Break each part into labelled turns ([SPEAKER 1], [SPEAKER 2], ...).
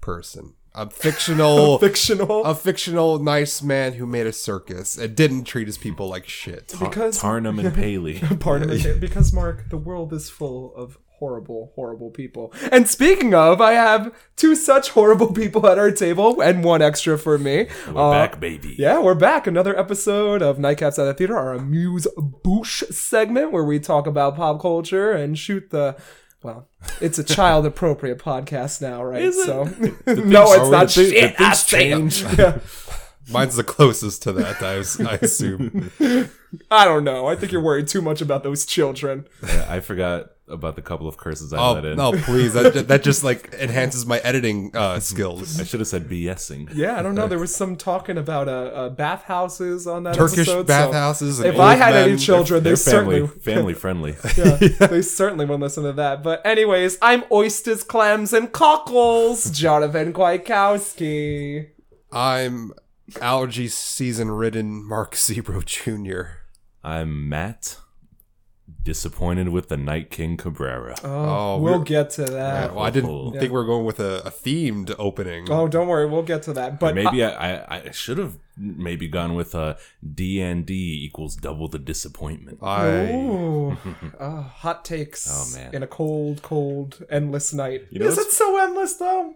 [SPEAKER 1] person. A fictional,
[SPEAKER 2] fictional.
[SPEAKER 1] a fictional nice man who made a circus and didn't treat his people like shit.
[SPEAKER 2] because
[SPEAKER 3] Tarnum and Paley.
[SPEAKER 2] Pardon me. Because Mark, the world is full of horrible, horrible people. And speaking of, I have two such horrible people at our table and one extra for me.
[SPEAKER 3] We're
[SPEAKER 2] Uh,
[SPEAKER 3] back, baby.
[SPEAKER 2] Yeah, we're back. Another episode of Nightcaps at the Theater, our Amuse Bouche segment where we talk about pop culture and shoot the. Well, it's a child appropriate podcast now, right? so, no, it's
[SPEAKER 1] are
[SPEAKER 2] not
[SPEAKER 1] the thi- the
[SPEAKER 2] shit. I say. Yeah.
[SPEAKER 1] Mine's the closest to that, I, was- I assume.
[SPEAKER 2] I don't know. I think you're worried too much about those children.
[SPEAKER 3] Yeah, I forgot about the couple of curses I
[SPEAKER 1] Oh
[SPEAKER 3] let in.
[SPEAKER 1] no, please! That, that just like enhances my editing uh, skills.
[SPEAKER 3] I should have said BSing.
[SPEAKER 2] Yeah, I don't know. There was some talking about uh, uh bathhouses on that
[SPEAKER 1] Turkish
[SPEAKER 2] episode, so
[SPEAKER 1] bathhouses. and
[SPEAKER 2] if I
[SPEAKER 1] old
[SPEAKER 2] had
[SPEAKER 1] men.
[SPEAKER 2] any children, they
[SPEAKER 3] They're family
[SPEAKER 2] certainly
[SPEAKER 3] family friendly.
[SPEAKER 2] yeah, they certainly wouldn't listen to that. But anyways, I'm oysters, clams, and cockles, Jonathan Kwiatkowski.
[SPEAKER 1] I'm allergy season ridden Mark Zebro Jr.
[SPEAKER 3] I'm Matt. Disappointed with the Night King Cabrera.
[SPEAKER 2] Oh,
[SPEAKER 1] Oh,
[SPEAKER 2] we'll
[SPEAKER 1] we're-
[SPEAKER 2] get to that.
[SPEAKER 1] well, I didn't
[SPEAKER 3] Oh.
[SPEAKER 1] think we were going with a, a themed opening.
[SPEAKER 2] Oh, don't worry, we'll get to that. But uh,
[SPEAKER 3] maybe I, I, I should have maybe gone with a D and D equals double the disappointment.
[SPEAKER 2] I,
[SPEAKER 1] I
[SPEAKER 2] Ooh. Ah, hot takes
[SPEAKER 3] Oh, man.
[SPEAKER 2] in a cold, cold, endless night.
[SPEAKER 3] You know
[SPEAKER 2] Is it
[SPEAKER 3] what's-
[SPEAKER 2] so endless though?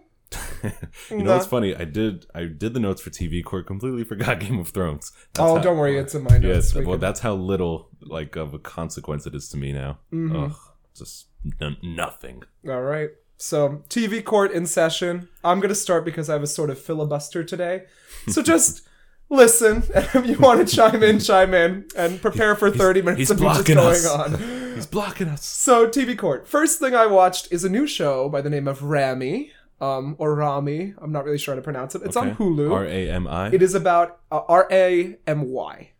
[SPEAKER 3] you know what's funny? I did I did the notes for TV Court, completely forgot Game of Thrones. That's
[SPEAKER 2] oh,
[SPEAKER 3] how-
[SPEAKER 2] don't worry, it's in my notes.
[SPEAKER 3] Yes,
[SPEAKER 2] We
[SPEAKER 3] well,
[SPEAKER 2] can-
[SPEAKER 3] that's how little like of a consequence it is to me now.
[SPEAKER 2] Mm-hmm.
[SPEAKER 3] Ugh, just n- nothing.
[SPEAKER 2] All right. So, TV court in session. I'm going to start because I have a sort of filibuster today. So just listen. And if you want to chime in, chime in and prepare for 30 minutes
[SPEAKER 3] he's
[SPEAKER 2] of me just
[SPEAKER 3] blocking
[SPEAKER 2] going
[SPEAKER 3] us.
[SPEAKER 2] on.
[SPEAKER 3] He's blocking us.
[SPEAKER 2] So, TV court. First thing I watched is a new show by the name of Rami um, or Rami. I'm not really sure how to pronounce it. It's on Hulu.
[SPEAKER 3] R A M I.
[SPEAKER 2] it is about uh, R A M Y.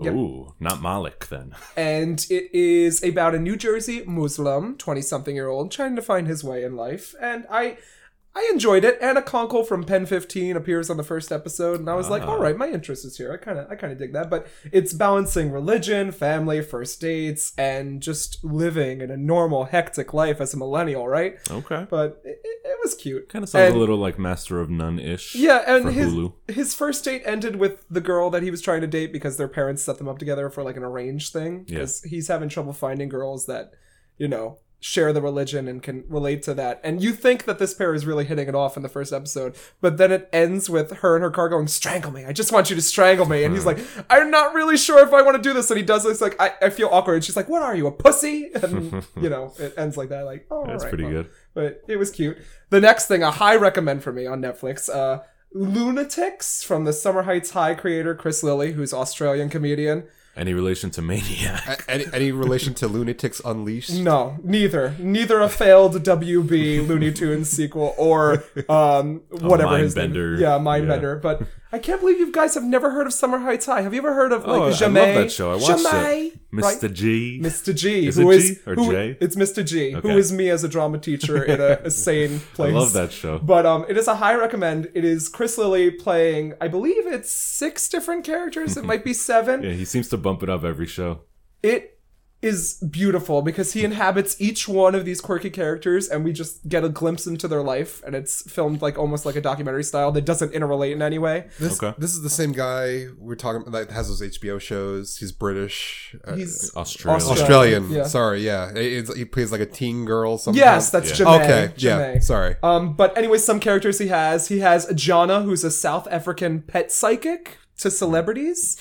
[SPEAKER 2] yep.
[SPEAKER 3] Ooh, not Malik then.
[SPEAKER 2] and it is about a New Jersey Muslim, twenty-something-year-old, trying to find his way in life. And I, I enjoyed it. Anna Conkle from Pen Fifteen appears on the first episode, and I was like,
[SPEAKER 3] Ah.
[SPEAKER 2] all right, my interest is here. I kind of, I kind of dig that. But it's balancing religion, family, first dates, and just living in a normal, hectic life as a millennial, right?
[SPEAKER 3] Okay.
[SPEAKER 2] But it, it it was cute.
[SPEAKER 3] Kind of sounds
[SPEAKER 2] And-
[SPEAKER 3] a little like Master of None ish.
[SPEAKER 2] Yeah, and
[SPEAKER 3] for
[SPEAKER 2] his
[SPEAKER 3] Hulu.
[SPEAKER 2] his first date ended with the girl that he was trying to date because their parents set them up together for like an arranged thing.
[SPEAKER 3] Yeah.
[SPEAKER 2] Because he's having trouble finding girls that, you know, share the religion and can relate to that. And you think that this pair is really hitting it off in the first episode, but then it ends with her and her car going, Strangle me. I just want you to strangle me. And he's like, I'm not really sure if I want to do this. And he does this, like, I, I feel awkward. And she's like, What are you, a pussy? And, you know, it ends like that. Like, oh,
[SPEAKER 3] That's
[SPEAKER 2] all right,
[SPEAKER 3] pretty
[SPEAKER 2] well."
[SPEAKER 3] good.
[SPEAKER 2] but it was cute. The next thing, a high recommend for me on Netflix, uh, Lunatics from the Summer Heights High creator Chris Lilly, who's Australian comedian.
[SPEAKER 3] Any relation to Maniac?
[SPEAKER 1] a- any, any relation to Lunatics Unleashed?
[SPEAKER 2] No, neither, neither a failed WB Looney Tunes sequel or um whatever his name.
[SPEAKER 3] Mindbender.
[SPEAKER 2] Yeah,
[SPEAKER 3] Yeah.
[SPEAKER 2] Mindbender. But I can't believe you guys have never heard of Summer Heights High. Have you ever heard of like
[SPEAKER 3] Oh, I love
[SPEAKER 2] Jamais?
[SPEAKER 3] that show. I watched
[SPEAKER 2] Jamais,
[SPEAKER 3] it.
[SPEAKER 2] right?
[SPEAKER 3] Mr. G.
[SPEAKER 2] Mr. G,
[SPEAKER 3] Is
[SPEAKER 2] who
[SPEAKER 3] it
[SPEAKER 2] is
[SPEAKER 3] G or
[SPEAKER 2] who-
[SPEAKER 3] J?
[SPEAKER 2] It's Mr. G, who
[SPEAKER 3] Okay.
[SPEAKER 2] is me as a drama teacher in a, a sane
[SPEAKER 3] I
[SPEAKER 2] place.
[SPEAKER 3] love that show.
[SPEAKER 2] But um, it is a high recommend. It is Chris Lilly playing, I believe it's six different characters. It might be seven.
[SPEAKER 3] Yeah, he seems to bump it up every show.
[SPEAKER 2] It is beautiful because he inhabits each one of these quirky characters, and we just get a glimpse into their life. And it's filmed like almost like a documentary style that doesn't interrelate in any way.
[SPEAKER 1] This,
[SPEAKER 3] Okay.
[SPEAKER 1] this is the same guy we're talking about that has those HBO shows. He's British. Uh,
[SPEAKER 2] He's
[SPEAKER 3] Australia.
[SPEAKER 2] Australia.
[SPEAKER 1] Australian.
[SPEAKER 2] Yeah.
[SPEAKER 1] Sorry, yeah. It- it's- he plays like a teen girl sometimes.
[SPEAKER 2] yes, that's
[SPEAKER 3] Yeah.
[SPEAKER 2] Jamae.
[SPEAKER 1] Okay, yeah.
[SPEAKER 2] Jamae.
[SPEAKER 1] Sorry.
[SPEAKER 2] Um, but anyway, some characters he has. He has Jana, who's a South African pet psychic to celebrities,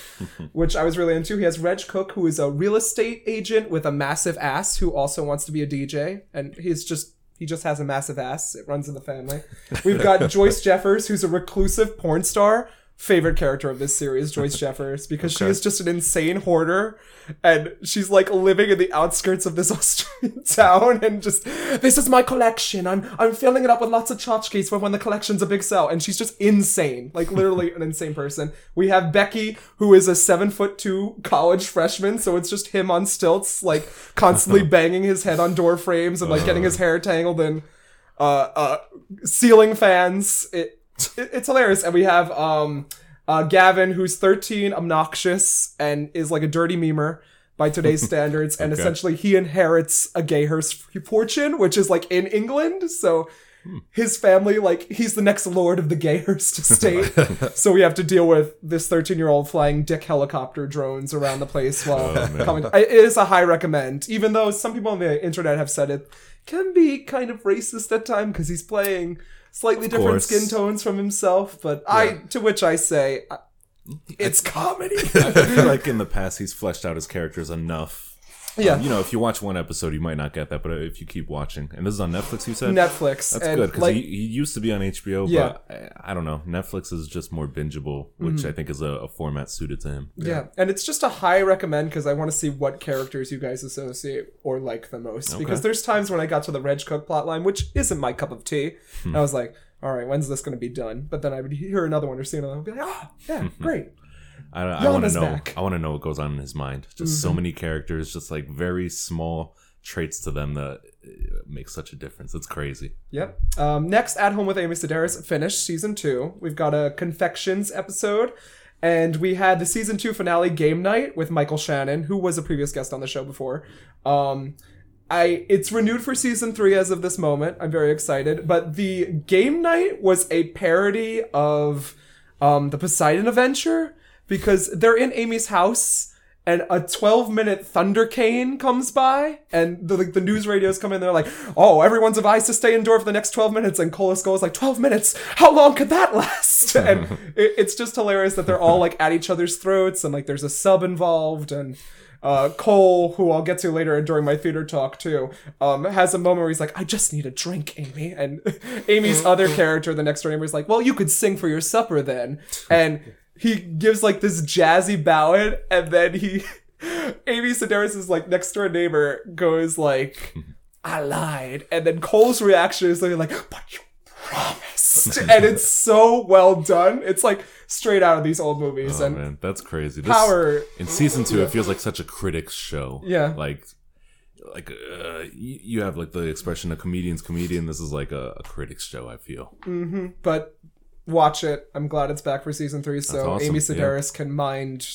[SPEAKER 2] which I was really into. He has Reg Cook, who is a real estate agent with a massive ass, who also wants to be a DJ, and he's just he just has a massive ass. It runs in the family. We've got Joyce Jeffers, who's a reclusive porn star. Favorite character of this series, Joyce Jeffers, because she is just an insane hoarder, and she's like living in the outskirts of this Australian town, and just this is my collection. I'm I'm filling it up with lots of tchotchkes for when the collection's a big sale, and she's just insane, like literally an insane person. We have Becky, who is a seven foot two college freshman, so it's just him on stilts, like constantly banging his head on door frames and like getting his hair tangled in uh, uh, ceiling fans. It, it it's hilarious, and we have um uh Gavin, who's thirteen, obnoxious, and is like a dirty memer. By today's standards, and
[SPEAKER 3] Okay.
[SPEAKER 2] essentially he inherits a Gayhurst fortune, which is like in England. So his family, like he's the next lord of the Gayhurst estate, so we have to deal with this thirteen-year-old flying dick helicopter drones around the place
[SPEAKER 3] Oh,
[SPEAKER 2] while coming. It is a high recommend, even though some people on the internet have said it can be kind of racist at time because he's playing slightly different
[SPEAKER 3] course.
[SPEAKER 2] skin tones from himself. But I, to which I say, I- it's comedy.
[SPEAKER 3] I feel like in the past he's fleshed out his characters enough. Um,
[SPEAKER 2] Yeah.
[SPEAKER 3] you know, if you watch one episode, you might not get that, but uh, if you keep watching, and this is on Netflix, you said
[SPEAKER 2] Netflix.
[SPEAKER 3] That's
[SPEAKER 2] and
[SPEAKER 3] good because
[SPEAKER 2] like,
[SPEAKER 3] he, he used to be on HBO,
[SPEAKER 2] Yeah. Mm-hmm.
[SPEAKER 3] but I, I don't know. Netflix is just more bingeable, which I think is a, a format suited to him.
[SPEAKER 2] Yeah. and it's just a high recommend because I want to see what characters you guys associate or like the most. Because there's times when I got to the Reg Cook plotline, which isn't my cup of tea, and I was like, "All right, when's this going to be done?" But then I would hear another one or see another, one, and be like, "Ah, yeah, great."
[SPEAKER 3] I, I
[SPEAKER 2] Jan
[SPEAKER 3] want to
[SPEAKER 2] is
[SPEAKER 3] know.
[SPEAKER 2] back. Mm-hmm.
[SPEAKER 3] I want to know what goes on in his mind. Just so many characters, just like very small traits to them that uh, make such a difference. It's crazy.
[SPEAKER 2] Yep. Um, next, At Home with Amy Sedaris finished season two. We've got a confections episode, and we had the season two finale game night with Michael Shannon, who was a previous guest on the show before. Um, I it's renewed for season three as of this moment. I'm very excited. But the game night was a parody of um, the Poseidon Adventure because they're in Amy's house and a 12 minute thunder cane comes by and the, like, the news radios come in they're like oh everyone's advised to stay indoor for the next 12 minutes and Cola Skull is like 12 minutes how long could that last and it, it's just hilarious that they're all like at each other's throats and like there's a sub involved and uh, Cole, who I'll get to later during my theater talk too, um, has a moment where he's like, "I just need a drink, Amy." And Amy's other character, the next door neighbor, is like, "Well, you could sing for your supper then." And he gives like this jazzy ballad, and then he, Amy Sedaris's like next door neighbor goes like, "I lied," and then Cole's reaction is literally like, "But you promised," and it's so well done. It's like straight out of these old movies,
[SPEAKER 3] Oh
[SPEAKER 2] and
[SPEAKER 3] man, that's crazy. This,
[SPEAKER 2] power.
[SPEAKER 3] in season two, it feels like such a critics show.
[SPEAKER 2] Yeah.
[SPEAKER 3] like like uh, you, you have like the expression a comedian's comedian. This is like a, a critics show. I feel
[SPEAKER 2] hmm But watch it. I'm glad it's back for season three. So
[SPEAKER 3] awesome,
[SPEAKER 2] Amy
[SPEAKER 3] yeah.
[SPEAKER 2] Sedaris can mind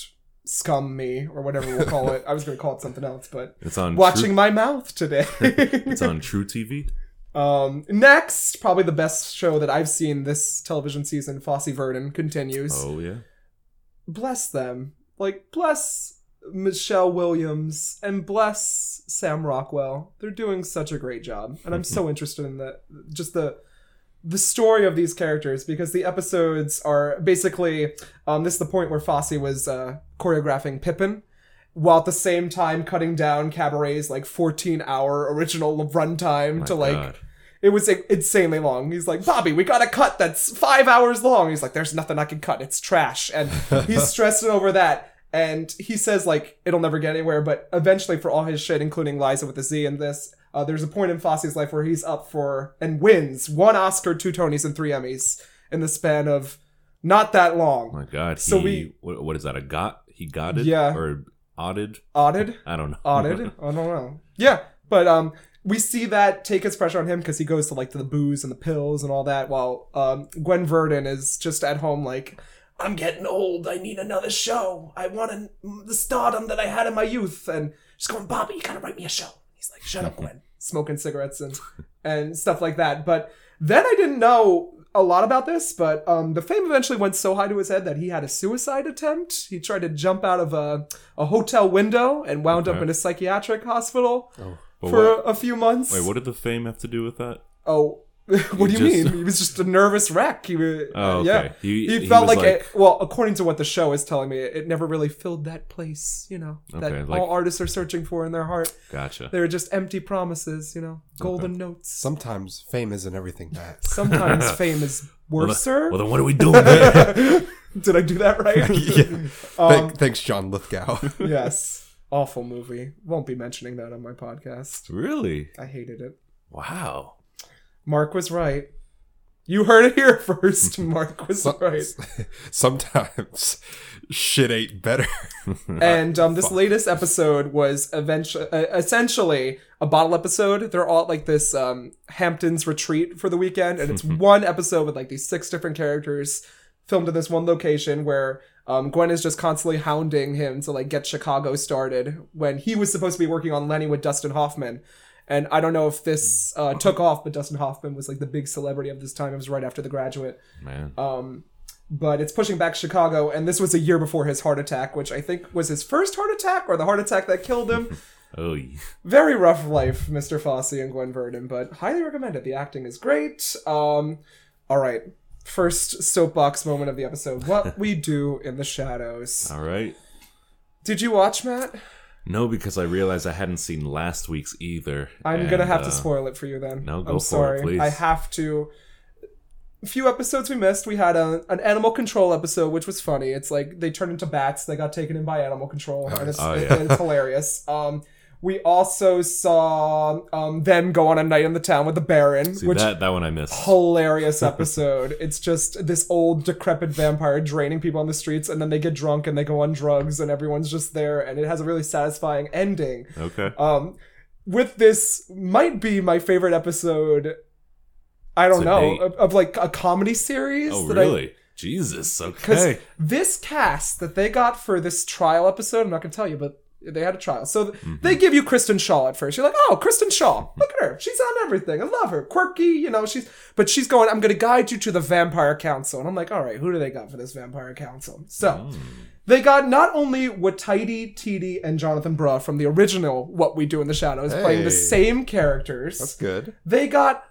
[SPEAKER 2] scum me or whatever we'll call it. I was going to call it something else, but
[SPEAKER 3] it's on
[SPEAKER 2] watching
[SPEAKER 3] True,
[SPEAKER 2] my mouth today.
[SPEAKER 3] it's on True TV.
[SPEAKER 2] um, next, probably the best show that I've seen this television season. Fosse Verdon continues.
[SPEAKER 3] Oh yeah,
[SPEAKER 2] Bless them. Like bless Michelle Williams and bless Sam Rockwell. They're doing such a great job, and I'm so interested in the just the the story of these characters because the episodes are basically um, this is the point where Fosse was uh, choreographing Pippin while at the same time cutting down Cabaret's like 14 hour original runtime
[SPEAKER 3] Oh My
[SPEAKER 2] to like
[SPEAKER 3] God.
[SPEAKER 2] it was like, insanely long. He's like, Bobby, we got a cut that's five hours long. He's like, there's nothing I can cut. It's trash. And he's stressing over that. And he says, like, it'll never get anywhere. But eventually, for all his shit, including Liza with a Z and this, uh, there's a point in Fosse's life where he's up for and wins one Oscar, two Tonys, and three Emmys in the span of not that long.
[SPEAKER 3] my God.
[SPEAKER 2] So
[SPEAKER 3] he,
[SPEAKER 2] we-
[SPEAKER 3] what, what is that? A got he got it?
[SPEAKER 2] Yeah.
[SPEAKER 3] or odded?
[SPEAKER 2] Audited?
[SPEAKER 3] I don't know.
[SPEAKER 2] Audited? I don't know. Yeah. But, um, we see that take its pressure on him because he goes to like to the booze and the pills and all that while um, gwen verdon is just at home like i'm getting old i need another show i want an, the stardom that i had in my youth and she's going bobby you gotta write me a show he's like shut up gwen smoking cigarettes and and stuff like that but then i didn't know a lot about this but um, the fame eventually went so high to his head that he had a suicide attempt he tried to jump out of a, a hotel window and wound up
[SPEAKER 3] Okay.
[SPEAKER 2] in a psychiatric hospital
[SPEAKER 1] Oh,
[SPEAKER 3] But
[SPEAKER 2] for
[SPEAKER 3] what-
[SPEAKER 2] a, a few months
[SPEAKER 3] Wait, what did the fame have to do with that?
[SPEAKER 2] Oh, what do
[SPEAKER 3] He
[SPEAKER 2] you
[SPEAKER 3] just-
[SPEAKER 2] mean? He was just a nervous wreck. He was,
[SPEAKER 3] Oh, okay.
[SPEAKER 2] yeah.
[SPEAKER 3] He-
[SPEAKER 2] He,
[SPEAKER 3] he
[SPEAKER 2] felt
[SPEAKER 3] was
[SPEAKER 2] like, it-
[SPEAKER 3] like-
[SPEAKER 2] well, according to what the show is telling me, it, it never really filled that place, you know,
[SPEAKER 3] Okay,
[SPEAKER 2] that
[SPEAKER 3] like-
[SPEAKER 2] all artists are searching for in their heart.
[SPEAKER 3] Gotcha.
[SPEAKER 2] They were just empty promises, you know, golden notes.
[SPEAKER 1] Sometimes fame isn't everything that.
[SPEAKER 2] Sometimes fame is worser.
[SPEAKER 3] Well, then what are we doing? There?
[SPEAKER 2] Did I do that right?
[SPEAKER 1] yeah.
[SPEAKER 2] Um,
[SPEAKER 1] Thank, thanks, John Lithgow.
[SPEAKER 2] yes. Awful movie. Won't be mentioning that on my podcast.
[SPEAKER 3] really?
[SPEAKER 2] I hated it.
[SPEAKER 3] Wow.
[SPEAKER 2] Mark was right. You heard it here first. Mark was
[SPEAKER 1] So-
[SPEAKER 2] right.
[SPEAKER 1] Sometimes shit ain't better.
[SPEAKER 2] and um, this latest episode was eventually uh, essentially a bottle episode they're all at, like this um, hamptons retreat for the weekend and it's one episode with like these six different characters filmed in this one location where um, gwen is just constantly hounding him to like get chicago started when he was supposed to be working on lenny with dustin hoffman And I don't know if this uh, took off, but Dustin Hoffman was like the big celebrity of this time. It was right after The Graduate.
[SPEAKER 3] man.
[SPEAKER 2] Um, but it's pushing back Chicago, and this was a year before his heart attack, which I think was his first heart attack or the heart attack that killed him.
[SPEAKER 3] Oh, yeah.
[SPEAKER 2] Very rough life, Mr. Fosse and Gwen Verdon, but highly recommend it. The acting is great. Um, all right, first soapbox moment of the episode: what we do in the shadows.
[SPEAKER 3] all right.
[SPEAKER 2] Did you watch Matt?
[SPEAKER 3] No, because I realized I hadn't seen last week's either.
[SPEAKER 2] I'm
[SPEAKER 3] and,
[SPEAKER 2] gonna have
[SPEAKER 3] uh,
[SPEAKER 2] to spoil it for you then.
[SPEAKER 3] no, go
[SPEAKER 2] I'm
[SPEAKER 3] for it,
[SPEAKER 2] sorry.
[SPEAKER 3] please.
[SPEAKER 2] I have to. A few episodes we missed. We had a, an animal control episode, which was funny. It's like they turned into bats. They got taken in by animal control, and it's,
[SPEAKER 3] Oh, yeah.
[SPEAKER 2] and it's hilarious. Um, we also saw um, them go on a night in the town with the Baron,
[SPEAKER 3] See,
[SPEAKER 2] which
[SPEAKER 3] that, that one I missed.
[SPEAKER 2] hilarious episode. it's just this old decrepit vampire draining people on the streets, and then they get drunk and they go on drugs, and everyone's just there, and it has a really satisfying ending.
[SPEAKER 3] okay.
[SPEAKER 2] Um, with this might be my favorite episode. I don't
[SPEAKER 3] To
[SPEAKER 2] know
[SPEAKER 3] date.
[SPEAKER 2] of, of like a comedy series.
[SPEAKER 3] Oh,
[SPEAKER 2] that I-
[SPEAKER 3] really? Jesus.
[SPEAKER 2] because
[SPEAKER 3] Okay.
[SPEAKER 2] this cast that they got for this trial episode, I'm not going to tell you, but they had a trial. So th-
[SPEAKER 1] Mm-hmm.
[SPEAKER 2] they give you Kristen Shaw at first. You're like, oh, Kristen Shaw. Look at her. She's on everything. I love her. Quirky, you know, she's, but she's going, I'm going to guide you to the Vampire Council. And I'm like, all right, who do they got for this Vampire Council? So
[SPEAKER 1] Mm.
[SPEAKER 2] they got not only Wataiti, Titi, and Jonathan Bruh from the original What We Do in the Shadows playing
[SPEAKER 1] Hey.
[SPEAKER 2] the same characters.
[SPEAKER 1] That's good.
[SPEAKER 2] They got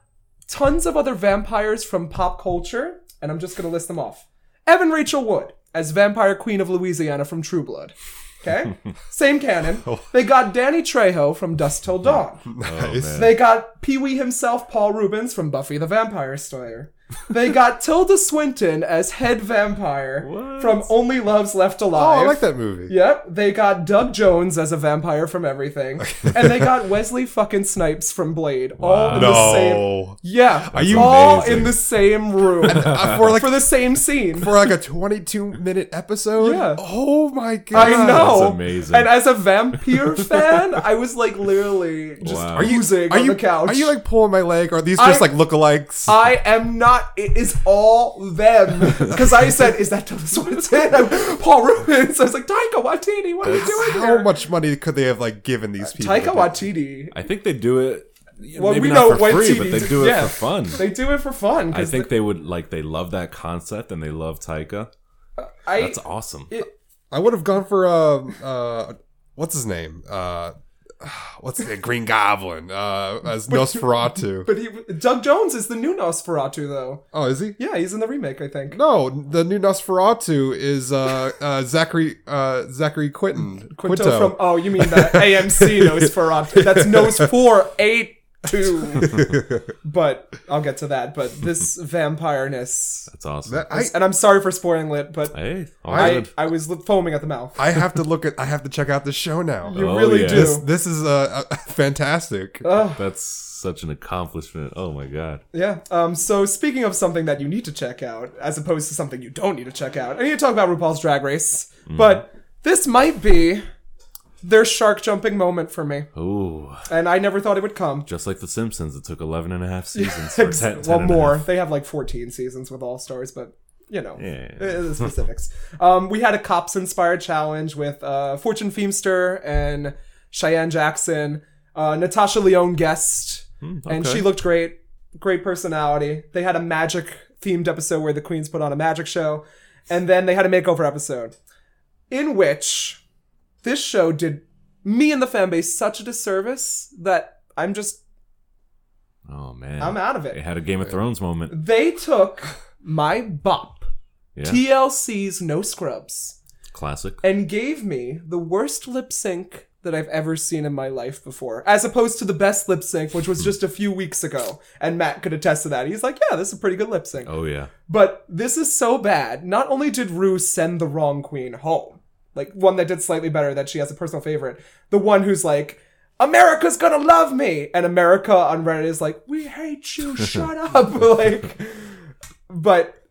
[SPEAKER 2] tons of other vampires from pop culture, and I'm just going to list them off. Evan Rachel Wood as Vampire Queen of Louisiana from True Blood. Okay? Same canon. They got Danny Trejo from Dust Till Dawn.
[SPEAKER 1] Nice.
[SPEAKER 2] They got Pee Wee himself, Paul Rubens from Buffy the Vampire Slayer. They got Tilda Swinton as head vampire
[SPEAKER 3] What?
[SPEAKER 2] from Only Love's Left
[SPEAKER 1] oh,
[SPEAKER 2] Alive.
[SPEAKER 1] I like that movie.
[SPEAKER 2] Yep, they got Doug Jones as a vampire from everything, and they got Wesley fucking Snipes from Blade. All in the same.
[SPEAKER 1] No.
[SPEAKER 2] Yeah,
[SPEAKER 1] Are you
[SPEAKER 2] all
[SPEAKER 1] amazing?
[SPEAKER 2] in the same room
[SPEAKER 1] Uh, for like
[SPEAKER 2] for the same scene.
[SPEAKER 1] for like a 22 minute episode.
[SPEAKER 2] Yeah.
[SPEAKER 1] Oh my god.
[SPEAKER 2] I know.
[SPEAKER 3] That's amazing.
[SPEAKER 2] And as a vampire fan, I was like literally just
[SPEAKER 3] Wow.
[SPEAKER 2] are
[SPEAKER 3] Are
[SPEAKER 1] Are you-
[SPEAKER 2] oozing
[SPEAKER 1] are
[SPEAKER 2] on
[SPEAKER 1] you,
[SPEAKER 2] the couch.
[SPEAKER 1] Are you like pulling my leg? Or are these just
[SPEAKER 2] I-
[SPEAKER 1] like lookalikes?
[SPEAKER 2] I am not. It is all them. Because I said, "Is that Tilda Swinton?" Paul Rubens. I was like, "Taika Waititi, what are you doing
[SPEAKER 1] How
[SPEAKER 2] here?"
[SPEAKER 1] much money could they have like given these people?
[SPEAKER 2] Taika Waititi
[SPEAKER 3] I think they do it.
[SPEAKER 2] Well,
[SPEAKER 3] maybe
[SPEAKER 2] we
[SPEAKER 3] not
[SPEAKER 2] know
[SPEAKER 3] for
[SPEAKER 2] what
[SPEAKER 3] free,
[SPEAKER 2] TV
[SPEAKER 3] but they do it
[SPEAKER 2] yeah.
[SPEAKER 3] for fun.
[SPEAKER 2] They do it for fun.
[SPEAKER 3] I
[SPEAKER 2] 'cause
[SPEAKER 3] think they would like they love that concept and they love Taika.
[SPEAKER 2] I,
[SPEAKER 3] That's awesome.
[SPEAKER 1] I would have gone for um uh what's his name? Uh what's the Green Goblin? Uh as Nosferatu.
[SPEAKER 2] but he, Doug Jones is the new Nosferatu, though.
[SPEAKER 1] oh, is he?
[SPEAKER 2] Yeah, he's in the remake, I think.
[SPEAKER 1] No, the new Nosferatu is uh uh Zachary uh Zachary Quinton.
[SPEAKER 2] Quinto, from oh, you mean that AMC Nosferatu? That's Nos four eight two. but I'll get to that. But this vampireness,
[SPEAKER 3] That's awesome.
[SPEAKER 1] That- I,
[SPEAKER 2] and I'm sorry for spoiling it, but
[SPEAKER 3] hey, all
[SPEAKER 2] I
[SPEAKER 3] good.
[SPEAKER 2] I was foaming at the mouth.
[SPEAKER 1] I have to look at I have to check out the show now.
[SPEAKER 2] You Uh,
[SPEAKER 3] Oh,
[SPEAKER 2] really
[SPEAKER 3] yeah.
[SPEAKER 2] do.
[SPEAKER 1] This this is uh, uh fantastic.
[SPEAKER 2] Ugh.
[SPEAKER 3] That's such an accomplishment. Oh my god.
[SPEAKER 2] Yeah. Um, so speaking of something that you need to check out, as opposed to something you don't need to check out, I need to talk about RuPaul's Drag Race, but this might be their shark jumping moment for me,
[SPEAKER 3] Oh,
[SPEAKER 2] and I never thought it would come.
[SPEAKER 3] just like The Simpsons, it took 11 and a half seasons. or 10,
[SPEAKER 2] Ex- well,
[SPEAKER 3] 10 and a
[SPEAKER 2] more.
[SPEAKER 3] half.
[SPEAKER 2] They have like 14 seasons with All Stars, but you know
[SPEAKER 3] Yeah.
[SPEAKER 2] uh, the specifics. um, we had a cops inspired challenge with uh, Fortune Feemster and Cheyenne Jackson, uh, Natasha Leone guest, and
[SPEAKER 3] Hmm, okay.
[SPEAKER 2] she looked great. Great personality. They had a magic themed episode where the queens put on a magic show, and then they had a makeover episode in which this show did me and the fan base such a disservice that I'm just
[SPEAKER 3] Oh man.
[SPEAKER 2] I'm out of it.
[SPEAKER 3] It had a Game of Thrones moment.
[SPEAKER 2] They took my bop,
[SPEAKER 3] Yeah.
[SPEAKER 2] TLC's No Scrubs,
[SPEAKER 3] Classic.
[SPEAKER 2] and gave me the worst lip sync that I've ever seen in my life before, as opposed to the best lip sync, which was just a few weeks ago. And Matt could attest to that. He's like, yeah, this is a pretty good lip sync.
[SPEAKER 3] Oh yeah.
[SPEAKER 2] But this is so bad. Not only did Rue send the wrong queen home, like one that did slightly better, that she has a personal favorite, the one who's like, America's gonna love me, and America on Reddit is like, we hate you, shut up, like. But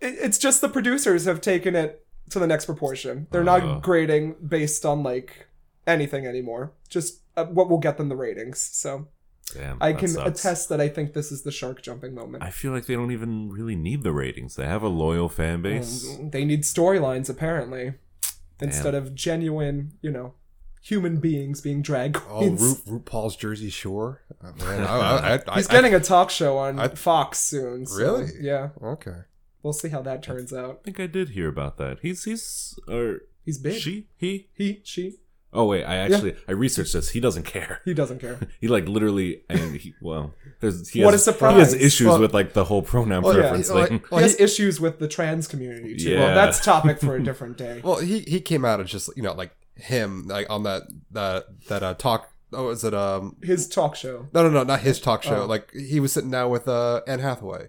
[SPEAKER 2] it, it's just the producers have taken it to the next proportion. They're
[SPEAKER 3] Uh.
[SPEAKER 2] not grading based on like anything anymore. Just uh, what will get them the ratings. So
[SPEAKER 3] Damn.
[SPEAKER 2] I
[SPEAKER 3] that
[SPEAKER 2] can
[SPEAKER 3] sucks.
[SPEAKER 2] attest that I think this is the shark jumping moment.
[SPEAKER 3] I feel like they don't even really need the ratings. They have a loyal
[SPEAKER 2] Oh,
[SPEAKER 3] fan base.
[SPEAKER 2] They need storylines apparently, instead of genuine, you know, human beings being drag
[SPEAKER 1] Oh,
[SPEAKER 2] queens.
[SPEAKER 1] Ru- RuPaul's Jersey Shore. Oh, man, I, I, I,
[SPEAKER 2] He's
[SPEAKER 1] I-
[SPEAKER 2] getting a talk show on
[SPEAKER 1] I-
[SPEAKER 2] Fox soon. so,
[SPEAKER 1] Really?
[SPEAKER 2] Yeah.
[SPEAKER 1] okay.
[SPEAKER 2] We'll see how that turns out.
[SPEAKER 3] I think I did hear about that. He's he's or
[SPEAKER 2] He's big.
[SPEAKER 3] she he.
[SPEAKER 2] He, she,
[SPEAKER 3] Oh wait, I actually I researched this. He doesn't care.
[SPEAKER 2] he doesn't care.
[SPEAKER 3] He like literally and he well. There's he
[SPEAKER 2] What
[SPEAKER 3] has,
[SPEAKER 2] a surprise. oh,
[SPEAKER 3] He has issues
[SPEAKER 1] Well-
[SPEAKER 3] with like the whole pronoun
[SPEAKER 1] Well, Oh, yeah,
[SPEAKER 3] preference
[SPEAKER 1] like-
[SPEAKER 3] thing.
[SPEAKER 1] Well,
[SPEAKER 2] he has
[SPEAKER 1] he-
[SPEAKER 2] issues with the trans community too. Well,
[SPEAKER 3] Yeah.
[SPEAKER 2] that's topic for a different day.
[SPEAKER 1] Well, he he came out as just you know like him like on that that that uh, talk. Oh, is it um?
[SPEAKER 2] His talk show.
[SPEAKER 1] No, no, no, not his talk show.
[SPEAKER 2] Oh.
[SPEAKER 1] Like he was sitting down with uh Anne Hathaway,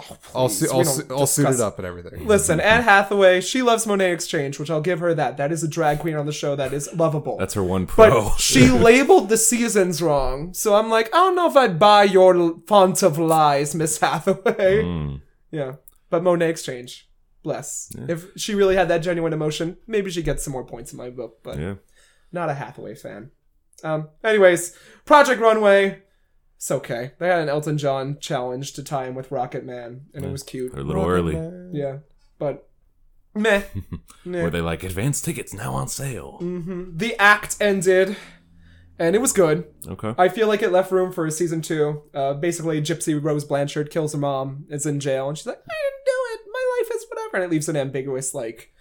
[SPEAKER 2] Oh,
[SPEAKER 1] all
[SPEAKER 2] please,
[SPEAKER 1] su-
[SPEAKER 2] we
[SPEAKER 1] all,
[SPEAKER 2] don't
[SPEAKER 1] su- all suited
[SPEAKER 2] discuss-
[SPEAKER 1] up and everything.
[SPEAKER 2] Listen, Anne Hathaway, she loves Monet Exchange, which I'll give her that. That is a drag queen on the show that is lovable.
[SPEAKER 3] That's her one
[SPEAKER 2] but
[SPEAKER 3] pro.
[SPEAKER 2] she labeled the seasons wrong, so I'm like, I don't know if I'd buy your l- font of lies, Miss Hathaway.
[SPEAKER 3] Mm.
[SPEAKER 2] Yeah, but Monet Exchange, bless. If she really had that genuine emotion, maybe she gets some more points in my book. But
[SPEAKER 3] yeah.
[SPEAKER 2] not a Hathaway fan. Um, anyways, Project Runway. It's okay. They had an Elton John challenge to tie him with Rocket Man, and it was cute.
[SPEAKER 3] They're a little early.
[SPEAKER 2] Yeah, but meh. Mm-hmm.
[SPEAKER 3] Were they like advance tickets now on sale?
[SPEAKER 2] Mm. The act ended, and it was good.
[SPEAKER 3] Okay.
[SPEAKER 2] I feel like it left room for a season two. Uh, basically, Gypsy Rose Blanchard kills her mom, is in jail, and she's like, I didn't do it. My life is whatever. And it leaves an ambiguous, like,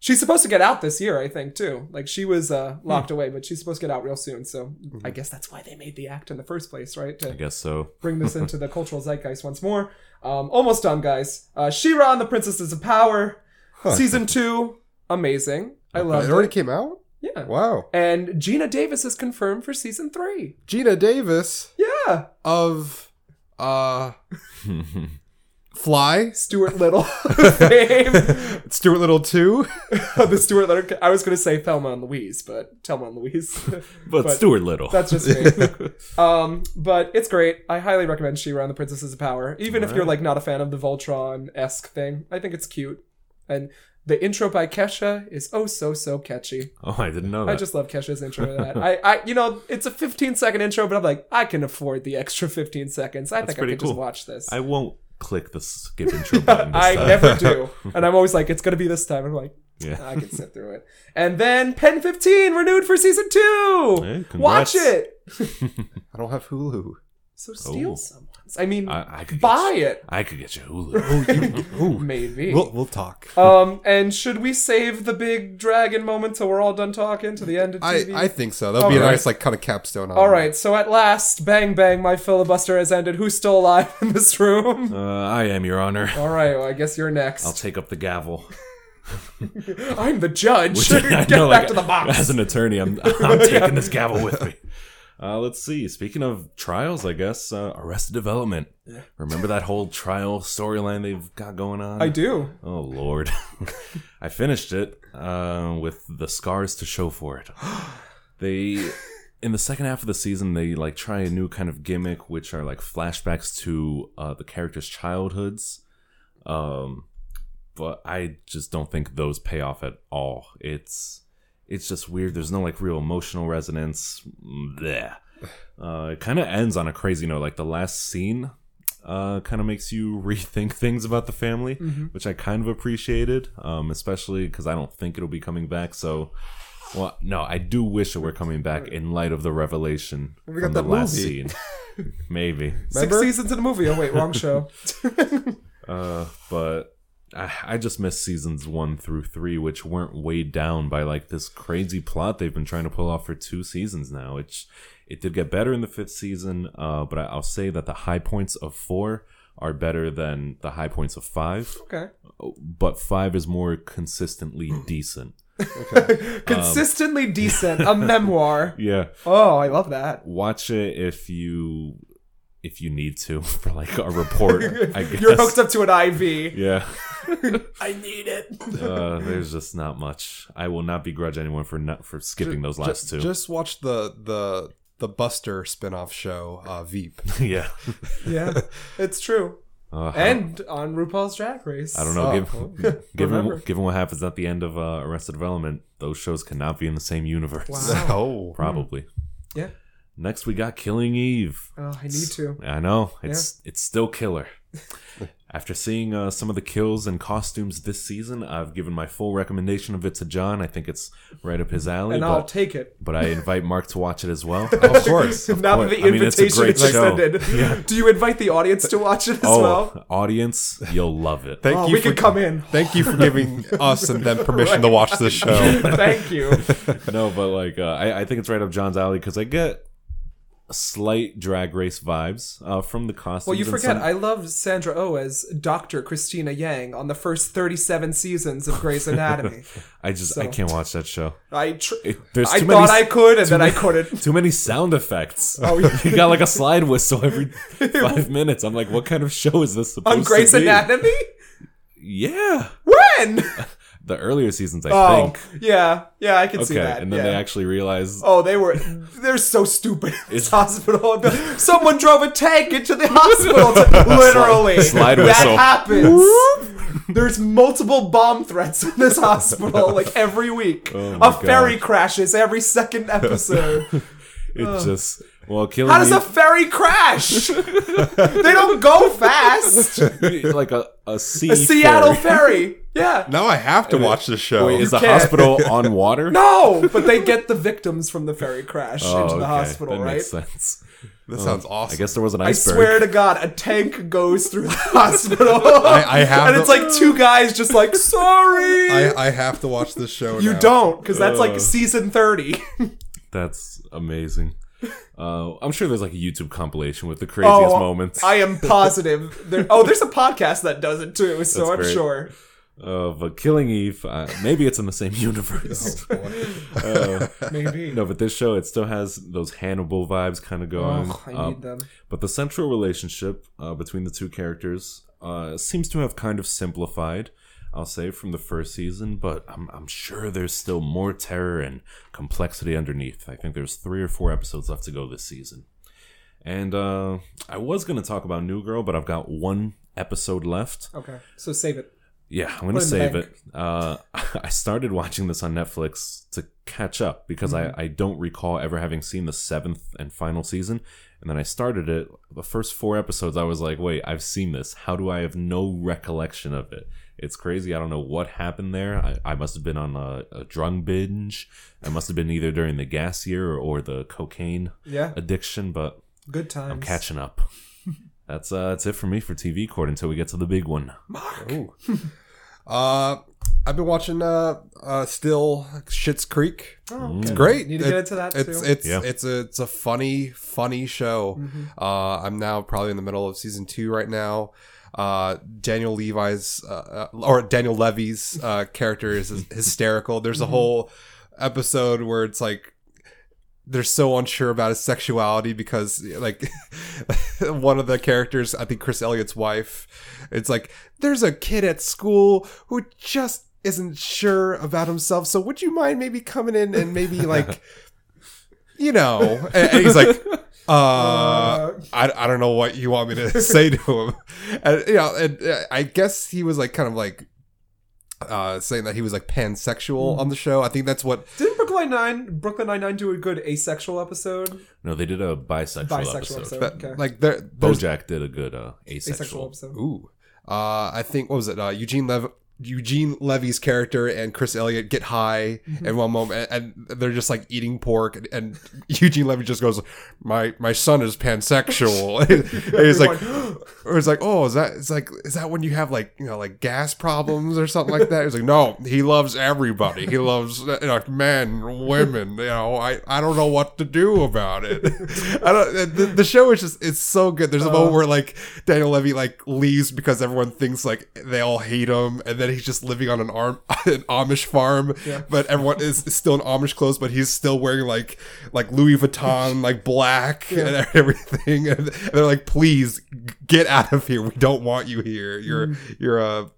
[SPEAKER 2] she's supposed to get out this year, I think, too. Like, she was uh,
[SPEAKER 3] Hmm.
[SPEAKER 2] locked away, but she's supposed to get out real soon. So I guess that's why they made the act in the first place, right?
[SPEAKER 3] Mm-hmm. I
[SPEAKER 2] To
[SPEAKER 3] guess so.
[SPEAKER 2] bring this into the cultural zeitgeist once more. Um, almost done, guys. Uh, She-Ra and the Princesses of Power, season two, amazing. I love
[SPEAKER 1] It
[SPEAKER 2] it.
[SPEAKER 1] already came out.
[SPEAKER 2] Yeah.
[SPEAKER 1] Wow.
[SPEAKER 2] And Gina Davis is confirmed for season three.
[SPEAKER 1] Gina Davis
[SPEAKER 2] Yeah.
[SPEAKER 1] of uh Fly,
[SPEAKER 2] Stuart Little fame.
[SPEAKER 1] Stuart Little too.
[SPEAKER 2] Uh, the Stuart Little. I was gonna say Thelma and Louise, but Thelma and Louise.
[SPEAKER 3] But, Stuart Little.
[SPEAKER 2] That's just me. um, but it's great. I highly recommend She-Ra and the Princesses of Power, even if you're like not a fan of the Voltron-esque thing. I think it's cute, and the intro by Kesha is oh so so catchy.
[SPEAKER 3] oh, I didn't know that.
[SPEAKER 2] I just love Kesha's intro to that. I, I, you know, it's a 15 second intro, but I'm like, I can afford the extra 15 seconds. I think I
[SPEAKER 3] pretty
[SPEAKER 2] could
[SPEAKER 3] cool.
[SPEAKER 2] just watch this.
[SPEAKER 3] I won't click the skip intro button. This
[SPEAKER 2] I
[SPEAKER 3] time.
[SPEAKER 2] never do. And I'm always like, it's going to be this time. I'm like,
[SPEAKER 3] Yeah.
[SPEAKER 2] I can sit through it. And then Pen 15 renewed for season two.
[SPEAKER 3] Hey,
[SPEAKER 2] Watch
[SPEAKER 3] congrats.
[SPEAKER 2] it.
[SPEAKER 1] I don't have Hulu.
[SPEAKER 2] So steal
[SPEAKER 3] Oh.
[SPEAKER 2] someone's. I mean,
[SPEAKER 3] I, I could
[SPEAKER 2] buy
[SPEAKER 3] get you,
[SPEAKER 2] it.
[SPEAKER 3] I could get you
[SPEAKER 2] Oh,
[SPEAKER 3] Hulu.
[SPEAKER 1] Ooh,
[SPEAKER 2] Maybe.
[SPEAKER 1] we'll we'll talk.
[SPEAKER 2] um, and should we save the big dragon moment till we're all done talking to the end of
[SPEAKER 1] I
[SPEAKER 2] TV?
[SPEAKER 1] I think so. That'll be a
[SPEAKER 2] Alright.
[SPEAKER 1] nice like kind of capstone. On
[SPEAKER 2] all right, so at last, bang bang, my filibuster has ended. Who's still alive in this room?
[SPEAKER 3] uh, I am, Your Honor.
[SPEAKER 2] All right, well, I guess you're next.
[SPEAKER 3] I'll take up the gavel.
[SPEAKER 2] I'm the judge.
[SPEAKER 3] Which I
[SPEAKER 2] Get
[SPEAKER 3] know,
[SPEAKER 2] back
[SPEAKER 3] like,
[SPEAKER 2] to the box.
[SPEAKER 3] As an attorney, I'm, I'm taking this gavel with me. Uh, let's see. Speaking of trials, I guess uh, Arrested Development. Remember that whole trial storyline they've got going on?
[SPEAKER 2] I do.
[SPEAKER 3] Oh Lord, I finished it uh, with the scars to show for it. They, in the second half of the season, they like try a new kind of gimmick, which are like flashbacks to uh, the characters' childhoods. Um, but I just don't think those pay off at all. It's it's just weird. There's no like real emotional resonance. There, uh, it kind of ends on a crazy note. Like the last scene, uh, kind of makes you rethink things about the family,
[SPEAKER 1] Mm-hmm.
[SPEAKER 3] which I kind of appreciated, um, especially because I don't think it'll be coming back. So, well, no, I do wish it were coming back in light of the revelation
[SPEAKER 1] got
[SPEAKER 3] from the
[SPEAKER 1] that
[SPEAKER 3] last
[SPEAKER 1] movie.
[SPEAKER 3] scene. Maybe,
[SPEAKER 2] Six
[SPEAKER 1] Remember?
[SPEAKER 2] seasons in a movie. Oh wait, wrong show.
[SPEAKER 3] uh, but I, I just missed seasons one through three, which weren't weighed down by like this crazy plot they've been trying to pull off for two seasons now. It's it did get better in the fifth season, uh, but I, I'll say that the high points of four are better than the high points of five.
[SPEAKER 2] okay.
[SPEAKER 3] but five is more consistently decent. Um,
[SPEAKER 2] Consistently decent, a memoir.
[SPEAKER 3] Yeah,
[SPEAKER 2] Oh, I love that.
[SPEAKER 3] watch it if you if you need to for like a report. I guess.
[SPEAKER 2] You're hooked up to an IV.
[SPEAKER 3] Yeah,
[SPEAKER 2] I need it.
[SPEAKER 3] uh, there's just not much. I will not begrudge anyone for not for skipping those last two.
[SPEAKER 1] Just watch the the the Buster spin-off show uh, Veep.
[SPEAKER 3] yeah,
[SPEAKER 2] Yeah, it's true.
[SPEAKER 3] Uh, I don't-
[SPEAKER 2] And on RuPaul's Drag Race.
[SPEAKER 3] I don't know.
[SPEAKER 1] Oh.
[SPEAKER 3] Given,
[SPEAKER 2] Remember.
[SPEAKER 3] given given what happens at the end of uh, Arrested Development, those shows cannot be in the same universe.
[SPEAKER 2] Wow.
[SPEAKER 1] Oh,
[SPEAKER 3] Probably.
[SPEAKER 2] Yeah.
[SPEAKER 3] Next, we got Killing Eve.
[SPEAKER 2] Oh, I need to.
[SPEAKER 3] I know it's it's still killer. After seeing uh, some of the kills and costumes this season, I've given my full recommendation of it to John. I think it's right up his alley.
[SPEAKER 2] and
[SPEAKER 3] but,
[SPEAKER 2] I'll take it.
[SPEAKER 3] but I invite Mark to watch it as well.
[SPEAKER 1] Of course.
[SPEAKER 2] now that
[SPEAKER 3] course.
[SPEAKER 2] the
[SPEAKER 3] I mean, it's a
[SPEAKER 2] invitation
[SPEAKER 3] great
[SPEAKER 2] is
[SPEAKER 3] show.
[SPEAKER 2] extended, do you invite the audience to watch it as
[SPEAKER 3] oh,
[SPEAKER 2] well?
[SPEAKER 3] audience, you'll love it.
[SPEAKER 1] Thank
[SPEAKER 2] Oh,
[SPEAKER 1] you
[SPEAKER 2] we
[SPEAKER 1] for
[SPEAKER 2] can come in.
[SPEAKER 1] Thank you for giving us and them permission to watch this show.
[SPEAKER 3] Oh.
[SPEAKER 2] Thank you.
[SPEAKER 3] no, but like uh, I, I think it's right up John's alley because I get slight drag race vibes uh, from the costumes.
[SPEAKER 2] Well, you
[SPEAKER 3] and
[SPEAKER 2] forget
[SPEAKER 3] some-
[SPEAKER 2] I love Sandra Oh as Dr. Christina Yang on the first 37 seasons of Grey's Anatomy.
[SPEAKER 3] I just I
[SPEAKER 2] so-
[SPEAKER 3] can't watch that show.
[SPEAKER 2] I tr-
[SPEAKER 3] It- there's
[SPEAKER 2] I
[SPEAKER 3] too
[SPEAKER 2] thought
[SPEAKER 3] many
[SPEAKER 2] I
[SPEAKER 3] s-
[SPEAKER 2] could, and then I
[SPEAKER 3] many-
[SPEAKER 2] couldn't.
[SPEAKER 3] too many sound effects.
[SPEAKER 2] Oh, yeah.
[SPEAKER 3] you got like a slide whistle every five minutes. I'm like, what kind of show is this supposed
[SPEAKER 2] On Grey's
[SPEAKER 3] to be?
[SPEAKER 2] Anatomy?
[SPEAKER 3] Yeah,
[SPEAKER 2] When?
[SPEAKER 3] the earlier seasons, I
[SPEAKER 2] Oh,
[SPEAKER 3] think.
[SPEAKER 2] yeah, yeah, I can see
[SPEAKER 3] Okay,
[SPEAKER 2] that.
[SPEAKER 3] and then
[SPEAKER 2] yeah.
[SPEAKER 3] they actually realize
[SPEAKER 2] Oh, they were. They're so stupid. This hospital. Someone drove a tank into the hospital. to- literally.
[SPEAKER 3] slide
[SPEAKER 2] that
[SPEAKER 3] whistle.
[SPEAKER 2] happens. There's multiple bomb threats in this hospital, like every week.
[SPEAKER 3] Oh my
[SPEAKER 2] a ferry crashes every second episode.
[SPEAKER 3] it just well killing
[SPEAKER 2] How does
[SPEAKER 3] Eve-
[SPEAKER 2] a ferry crash? they don't go fast.
[SPEAKER 3] like a a sea
[SPEAKER 2] A Seattle
[SPEAKER 3] ferry.
[SPEAKER 2] ferry. Yeah.
[SPEAKER 1] Now I have to watch this show.
[SPEAKER 3] Wait, is the
[SPEAKER 2] can't.
[SPEAKER 3] hospital on water?
[SPEAKER 2] No, but they get the victims from the ferry crash
[SPEAKER 3] Oh,
[SPEAKER 2] into the
[SPEAKER 3] okay.
[SPEAKER 2] hospital,
[SPEAKER 3] that
[SPEAKER 2] right?
[SPEAKER 3] Makes sense.
[SPEAKER 1] that sounds awesome.
[SPEAKER 3] I guess there was an
[SPEAKER 2] I
[SPEAKER 3] iceberg.
[SPEAKER 2] swear to God, a tank goes through the hospital.
[SPEAKER 1] I have
[SPEAKER 2] and it's
[SPEAKER 1] the-
[SPEAKER 2] like two guys just like, sorry.
[SPEAKER 1] I, I have to watch this show.
[SPEAKER 2] you
[SPEAKER 1] now.
[SPEAKER 2] don't, because that's like season 30.
[SPEAKER 3] That's amazing. Uh, I'm sure there's like a YouTube compilation with the craziest moments
[SPEAKER 2] Oh, I am positive. There, oh, there's a podcast that does it too, so
[SPEAKER 3] That's
[SPEAKER 2] I'm
[SPEAKER 3] great.
[SPEAKER 2] sure.
[SPEAKER 3] of uh, Killing Eve. Uh, maybe it's in the same universe.
[SPEAKER 2] Maybe.
[SPEAKER 3] no, but this show it still has those Hannibal vibes kind of going.
[SPEAKER 2] Ugh, Oh, I need
[SPEAKER 3] Um,
[SPEAKER 2] them.
[SPEAKER 3] But the central relationship uh, between the two characters uh, seems to have kind of simplified, I'll say, from the first season, but I'm, I'm sure there's still more terror and complexity underneath. I think there's three or four episodes left to go this season. And uh, I was going to talk about New Girl, but I've got one episode left.
[SPEAKER 2] Okay, so save it.
[SPEAKER 3] Yeah, I'm
[SPEAKER 2] Put it in
[SPEAKER 3] gonna
[SPEAKER 2] the
[SPEAKER 3] save
[SPEAKER 2] bank.
[SPEAKER 3] it. Uh, I started watching this on Netflix to catch up because I, I don't recall ever having seen the seventh and final season. And then I started it. The first four episodes, I was like, "Wait, I've seen this. How do I have no recollection of it? It's crazy. I don't know what happened there. I, I must have been on a, a drug binge. I must have been either during the gas year or, or the cocaine
[SPEAKER 2] Yeah,
[SPEAKER 3] addiction. But
[SPEAKER 2] good times.
[SPEAKER 3] I'm catching up. That's uh, that's it for me for TV court until we get to the big one.
[SPEAKER 1] Ooh. Uh, I've been watching uh, uh, still Shit's Creek.
[SPEAKER 2] Oh,
[SPEAKER 1] It's
[SPEAKER 2] okay.
[SPEAKER 1] Mm. great.
[SPEAKER 2] Need to
[SPEAKER 1] It-
[SPEAKER 2] get into that
[SPEAKER 1] It's
[SPEAKER 2] too. Mm-hmm.
[SPEAKER 1] it's
[SPEAKER 3] Yeah.
[SPEAKER 1] it's a it's a funny funny show. Uh, I'm now probably in the middle of season two right now. Uh, Daniel Levi's uh, uh, or Daniel Levy's uh, character is hysterical. There's a
[SPEAKER 2] Mm-hmm.
[SPEAKER 1] whole episode where it's like they're so unsure about his sexuality because like one of the characters i think chris elliott's wife it's like there's a kid at school who just isn't sure about himself so would you mind maybe coming in and maybe like you know and, and he's like uh
[SPEAKER 2] Uh,
[SPEAKER 1] I, I don't know what you want me to say to him. And, you know, and uh, I guess he was like kind of like uh, saying that he was like pansexual on the show. I think that's what
[SPEAKER 2] didn't Brooklyn Nine Brooklyn Nine Nine do a good asexual episode?
[SPEAKER 3] No, they did a bisexual,
[SPEAKER 2] Bisexual
[SPEAKER 3] episode.
[SPEAKER 2] episode.
[SPEAKER 1] that,
[SPEAKER 2] Okay.
[SPEAKER 1] like there, there's
[SPEAKER 3] Bojack did a good uh, asexual.
[SPEAKER 2] Asexual episode.
[SPEAKER 1] ooh. Uh, I think what was it? Uh, Eugene Lev Eugene Levy's character and Chris Elliott get high at one moment, and, and they're just like eating pork, and, and Eugene Levy just goes, "My my son is pansexual." and he's like, or it's like, oh, is that it's like is that when you have like you know like gas problems or something like that? He's like, no, he loves everybody. He loves uh, you know, men, women. You know, I I don't know what to do about it. I don't. The, the show is just it's so good. There's a moment where like Daniel Levy like leaves because everyone thinks like they all hate him, and then he's just living on an arm an Amish farm, but everyone is still in Amish clothes, but he's still wearing like like Louis Vuitton, like black and everything. And they're like, please g- get out of here. We don't want you here. You're
[SPEAKER 2] Mm.
[SPEAKER 1] you're a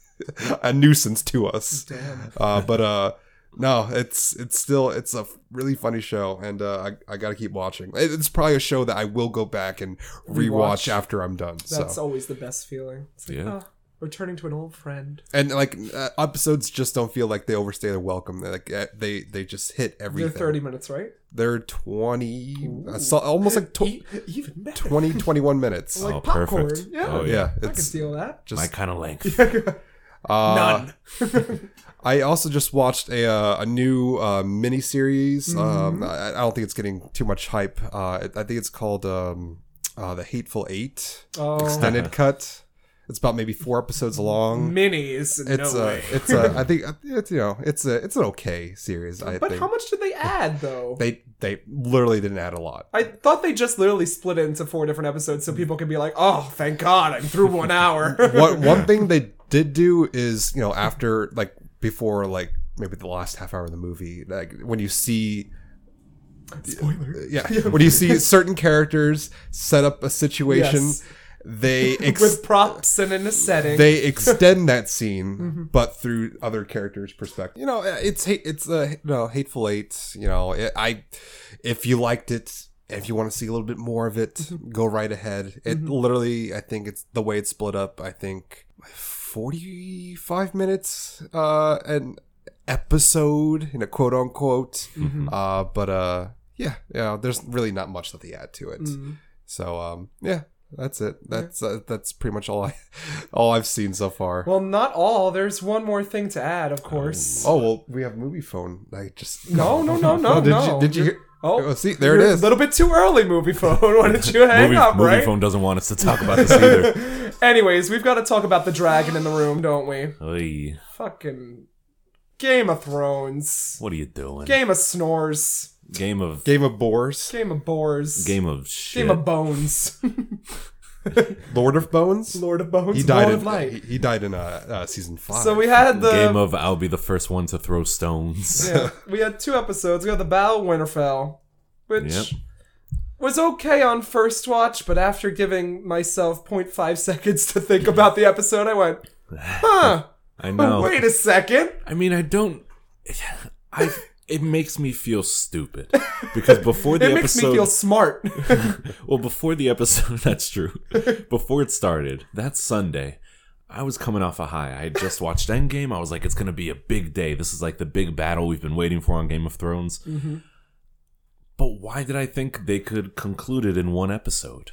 [SPEAKER 1] a nuisance to us.
[SPEAKER 2] Damn.
[SPEAKER 1] Uh, but uh, no, it's it's still it's a really funny show, and uh, I I gotta keep watching. It- It's probably a show that I will go back and rewatch,
[SPEAKER 2] Rewatch.
[SPEAKER 1] after I'm done.
[SPEAKER 2] That's
[SPEAKER 1] so
[SPEAKER 2] always the best feeling. It's like,
[SPEAKER 3] Yeah.
[SPEAKER 2] ah, Returning to an old friend.
[SPEAKER 1] and like uh, episodes just don't feel like they overstay their welcome. They like uh, they they just hit everything.
[SPEAKER 2] They're 30 minutes, right?
[SPEAKER 1] They're twenty, I saw- almost like tw-
[SPEAKER 2] E- even better.
[SPEAKER 1] 20, 21 minutes.
[SPEAKER 2] Like
[SPEAKER 3] Oh,
[SPEAKER 2] popcorn.
[SPEAKER 3] perfect.
[SPEAKER 2] Yeah.
[SPEAKER 3] Oh,
[SPEAKER 1] yeah,
[SPEAKER 2] I can
[SPEAKER 1] it's
[SPEAKER 2] steal that.
[SPEAKER 1] just
[SPEAKER 3] My kind of length.
[SPEAKER 1] uh,
[SPEAKER 2] None.
[SPEAKER 1] I also just watched a uh, a new uh, miniseries.
[SPEAKER 2] Mm-hmm.
[SPEAKER 1] Um, I, I don't think it's getting too much hype. Uh, I think it's called um, uh, the Hateful Eight
[SPEAKER 2] Oh,
[SPEAKER 1] extended cut. It's about maybe four episodes long.
[SPEAKER 2] minis.
[SPEAKER 1] It's uh,
[SPEAKER 2] no
[SPEAKER 1] a,
[SPEAKER 2] way.
[SPEAKER 1] it's a, I think uh, it's you know, it's a, it's an okay series. I
[SPEAKER 2] But
[SPEAKER 1] think
[SPEAKER 2] how much did they add, though?
[SPEAKER 1] they they literally didn't add a lot.
[SPEAKER 2] I thought they just literally split it into four different episodes so people could be like, oh, thank God, I'm through one hour.
[SPEAKER 1] What one thing they did do is you know after like before like maybe the last half hour of the movie like when you see
[SPEAKER 2] Spoiler.
[SPEAKER 1] yeah when you see certain characters set up a situation
[SPEAKER 2] Yes.
[SPEAKER 1] they ex-
[SPEAKER 2] With props and in a setting.
[SPEAKER 1] they extend that scene but through other characters perspective you know uh, it's hate it's a you know, hateful eight you know it, i if you liked it if you want to see a little bit more of it go right ahead it literally i think it's the way it's split up i think 45 minutes uh an episode in a quote unquote uh but uh yeah yeah there's really not much that they add to it
[SPEAKER 2] Mm.
[SPEAKER 1] so um, yeah, that's it. That's uh, that's pretty much all I all I've seen so far.
[SPEAKER 2] Well, not all. There's one more thing to add, of course.
[SPEAKER 1] oh well, we have movie phone. I just
[SPEAKER 2] No, no, no, no,
[SPEAKER 1] Oh, did
[SPEAKER 2] no.
[SPEAKER 1] you did you hear?
[SPEAKER 2] Oh,
[SPEAKER 1] Oh, see, there it
[SPEAKER 2] you're
[SPEAKER 1] is.
[SPEAKER 2] A little bit too early, movie phone. Why don't you hang
[SPEAKER 3] movie,
[SPEAKER 2] up,
[SPEAKER 3] movie
[SPEAKER 2] right?
[SPEAKER 3] phone doesn't want us to talk about this either.
[SPEAKER 2] Anyways, we've got to talk about the dragon in the room, don't we?
[SPEAKER 3] Oy,
[SPEAKER 2] Fucking Game of Thrones.
[SPEAKER 3] what are you doing?
[SPEAKER 2] Game of Snores.
[SPEAKER 3] Game of
[SPEAKER 1] Game of Boars,
[SPEAKER 2] Game of Boars.
[SPEAKER 3] game of shit.
[SPEAKER 2] Game of Bones.
[SPEAKER 1] Lord of Bones.
[SPEAKER 2] Lord of Bones.
[SPEAKER 1] he died in
[SPEAKER 2] Lord of Light.
[SPEAKER 1] he, he died in uh, uh season five.
[SPEAKER 2] so we had the
[SPEAKER 3] Game of I'll be the first one to throw stones.
[SPEAKER 2] yeah, we had two episodes. We had the Battle of Winterfell, which
[SPEAKER 3] Yep.
[SPEAKER 2] was okay on first watch, but after giving myself 0.5 seconds to think about the episode, I went, huh,
[SPEAKER 3] I know.
[SPEAKER 2] wait a second.
[SPEAKER 3] I mean, I don't. I. It makes me feel stupid because before the
[SPEAKER 2] It makes
[SPEAKER 3] episode,
[SPEAKER 2] me feel smart.
[SPEAKER 3] well, before the episode, that's true. Before it started, that Sunday, I was coming off a high. I had just watched Endgame. I was like, it's gonna be a big day. This is like the big battle we've been waiting for on Game of Thrones.
[SPEAKER 2] Mm-hmm.
[SPEAKER 3] But why did I think they could conclude it in one episode?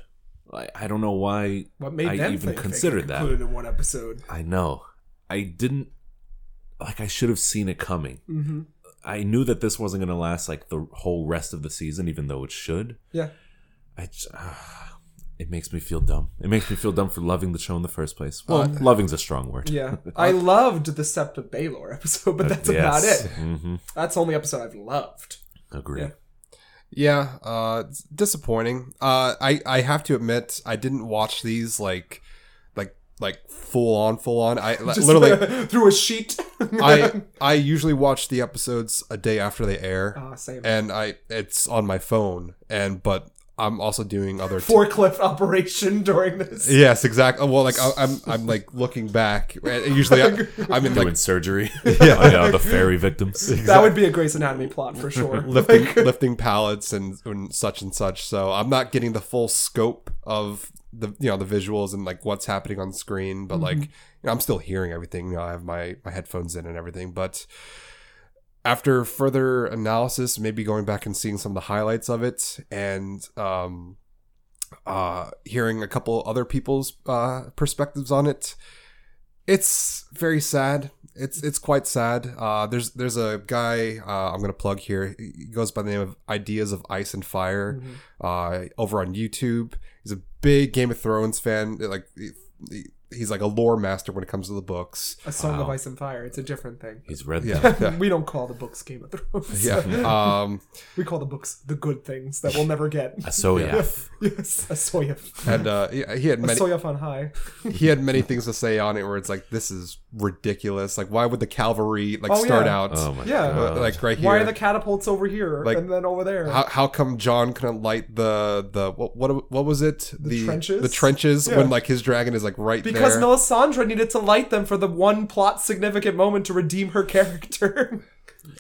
[SPEAKER 3] I, I don't know why
[SPEAKER 2] what made
[SPEAKER 3] I
[SPEAKER 2] them
[SPEAKER 3] even
[SPEAKER 2] think
[SPEAKER 3] considered
[SPEAKER 2] they
[SPEAKER 3] that.
[SPEAKER 2] included in one episode?
[SPEAKER 3] I know. I didn't like I should have seen it coming.
[SPEAKER 2] Mhm.
[SPEAKER 3] I knew that this wasn't going to last like the whole rest of the season even though it should.
[SPEAKER 2] Yeah.
[SPEAKER 3] I j- ah, it makes me feel dumb. It makes me feel dumb for loving the show in the first place. Well, loving's a strong word.
[SPEAKER 2] Yeah. I loved the Sept of Baelor episode, but that's about
[SPEAKER 3] Uh, Yes.
[SPEAKER 2] it.
[SPEAKER 3] Mhm.
[SPEAKER 2] That's the only episode I've loved.
[SPEAKER 3] Agree.
[SPEAKER 2] Yeah.
[SPEAKER 1] yeah, uh, it's disappointing. Uh, I I have to admit I didn't watch these like like like full on full on. I
[SPEAKER 3] Uh,
[SPEAKER 1] literally
[SPEAKER 2] through a sheet.
[SPEAKER 1] I I usually watch the episodes a day after they air.
[SPEAKER 2] Ah, same.
[SPEAKER 1] and I it's on my phone and but I'm also doing other
[SPEAKER 2] Forklift operation during this.
[SPEAKER 1] yes exactly well like I, I'm I'm like looking back and usually I, I'm in
[SPEAKER 3] Doing
[SPEAKER 1] like
[SPEAKER 3] surgery. yeah. Oh, yeah, the fairy victims.
[SPEAKER 2] That would be a Grey's Anatomy plot for sure.
[SPEAKER 1] lifting lifting pallets and, and such and such so I'm not getting the full scope of the you know the visuals and like what's happening on screen but like you know, I'm still hearing everything you know, I have my my headphones in and everything but after further analysis, maybe going back and seeing some of the highlights of it, and um, uh, hearing a couple other people's uh, perspectives on it, it's very sad. It's it's quite sad. Uh, there's there's a guy uh, I'm gonna plug here. He goes by the name of Ideas of Ice and Fire, uh, over on YouTube. He's a big Game of Thrones fan. Like he- he- he's like a lore master when it comes to the books.
[SPEAKER 2] A Song of
[SPEAKER 3] Wow.
[SPEAKER 2] Ice and Fire. It's a different thing.
[SPEAKER 3] He's read that.
[SPEAKER 1] Yeah, yeah,
[SPEAKER 2] We don't call the books Game of Thrones.
[SPEAKER 1] yeah. Um,
[SPEAKER 2] We call the books the good things that we'll never get.
[SPEAKER 3] I so yeah.
[SPEAKER 2] yes, a soyaf.
[SPEAKER 1] and uh, yeah, he had
[SPEAKER 2] A
[SPEAKER 1] many.
[SPEAKER 2] soyaf on high.
[SPEAKER 1] he had many things to say on it where it's like this is ridiculous like why would the cavalry like
[SPEAKER 2] Oh,
[SPEAKER 1] start
[SPEAKER 2] yeah.
[SPEAKER 1] out
[SPEAKER 3] Oh my
[SPEAKER 2] Yeah.
[SPEAKER 1] uh,
[SPEAKER 3] god.
[SPEAKER 1] like right here
[SPEAKER 2] Why are the catapults over here
[SPEAKER 1] Like,
[SPEAKER 2] and then over there?
[SPEAKER 1] how, how come john couldn't light the the what what, what was it the,
[SPEAKER 2] trenches?
[SPEAKER 1] the trenches
[SPEAKER 2] Yeah.
[SPEAKER 1] when like his dragon is like right
[SPEAKER 2] because
[SPEAKER 1] there
[SPEAKER 2] Melisandre needed to light them for the one plot significant moment to redeem her character.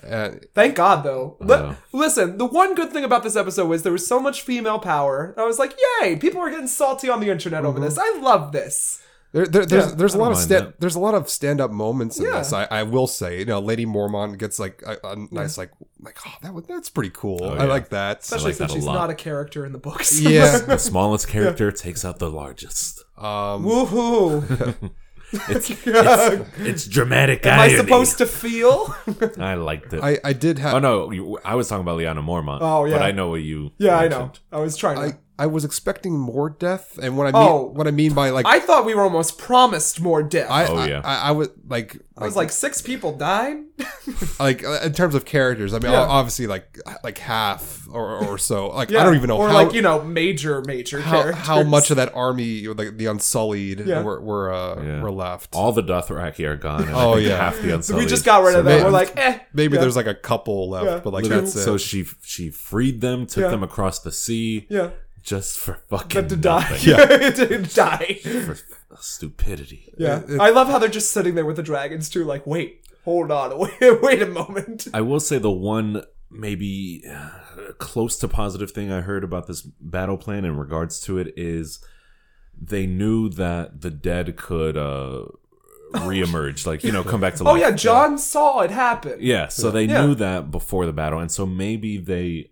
[SPEAKER 1] Uh,
[SPEAKER 2] Thank God, though. Li-
[SPEAKER 3] know.
[SPEAKER 2] Listen, the one good thing about this episode was there was
[SPEAKER 1] Mm-hmm.
[SPEAKER 2] so much female power. I was like, yay! People were getting salty on the internet over this. I love this.
[SPEAKER 1] There, there, there's
[SPEAKER 2] Yeah,
[SPEAKER 1] there's a
[SPEAKER 3] I
[SPEAKER 1] lot
[SPEAKER 3] don't
[SPEAKER 1] of
[SPEAKER 3] mind
[SPEAKER 1] stand
[SPEAKER 3] that.
[SPEAKER 1] there's a lot of stand up moments in
[SPEAKER 2] Yeah.
[SPEAKER 1] this. I, I will say, you know, Lady Mormon gets like a, a nice like like oh that was, that's pretty cool.
[SPEAKER 3] Oh,
[SPEAKER 1] I
[SPEAKER 3] yeah.
[SPEAKER 1] like that.
[SPEAKER 2] Especially
[SPEAKER 3] like
[SPEAKER 2] since
[SPEAKER 3] that a
[SPEAKER 2] she's
[SPEAKER 3] lot.
[SPEAKER 2] not a character in the books.
[SPEAKER 1] yeah.
[SPEAKER 3] The smallest character takes out the largest.
[SPEAKER 1] Um,
[SPEAKER 2] Woohoo!
[SPEAKER 3] It's, it's, it's dramatic
[SPEAKER 2] Am I
[SPEAKER 3] irony.
[SPEAKER 2] supposed to feel?
[SPEAKER 3] I liked it.
[SPEAKER 1] I I did
[SPEAKER 3] oh
[SPEAKER 1] have
[SPEAKER 3] no, you, I was talking about Liana Mormont.
[SPEAKER 2] Oh, yeah.
[SPEAKER 3] but I know what you.
[SPEAKER 2] yeah, I know.
[SPEAKER 3] mentioned.
[SPEAKER 2] I was trying to.
[SPEAKER 1] I, I was expecting more death, and what I mean
[SPEAKER 2] Oh.
[SPEAKER 1] what I mean by like
[SPEAKER 2] I thought we were almost promised more death. I,
[SPEAKER 1] I
[SPEAKER 3] Oh,
[SPEAKER 1] I,
[SPEAKER 3] yeah.
[SPEAKER 1] I, I was like
[SPEAKER 2] was like, six people died?
[SPEAKER 1] like uh, in terms of characters. I mean,
[SPEAKER 2] Yeah.
[SPEAKER 1] obviously like like half or or so. Like
[SPEAKER 2] Yeah.
[SPEAKER 1] I don't even know
[SPEAKER 2] Or,
[SPEAKER 1] how
[SPEAKER 2] like, you know, major, major
[SPEAKER 1] how,
[SPEAKER 2] characters.
[SPEAKER 1] how much of that army, like the Unsullied,
[SPEAKER 2] Yeah.
[SPEAKER 1] were were, uh,
[SPEAKER 3] Yeah.
[SPEAKER 1] were left.
[SPEAKER 3] All the Dothraki are gone. And
[SPEAKER 1] Oh,
[SPEAKER 3] I think
[SPEAKER 1] yeah.
[SPEAKER 3] half the Unsullied.
[SPEAKER 2] We just got rid
[SPEAKER 3] So
[SPEAKER 2] of that.
[SPEAKER 3] they-
[SPEAKER 2] We're like, eh.
[SPEAKER 1] Maybe
[SPEAKER 2] Yeah.
[SPEAKER 1] there's like a couple left,
[SPEAKER 2] Yeah.
[SPEAKER 1] but like
[SPEAKER 3] Literally,
[SPEAKER 1] that's it.
[SPEAKER 3] so she she freed them, took
[SPEAKER 2] Yeah.
[SPEAKER 3] them across the sea,
[SPEAKER 2] Yeah.
[SPEAKER 3] just for fucking
[SPEAKER 2] But to die.
[SPEAKER 3] nothing.
[SPEAKER 2] Yeah. to die.
[SPEAKER 3] for stupidity.
[SPEAKER 2] Yeah.
[SPEAKER 1] It- it-
[SPEAKER 2] I love how they're just sitting there with the dragons, too, like, wait, hold on, wait, wait a moment.
[SPEAKER 3] I will say the one maybe uh, close to positive thing I heard about this battle plan in regards to it is they knew that the dead could uh reemerge, like you know, come back to
[SPEAKER 2] Oh,
[SPEAKER 3] life.
[SPEAKER 2] yeah, John saw it happen.
[SPEAKER 3] Yeah, so they
[SPEAKER 2] Yeah.
[SPEAKER 3] knew that before the battle, and so maybe they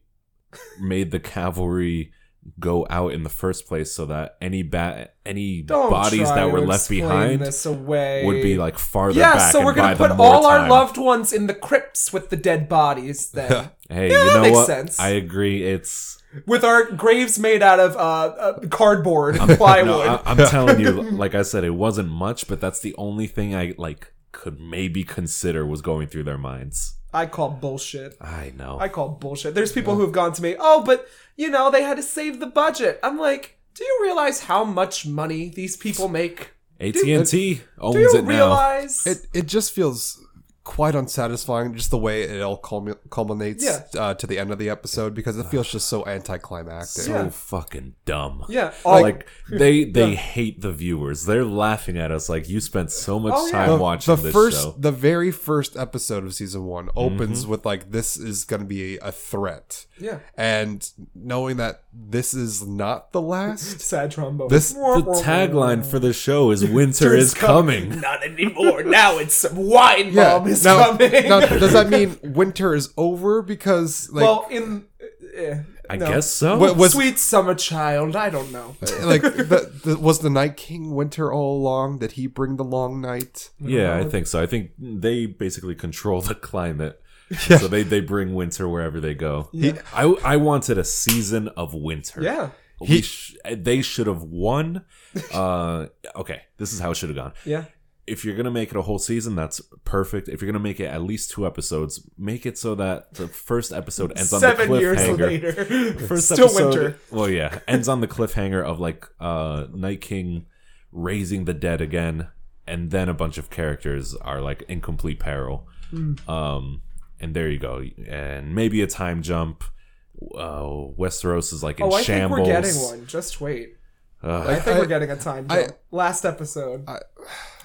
[SPEAKER 3] made the cavalry go out in the first place so that any bat any
[SPEAKER 2] Don't
[SPEAKER 3] bodies
[SPEAKER 2] try
[SPEAKER 3] that were
[SPEAKER 2] to
[SPEAKER 3] left
[SPEAKER 2] explain
[SPEAKER 3] behind
[SPEAKER 2] this away.
[SPEAKER 3] would be like farther
[SPEAKER 2] Yeah,
[SPEAKER 3] back.
[SPEAKER 2] so
[SPEAKER 3] and
[SPEAKER 2] we're
[SPEAKER 3] buy
[SPEAKER 2] gonna
[SPEAKER 3] them
[SPEAKER 2] put
[SPEAKER 3] more
[SPEAKER 2] all our
[SPEAKER 3] time.
[SPEAKER 2] loved ones in the crypts with the dead bodies then,
[SPEAKER 3] Hey,
[SPEAKER 2] Yeah,
[SPEAKER 3] you
[SPEAKER 2] that
[SPEAKER 3] know
[SPEAKER 2] makes
[SPEAKER 3] what?
[SPEAKER 2] sense.
[SPEAKER 3] I agree. It's
[SPEAKER 2] with our graves made out of uh, uh, cardboard and plywood.
[SPEAKER 3] no, uh, I, I'm telling you, like I said, it wasn't much, but that's the only thing I like could maybe consider was going through their minds.
[SPEAKER 2] I call bullshit.
[SPEAKER 3] I know.
[SPEAKER 2] I call bullshit. There's people who have gone to me, oh, but you know they had to save the budget. I'm like, do you realize how much money these people make?
[SPEAKER 3] AT&T
[SPEAKER 2] Do
[SPEAKER 3] owns
[SPEAKER 2] you
[SPEAKER 3] it now.
[SPEAKER 2] realize?
[SPEAKER 1] It it just feels quite unsatisfying, just the way it all culmi- culminates
[SPEAKER 2] Yeah.
[SPEAKER 1] uh, to the end of the episode because it feels just so anticlimactic.
[SPEAKER 3] So
[SPEAKER 2] Yeah.
[SPEAKER 3] fucking dumb.
[SPEAKER 2] yeah,
[SPEAKER 3] Like,
[SPEAKER 2] oh,
[SPEAKER 3] they they hate the viewers. They're laughing at us like you spent so much
[SPEAKER 2] Oh, yeah.
[SPEAKER 3] time
[SPEAKER 1] the,
[SPEAKER 3] watching
[SPEAKER 1] the
[SPEAKER 3] this
[SPEAKER 1] first,
[SPEAKER 3] show. Mm-hmm.
[SPEAKER 1] the very first episode of season one opens with like this is going to be a threat,
[SPEAKER 2] yeah.
[SPEAKER 1] and knowing that this is not the last.
[SPEAKER 2] Sad trombone.
[SPEAKER 1] This-
[SPEAKER 3] The tagline for the show is "Winter is coming."
[SPEAKER 2] Not anymore. Now it's some wine bomb is
[SPEAKER 1] now,
[SPEAKER 2] coming.
[SPEAKER 1] now, does that mean winter is over? Because like,
[SPEAKER 2] well, in eh,
[SPEAKER 3] I
[SPEAKER 2] no.
[SPEAKER 3] guess so.
[SPEAKER 1] What- was-
[SPEAKER 2] sweet summer child. I don't know.
[SPEAKER 1] like the, the, was the Night King winter all along? Did he bring the long night?
[SPEAKER 3] Yeah, I think so. I think they basically control the climate. So they, they bring winter wherever they go. I, I wanted a season of winter.
[SPEAKER 2] Yeah.
[SPEAKER 3] We sh- they should have won. Uh, okay, this is how it should have gone.
[SPEAKER 2] Yeah.
[SPEAKER 3] If you're going to make it a whole season, that's perfect. If you're going to make it at least two episodes, make it so that the first episode ends on
[SPEAKER 2] Seven
[SPEAKER 3] the cliffhanger.
[SPEAKER 2] years later,
[SPEAKER 3] First
[SPEAKER 2] still
[SPEAKER 3] episode-
[SPEAKER 2] winter. Oh,
[SPEAKER 3] Well, yeah, ends on the cliffhanger of like uh Night King raising the dead again, and then a bunch of characters are like in complete peril.
[SPEAKER 2] Hmm.
[SPEAKER 3] Um, and there you go, and maybe a time jump. Uh, Westeros is like in
[SPEAKER 2] Oh, I think
[SPEAKER 3] shambles.
[SPEAKER 2] we're getting one. Just wait.
[SPEAKER 3] Ugh.
[SPEAKER 2] I think
[SPEAKER 1] I-
[SPEAKER 2] we're getting a time
[SPEAKER 1] I-
[SPEAKER 2] jump. Last episode.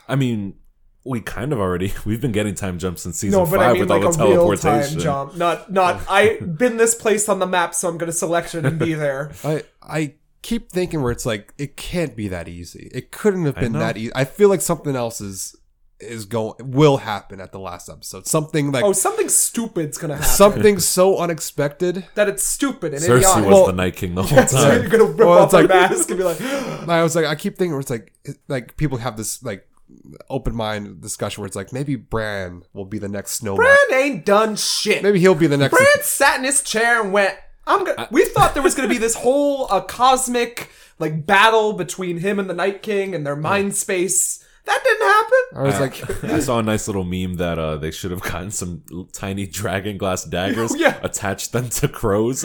[SPEAKER 3] I mean, we kind of already we've been getting time jumps since season
[SPEAKER 2] no, but
[SPEAKER 3] five
[SPEAKER 2] I mean
[SPEAKER 3] with
[SPEAKER 2] like
[SPEAKER 3] all
[SPEAKER 2] a
[SPEAKER 3] the
[SPEAKER 2] real time
[SPEAKER 3] teleportation.
[SPEAKER 2] jump. Not not. I been this place on the map, so I'm gonna select it and be there.
[SPEAKER 1] I I keep thinking where it's like it can't be that easy. It couldn't have been
[SPEAKER 3] know.
[SPEAKER 1] that easy. I feel like something else is is going will happen at the last episode. Something like
[SPEAKER 2] Oh, something stupid's gonna happen.
[SPEAKER 1] something so unexpected.
[SPEAKER 2] that it's stupid and
[SPEAKER 3] Cersei
[SPEAKER 2] idiotic.
[SPEAKER 3] was the Night King the whole
[SPEAKER 2] so
[SPEAKER 3] time.
[SPEAKER 2] you're gonna rip
[SPEAKER 1] Well,
[SPEAKER 2] off
[SPEAKER 1] it's
[SPEAKER 2] my
[SPEAKER 1] like-
[SPEAKER 2] mask and be like,
[SPEAKER 1] I was like I keep thinking where it's like it- like people have this like open mind discussion where it's like maybe Bran will be the next snowman.
[SPEAKER 2] "Bran ain't done shit."
[SPEAKER 1] Maybe he'll be the next
[SPEAKER 2] Brad sat in his chair and went, "I'm gonna." we thought there was gonna be this whole uh, cosmic like battle between him and the Night King and their mind space. That didn't happen.
[SPEAKER 1] I was like
[SPEAKER 3] I saw a nice little meme that uh, they should have gotten some l- tiny dragon glass daggers,
[SPEAKER 2] Yeah.
[SPEAKER 3] attached them to crows,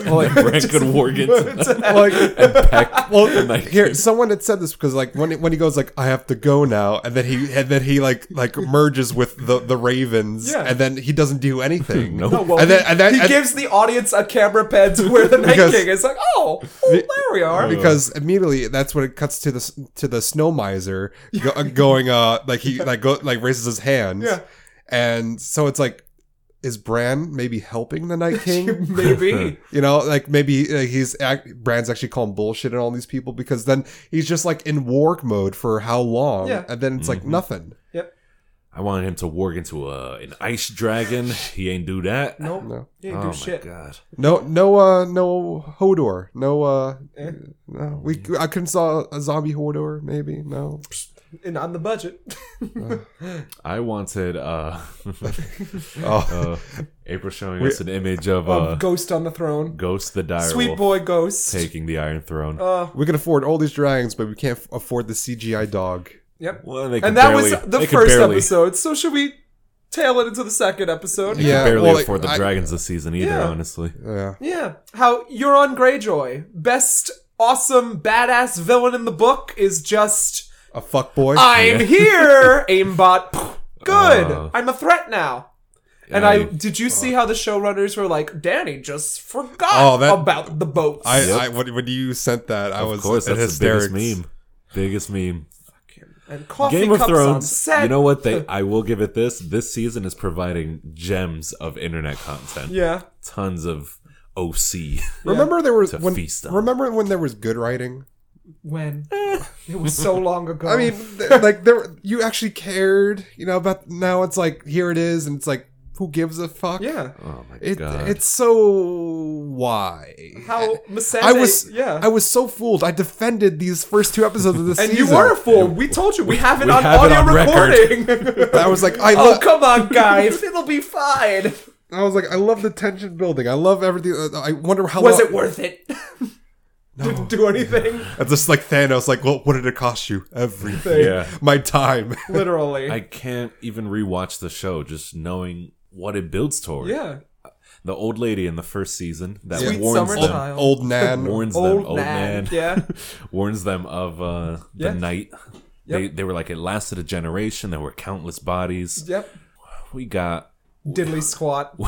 [SPEAKER 3] and then Bran could warg into them
[SPEAKER 1] like
[SPEAKER 3] and peck.
[SPEAKER 1] Well,
[SPEAKER 3] like-
[SPEAKER 1] here someone had said this because like when when he goes like I have to go now, and then he and then he like like merges with the the ravens,
[SPEAKER 2] Yeah.
[SPEAKER 1] and then he doesn't do anything.
[SPEAKER 3] No. No,
[SPEAKER 2] Well,
[SPEAKER 1] and then
[SPEAKER 2] he,
[SPEAKER 1] and then
[SPEAKER 2] he
[SPEAKER 1] and-
[SPEAKER 2] gives the audience a camera pad to where the Night
[SPEAKER 1] Because-
[SPEAKER 2] King is like, "Oh, oh there we are."
[SPEAKER 1] because immediately that's when it cuts to the s- to the snow miser go, going uh like he like go like raises his hands,
[SPEAKER 2] Yeah.
[SPEAKER 1] and so it's like is Bran maybe helping the Night King?
[SPEAKER 2] Maybe.
[SPEAKER 1] You know, like maybe like he's act, Brand's actually calling bullshit on all these people because then he's just like in war mode for how long,
[SPEAKER 2] Yeah.
[SPEAKER 1] and then it's like nothing.
[SPEAKER 2] yep.
[SPEAKER 3] I wanted him to work into a, an ice dragon. He ain't do that.
[SPEAKER 2] Nope.
[SPEAKER 1] No.
[SPEAKER 2] He ain't
[SPEAKER 3] oh
[SPEAKER 2] do
[SPEAKER 3] my
[SPEAKER 2] shit.
[SPEAKER 3] god.
[SPEAKER 1] No, no, uh, no Hodor, no, uh,
[SPEAKER 2] Eh.
[SPEAKER 1] no. We I couldn't saw a zombie Hodor, maybe no.
[SPEAKER 2] And on the budget.
[SPEAKER 3] I wanted uh,
[SPEAKER 1] Oh,
[SPEAKER 3] uh April showing us an image of uh,
[SPEAKER 2] of Ghost on the Throne.
[SPEAKER 3] Ghost the direwolf
[SPEAKER 2] Sweet Uh, boy Ghost.
[SPEAKER 3] taking the Iron Throne.
[SPEAKER 1] we can afford all these dragons, but we can't afford the CGI dog.
[SPEAKER 2] Yep.
[SPEAKER 3] well, they could
[SPEAKER 2] and that
[SPEAKER 3] barely-
[SPEAKER 2] was the
[SPEAKER 3] they could
[SPEAKER 2] first
[SPEAKER 3] barely-
[SPEAKER 2] episode. So should we tail it into the second episode?
[SPEAKER 3] They could
[SPEAKER 1] Yeah,
[SPEAKER 3] barely
[SPEAKER 1] well, like,
[SPEAKER 3] afford the
[SPEAKER 1] I-
[SPEAKER 3] dragons this season either.
[SPEAKER 2] Yeah.
[SPEAKER 3] Honestly,
[SPEAKER 1] Yeah,
[SPEAKER 2] Yeah. How Euron Greyjoy, best awesome badass villain in the book, is just
[SPEAKER 1] a fuck boy.
[SPEAKER 2] I'm here, aimbot. Pff, Good.
[SPEAKER 3] Uh,
[SPEAKER 2] I'm a threat now. And I, did you see how the showrunners were like, Danny just forgot
[SPEAKER 1] Oh, that-
[SPEAKER 2] about the boats.
[SPEAKER 1] I,
[SPEAKER 3] Yep.
[SPEAKER 1] I when, when you sent that, I
[SPEAKER 3] of
[SPEAKER 1] was
[SPEAKER 3] course
[SPEAKER 1] in
[SPEAKER 3] that's the
[SPEAKER 1] hysterics.
[SPEAKER 3] biggest meme. Biggest meme.
[SPEAKER 2] and coffee
[SPEAKER 3] Game of
[SPEAKER 2] cups on
[SPEAKER 3] Thrones.
[SPEAKER 2] set.
[SPEAKER 3] You know what? They I will give it this. This season is providing gems of internet content.
[SPEAKER 2] Yeah.
[SPEAKER 3] Tons of OC.
[SPEAKER 1] Remember there was
[SPEAKER 3] To
[SPEAKER 1] when.
[SPEAKER 3] feast on.
[SPEAKER 1] Remember when there was good writing.
[SPEAKER 2] When
[SPEAKER 3] Eh.
[SPEAKER 2] it was so long ago.
[SPEAKER 1] I mean, th- like there, you actually cared, you know. But now it's like here it is, and it's like who gives a fuck?
[SPEAKER 2] yeah.
[SPEAKER 3] Oh my
[SPEAKER 1] it,
[SPEAKER 3] god.
[SPEAKER 1] it's so why.
[SPEAKER 2] How Masane,
[SPEAKER 1] I was,
[SPEAKER 2] yeah.
[SPEAKER 1] I was so fooled. I defended these first two episodes of this
[SPEAKER 2] and
[SPEAKER 1] season.
[SPEAKER 2] you were a fool. We told you. We have it
[SPEAKER 3] we
[SPEAKER 2] on
[SPEAKER 3] have it
[SPEAKER 2] audio
[SPEAKER 3] on record.
[SPEAKER 2] recording.
[SPEAKER 1] I was like, I
[SPEAKER 2] oh,
[SPEAKER 1] love.
[SPEAKER 2] come on, guys. It'll be fine.
[SPEAKER 1] I was like, I love the tension building. I love everything. Uh, I wonder how
[SPEAKER 2] Was
[SPEAKER 1] long-
[SPEAKER 2] it worth it? Didn't do anything.
[SPEAKER 1] It's just like Thanos. Like, well, what did it cost you? Everything.
[SPEAKER 3] Yeah.
[SPEAKER 1] My time.
[SPEAKER 2] Literally.
[SPEAKER 3] I can't even rewatch the show just knowing what it builds toward.
[SPEAKER 2] yeah.
[SPEAKER 3] The old lady in the first season that
[SPEAKER 1] Sweet
[SPEAKER 3] warns
[SPEAKER 2] summer
[SPEAKER 3] them,
[SPEAKER 2] child.
[SPEAKER 1] Old Nan.
[SPEAKER 3] warns them, old man,
[SPEAKER 2] Yeah.
[SPEAKER 3] warns them of uh, the
[SPEAKER 2] Yeah.
[SPEAKER 3] night. They, they were like it lasted a generation. There were countless bodies.
[SPEAKER 2] Yep.
[SPEAKER 3] We got
[SPEAKER 2] Diddly squat.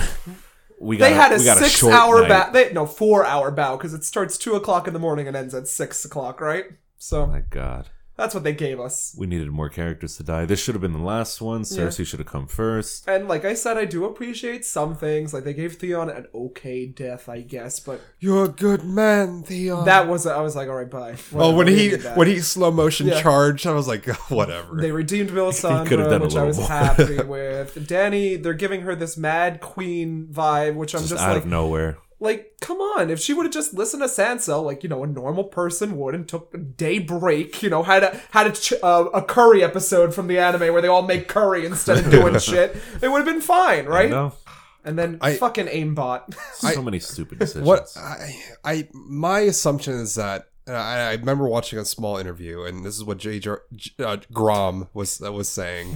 [SPEAKER 3] we got
[SPEAKER 2] They had a
[SPEAKER 3] we got
[SPEAKER 2] six
[SPEAKER 3] short
[SPEAKER 2] hour
[SPEAKER 3] night.
[SPEAKER 2] bow. They, no, four hour bow because it starts two o'clock in the morning and ends at six o'clock, right? So
[SPEAKER 3] My God,
[SPEAKER 2] that's what they gave us.
[SPEAKER 3] we needed more characters to die. This should have been the last one. Cersei should have come first.
[SPEAKER 2] And like I said, I do appreciate some things. Like they gave Theon an okay death, I guess, but
[SPEAKER 1] You're a good man, Theon.
[SPEAKER 2] that was I was like, all right, bye.
[SPEAKER 1] Oh, when
[SPEAKER 2] Whatever,
[SPEAKER 1] he
[SPEAKER 2] we did that.
[SPEAKER 1] when he slow motion
[SPEAKER 2] Yeah.
[SPEAKER 1] charged, I was like, whatever.
[SPEAKER 2] they redeemed
[SPEAKER 3] could have
[SPEAKER 2] Melisandre,
[SPEAKER 3] done a
[SPEAKER 2] which I
[SPEAKER 3] little
[SPEAKER 2] was
[SPEAKER 3] more.
[SPEAKER 2] happy with. Danny, they're giving her this mad queen vibe, which I'm
[SPEAKER 3] Just,
[SPEAKER 2] just,
[SPEAKER 3] out
[SPEAKER 2] like,
[SPEAKER 3] of nowhere.
[SPEAKER 2] like, come on. If she would have just listened to Sansa, like you know, a normal person would, and took a day break, you know, had a had a, ch- uh, a curry episode from the anime where they all make curry instead of doing shit, they would have been fine, right?
[SPEAKER 3] No,
[SPEAKER 2] And then
[SPEAKER 1] I-
[SPEAKER 2] fucking aimbot.
[SPEAKER 3] so many stupid decisions.
[SPEAKER 1] What I, I my assumption is that and I, I remember watching a small interview, and this is what J. J- uh, Grom was uh, was saying,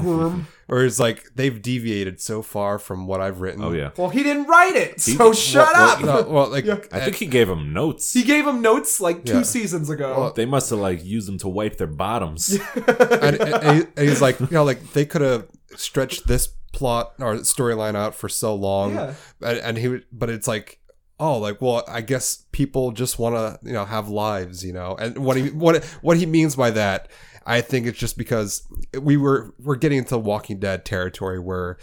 [SPEAKER 1] where it's like they've deviated so far from what I've written.
[SPEAKER 3] Oh yeah,
[SPEAKER 2] well, he didn't write it, so shut up.
[SPEAKER 1] No, well, like
[SPEAKER 3] I think
[SPEAKER 1] Uh,
[SPEAKER 3] he gave him notes.
[SPEAKER 2] He gave him notes like two
[SPEAKER 1] Yeah.
[SPEAKER 2] seasons ago.
[SPEAKER 3] They must have like used them to wipe their bottoms.
[SPEAKER 1] and, and- and he- and he's like, you know, like they could have stretched this plot or storyline out for so long,
[SPEAKER 2] Yeah.
[SPEAKER 1] and, and he, would- but it's like, oh, like, well, I guess people just want to, you know, have lives, you know, and what he what what he means by that, I think it's just because we were we're getting into Walking Dead territory where.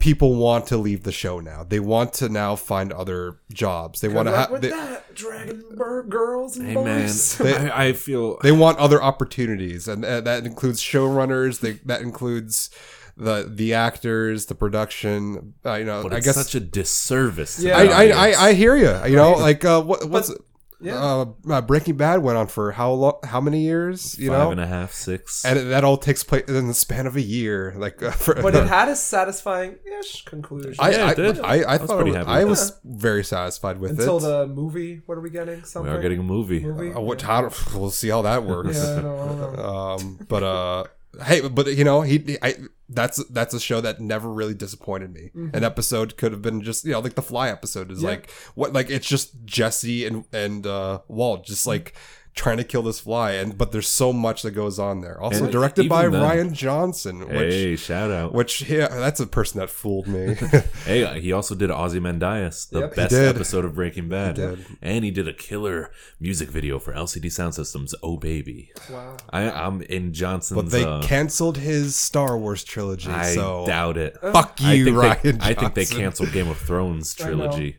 [SPEAKER 1] People want to leave the show now. They want to now find other jobs. They want to
[SPEAKER 2] Like
[SPEAKER 1] have.
[SPEAKER 2] with
[SPEAKER 1] They,
[SPEAKER 2] that dragon bird girls and
[SPEAKER 3] Hey man,
[SPEAKER 2] boys.
[SPEAKER 3] I, I feel
[SPEAKER 1] they want other opportunities and uh, that includes showrunners they, that includes the the actors the production uh, you know
[SPEAKER 3] but
[SPEAKER 1] i
[SPEAKER 3] it's
[SPEAKER 1] guess
[SPEAKER 3] such a disservice. To
[SPEAKER 2] Yeah.
[SPEAKER 1] I,
[SPEAKER 3] the
[SPEAKER 1] I,
[SPEAKER 3] audience.
[SPEAKER 1] I, I hear you you know like uh what, what's
[SPEAKER 2] yeah.
[SPEAKER 1] uh, uh, breaking bad went on for how long how many years you
[SPEAKER 3] Five
[SPEAKER 1] know
[SPEAKER 3] and a half, six.
[SPEAKER 1] and that all takes place in the span of a year like uh, for,
[SPEAKER 2] But it had a satisfying ish conclusion.
[SPEAKER 1] I,
[SPEAKER 3] Yeah,
[SPEAKER 1] I,
[SPEAKER 3] it did.
[SPEAKER 1] I, I,
[SPEAKER 3] I was
[SPEAKER 1] thought
[SPEAKER 3] pretty
[SPEAKER 1] it was-
[SPEAKER 3] happy
[SPEAKER 1] I
[SPEAKER 3] with
[SPEAKER 1] was very satisfied with
[SPEAKER 2] Until
[SPEAKER 1] it.
[SPEAKER 2] the movie, what are we getting?
[SPEAKER 3] we
[SPEAKER 2] Something.
[SPEAKER 3] are getting a movie.
[SPEAKER 2] movie.
[SPEAKER 1] Uh, what, how, we'll see how that works.
[SPEAKER 2] Yeah, I don't know.
[SPEAKER 1] um but uh hey but you know he, he- i that's that's a show that never really disappointed me an episode could have been just you know like the fly episode is
[SPEAKER 2] Yeah.
[SPEAKER 1] like what like it's just jesse and and uh walt just like trying to kill this fly, and but there's so much that goes on there. Also
[SPEAKER 3] And
[SPEAKER 1] directed by
[SPEAKER 3] even then-
[SPEAKER 1] Ryan Johnson, which
[SPEAKER 3] hey, shout out.
[SPEAKER 1] which yeah, that's a person that fooled me.
[SPEAKER 3] Hey, uh, he also did Ozymandias, the
[SPEAKER 2] Yep. He
[SPEAKER 3] best
[SPEAKER 1] did.
[SPEAKER 3] episode of Breaking Bad.
[SPEAKER 1] did.
[SPEAKER 3] And he did a killer music video for LCD Sound System's Oh Baby.
[SPEAKER 2] Wow.
[SPEAKER 3] I, I'm in Johnson's.
[SPEAKER 1] but they
[SPEAKER 3] uh,
[SPEAKER 1] canceled his Star Wars trilogy,
[SPEAKER 3] I
[SPEAKER 1] so
[SPEAKER 3] doubt it.
[SPEAKER 1] fuck you,
[SPEAKER 3] I think,
[SPEAKER 1] Ryan.
[SPEAKER 3] they, I think they
[SPEAKER 1] Johnson.
[SPEAKER 3] canceled Game of Thrones
[SPEAKER 2] I know.
[SPEAKER 3] trilogy,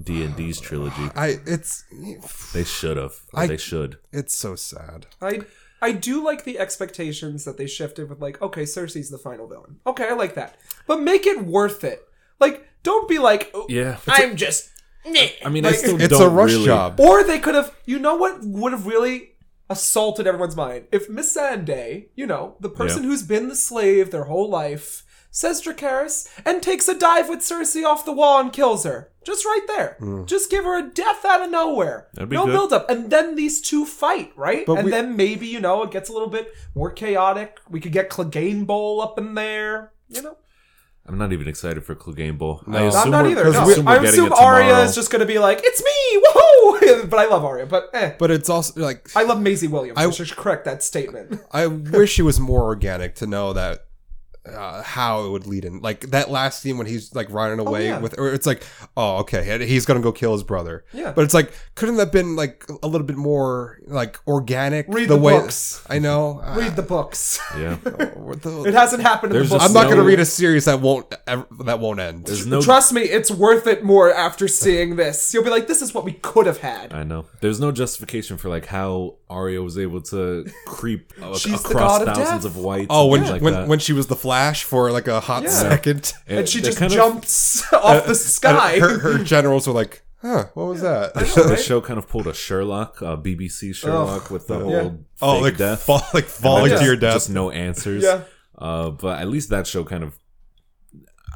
[SPEAKER 3] D and D's trilogy.
[SPEAKER 1] I it's
[SPEAKER 3] They should have.
[SPEAKER 1] I-
[SPEAKER 3] Or They should.
[SPEAKER 1] it's so sad.
[SPEAKER 2] I I do like the expectations that they shifted with like, okay, Cersei's the final villain. Okay, I like that. But make it worth it. Like, don't be like oh,
[SPEAKER 3] Yeah.
[SPEAKER 2] I'm just meh.
[SPEAKER 3] I mean, I
[SPEAKER 2] Like,
[SPEAKER 3] still
[SPEAKER 1] It's
[SPEAKER 3] don't
[SPEAKER 1] a rush
[SPEAKER 3] really-
[SPEAKER 1] job.
[SPEAKER 2] Or they could have you know what would have really assaulted everyone's mind? If Miss Sande, you know, the person
[SPEAKER 3] Yeah.
[SPEAKER 2] who's been the slave their whole life, says Dracaris and takes a dive with Cersei off the wall and kills her. Just right there. Just give her a death out of nowhere.
[SPEAKER 3] Hmm. That'd be
[SPEAKER 2] no
[SPEAKER 3] good.
[SPEAKER 2] build up. And then these two fight, right? and
[SPEAKER 1] we-
[SPEAKER 2] then maybe, you know, it gets a little bit more chaotic. We could get Clegane Bowl up in there. You know?
[SPEAKER 3] I'm not even excited for Clegane Bowl.
[SPEAKER 1] No.
[SPEAKER 3] I
[SPEAKER 1] I'm
[SPEAKER 2] I'm
[SPEAKER 3] assume
[SPEAKER 2] not
[SPEAKER 3] we're-
[SPEAKER 2] either.
[SPEAKER 1] because
[SPEAKER 2] No.
[SPEAKER 1] we- we're
[SPEAKER 2] I
[SPEAKER 3] getting
[SPEAKER 2] assume
[SPEAKER 3] it
[SPEAKER 2] Arya
[SPEAKER 3] tomorrow.
[SPEAKER 2] is just gonna be like, It's me, woohoo! but I love Arya, but eh.
[SPEAKER 1] But it's also like
[SPEAKER 2] I love Maisie Williams.
[SPEAKER 1] I-
[SPEAKER 2] I should correct that statement.
[SPEAKER 1] I wish it was more organic to know that uh, how it would lead in. Like that last scene when he's like running away
[SPEAKER 2] yeah.
[SPEAKER 1] with, or it's like, oh, okay, and he's gonna go kill his brother.
[SPEAKER 2] Yeah.
[SPEAKER 1] But it's like, couldn't that have been like a little bit more like organic?
[SPEAKER 2] Read the books.
[SPEAKER 1] I know. Uh,
[SPEAKER 2] Read the books.
[SPEAKER 3] Yeah.
[SPEAKER 1] what the-
[SPEAKER 2] It hasn't happened in
[SPEAKER 3] There's
[SPEAKER 2] the books.
[SPEAKER 1] I'm not
[SPEAKER 3] No.
[SPEAKER 1] gonna read a series that won't ever, that won't end.
[SPEAKER 3] There's no.
[SPEAKER 2] Trust me, it's worth it more after seeing this. You'll be like, this is what we could have had.
[SPEAKER 3] I know. There's no justification for like how Arya was able to creep a-
[SPEAKER 2] She's the
[SPEAKER 3] across
[SPEAKER 2] god of
[SPEAKER 3] thousands
[SPEAKER 2] death.
[SPEAKER 3] of whites.
[SPEAKER 1] Oh,
[SPEAKER 3] and
[SPEAKER 1] when
[SPEAKER 3] things like
[SPEAKER 1] when,
[SPEAKER 3] that.
[SPEAKER 1] when she was the Flash for like a hot
[SPEAKER 2] Yeah.
[SPEAKER 1] second,
[SPEAKER 3] It-
[SPEAKER 2] and she
[SPEAKER 3] they
[SPEAKER 2] just
[SPEAKER 3] kind of- uh,
[SPEAKER 2] jumps off the sky.
[SPEAKER 1] And her, her generals were like, "Huh, what was that?"
[SPEAKER 3] the
[SPEAKER 2] right?
[SPEAKER 3] show kind of pulled a Sherlock, a BBC Sherlock, with the whole
[SPEAKER 2] Yeah.
[SPEAKER 3] fake
[SPEAKER 1] oh, like
[SPEAKER 3] death,
[SPEAKER 1] fall, like
[SPEAKER 3] And
[SPEAKER 1] falling
[SPEAKER 3] just-
[SPEAKER 1] to your death.
[SPEAKER 3] just no answers.
[SPEAKER 2] Yeah.
[SPEAKER 3] Uh, but at least that show kind of.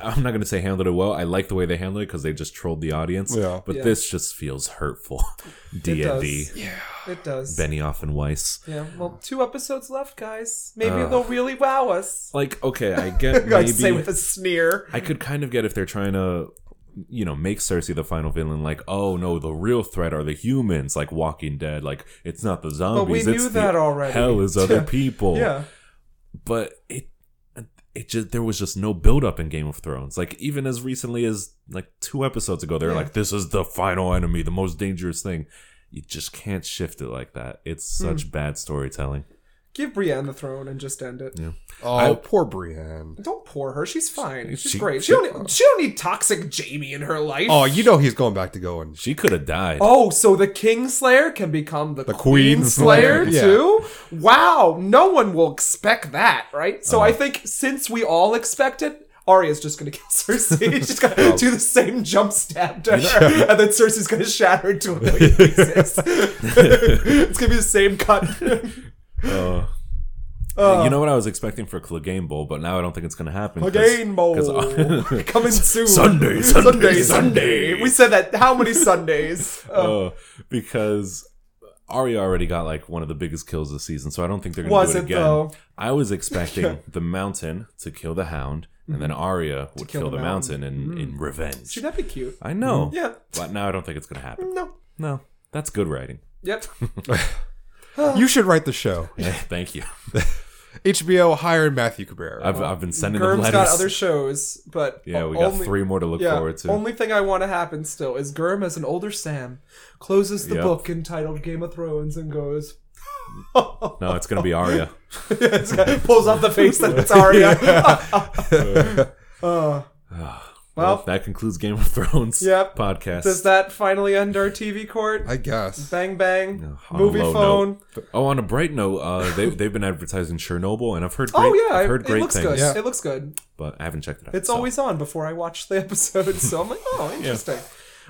[SPEAKER 3] I'm not gonna say handled it well. I like the way they handled it because they just trolled the audience.
[SPEAKER 1] Yeah.
[SPEAKER 3] But
[SPEAKER 2] Yeah.
[SPEAKER 3] this just feels hurtful. D and D,
[SPEAKER 2] does. It does.
[SPEAKER 3] Benioff and Weiss.
[SPEAKER 2] Yeah, well, two episodes left, guys. Maybe they'll really wow us.
[SPEAKER 3] Like, okay, I get
[SPEAKER 2] I'd
[SPEAKER 3] Uh, maybe
[SPEAKER 2] say with a sneer.
[SPEAKER 3] I could kind of get if they're trying to, you know, make Cersei the final villain. Like, oh no, the real threat are the humans, like Walking Dead. Like, it's not the zombies.
[SPEAKER 2] we
[SPEAKER 3] it's
[SPEAKER 2] knew
[SPEAKER 3] the
[SPEAKER 2] that already.
[SPEAKER 3] Hell is other people.
[SPEAKER 2] Yeah.
[SPEAKER 3] but it. It just there was just no build up in Game of Thrones. Like even as recently as like two episodes ago, they're
[SPEAKER 2] Yeah.
[SPEAKER 3] like, "This is the final enemy, the most dangerous thing." You just can't shift it like that. It's
[SPEAKER 2] Hmm.
[SPEAKER 3] such bad storytelling.
[SPEAKER 2] Give Brienne the throne and just end it.
[SPEAKER 1] Oh,
[SPEAKER 3] I-
[SPEAKER 1] poor Brienne.
[SPEAKER 2] Don't pour her. She's fine. She's
[SPEAKER 3] She-
[SPEAKER 2] great. She, don't, she don't need toxic Jamie in her life.
[SPEAKER 1] Oh, you know he's going back to going.
[SPEAKER 3] She could have died.
[SPEAKER 2] Oh, so the Kingslayer can become the,
[SPEAKER 1] Queen
[SPEAKER 2] Queenslayer
[SPEAKER 1] Slayer, yeah.
[SPEAKER 2] too? Wow, no one will expect that, right? So I think since we all expect it, Arya's just gonna kill Cersei. She's gonna do the same jump stab to her, and then Cersei's gonna shatter into a million pieces. it's gonna be the same cut.
[SPEAKER 3] Uh, you know what I was expecting for Clegane Bowl, but now I don't think it's going to happen. 'cause-
[SPEAKER 2] Again, Mo.
[SPEAKER 3] 'cause-
[SPEAKER 2] Coming soon. Sunday,
[SPEAKER 3] Sunday, Sunday,
[SPEAKER 2] Sunday. We said that how many Sundays? Uh,
[SPEAKER 3] Uh, because Arya already got like one of the biggest kills this season, so I don't think they're going to
[SPEAKER 2] was
[SPEAKER 3] do it
[SPEAKER 2] it
[SPEAKER 3] again.
[SPEAKER 2] though?
[SPEAKER 3] I was expecting the Mountain to kill the Hound, and
[SPEAKER 2] Mm-hmm.
[SPEAKER 3] then Arya would kill, the Mountain, in, in revenge.
[SPEAKER 2] See, that'd be cute.
[SPEAKER 3] I know,
[SPEAKER 2] Yeah.
[SPEAKER 3] but now I don't think it's going to happen.
[SPEAKER 2] Mm. No.
[SPEAKER 3] No, that's good writing.
[SPEAKER 2] Yep.
[SPEAKER 1] You should write the show.
[SPEAKER 3] Eh, Thank you.
[SPEAKER 1] HBO hire Matthew Cabrera.
[SPEAKER 3] I've, I've been sending them
[SPEAKER 2] Germ's
[SPEAKER 3] letters.
[SPEAKER 2] got other shows, but
[SPEAKER 3] yeah,
[SPEAKER 2] o-
[SPEAKER 3] we got
[SPEAKER 2] only-
[SPEAKER 3] three more to look
[SPEAKER 2] Yeah,
[SPEAKER 3] forward to.
[SPEAKER 2] only thing I want to happen still is Germ as an older Sam closes the
[SPEAKER 3] Yep.
[SPEAKER 2] book entitled Game of Thrones and goes
[SPEAKER 3] no, it's going to be Arya.
[SPEAKER 2] pulls off the face that it's Arya. Uh,
[SPEAKER 3] Well,
[SPEAKER 2] Well-
[SPEAKER 3] that concludes Game of Thrones
[SPEAKER 2] Yep.
[SPEAKER 3] podcast.
[SPEAKER 2] does that finally end our TV court?
[SPEAKER 1] I guess.
[SPEAKER 2] Bang bang,
[SPEAKER 3] No, on a
[SPEAKER 2] movie
[SPEAKER 3] low
[SPEAKER 2] phone.
[SPEAKER 3] oh, on a bright note, uh, they, they've been advertising Chernobyl, and I've heard great,
[SPEAKER 2] Oh yeah,
[SPEAKER 3] I've heard
[SPEAKER 2] it,
[SPEAKER 3] great
[SPEAKER 2] looks
[SPEAKER 3] things,
[SPEAKER 2] good.
[SPEAKER 1] Yeah.
[SPEAKER 2] It looks good.
[SPEAKER 3] but I haven't checked it out.
[SPEAKER 2] It's
[SPEAKER 3] so.
[SPEAKER 2] always on before I watch the episode, so I'm like, oh, interesting.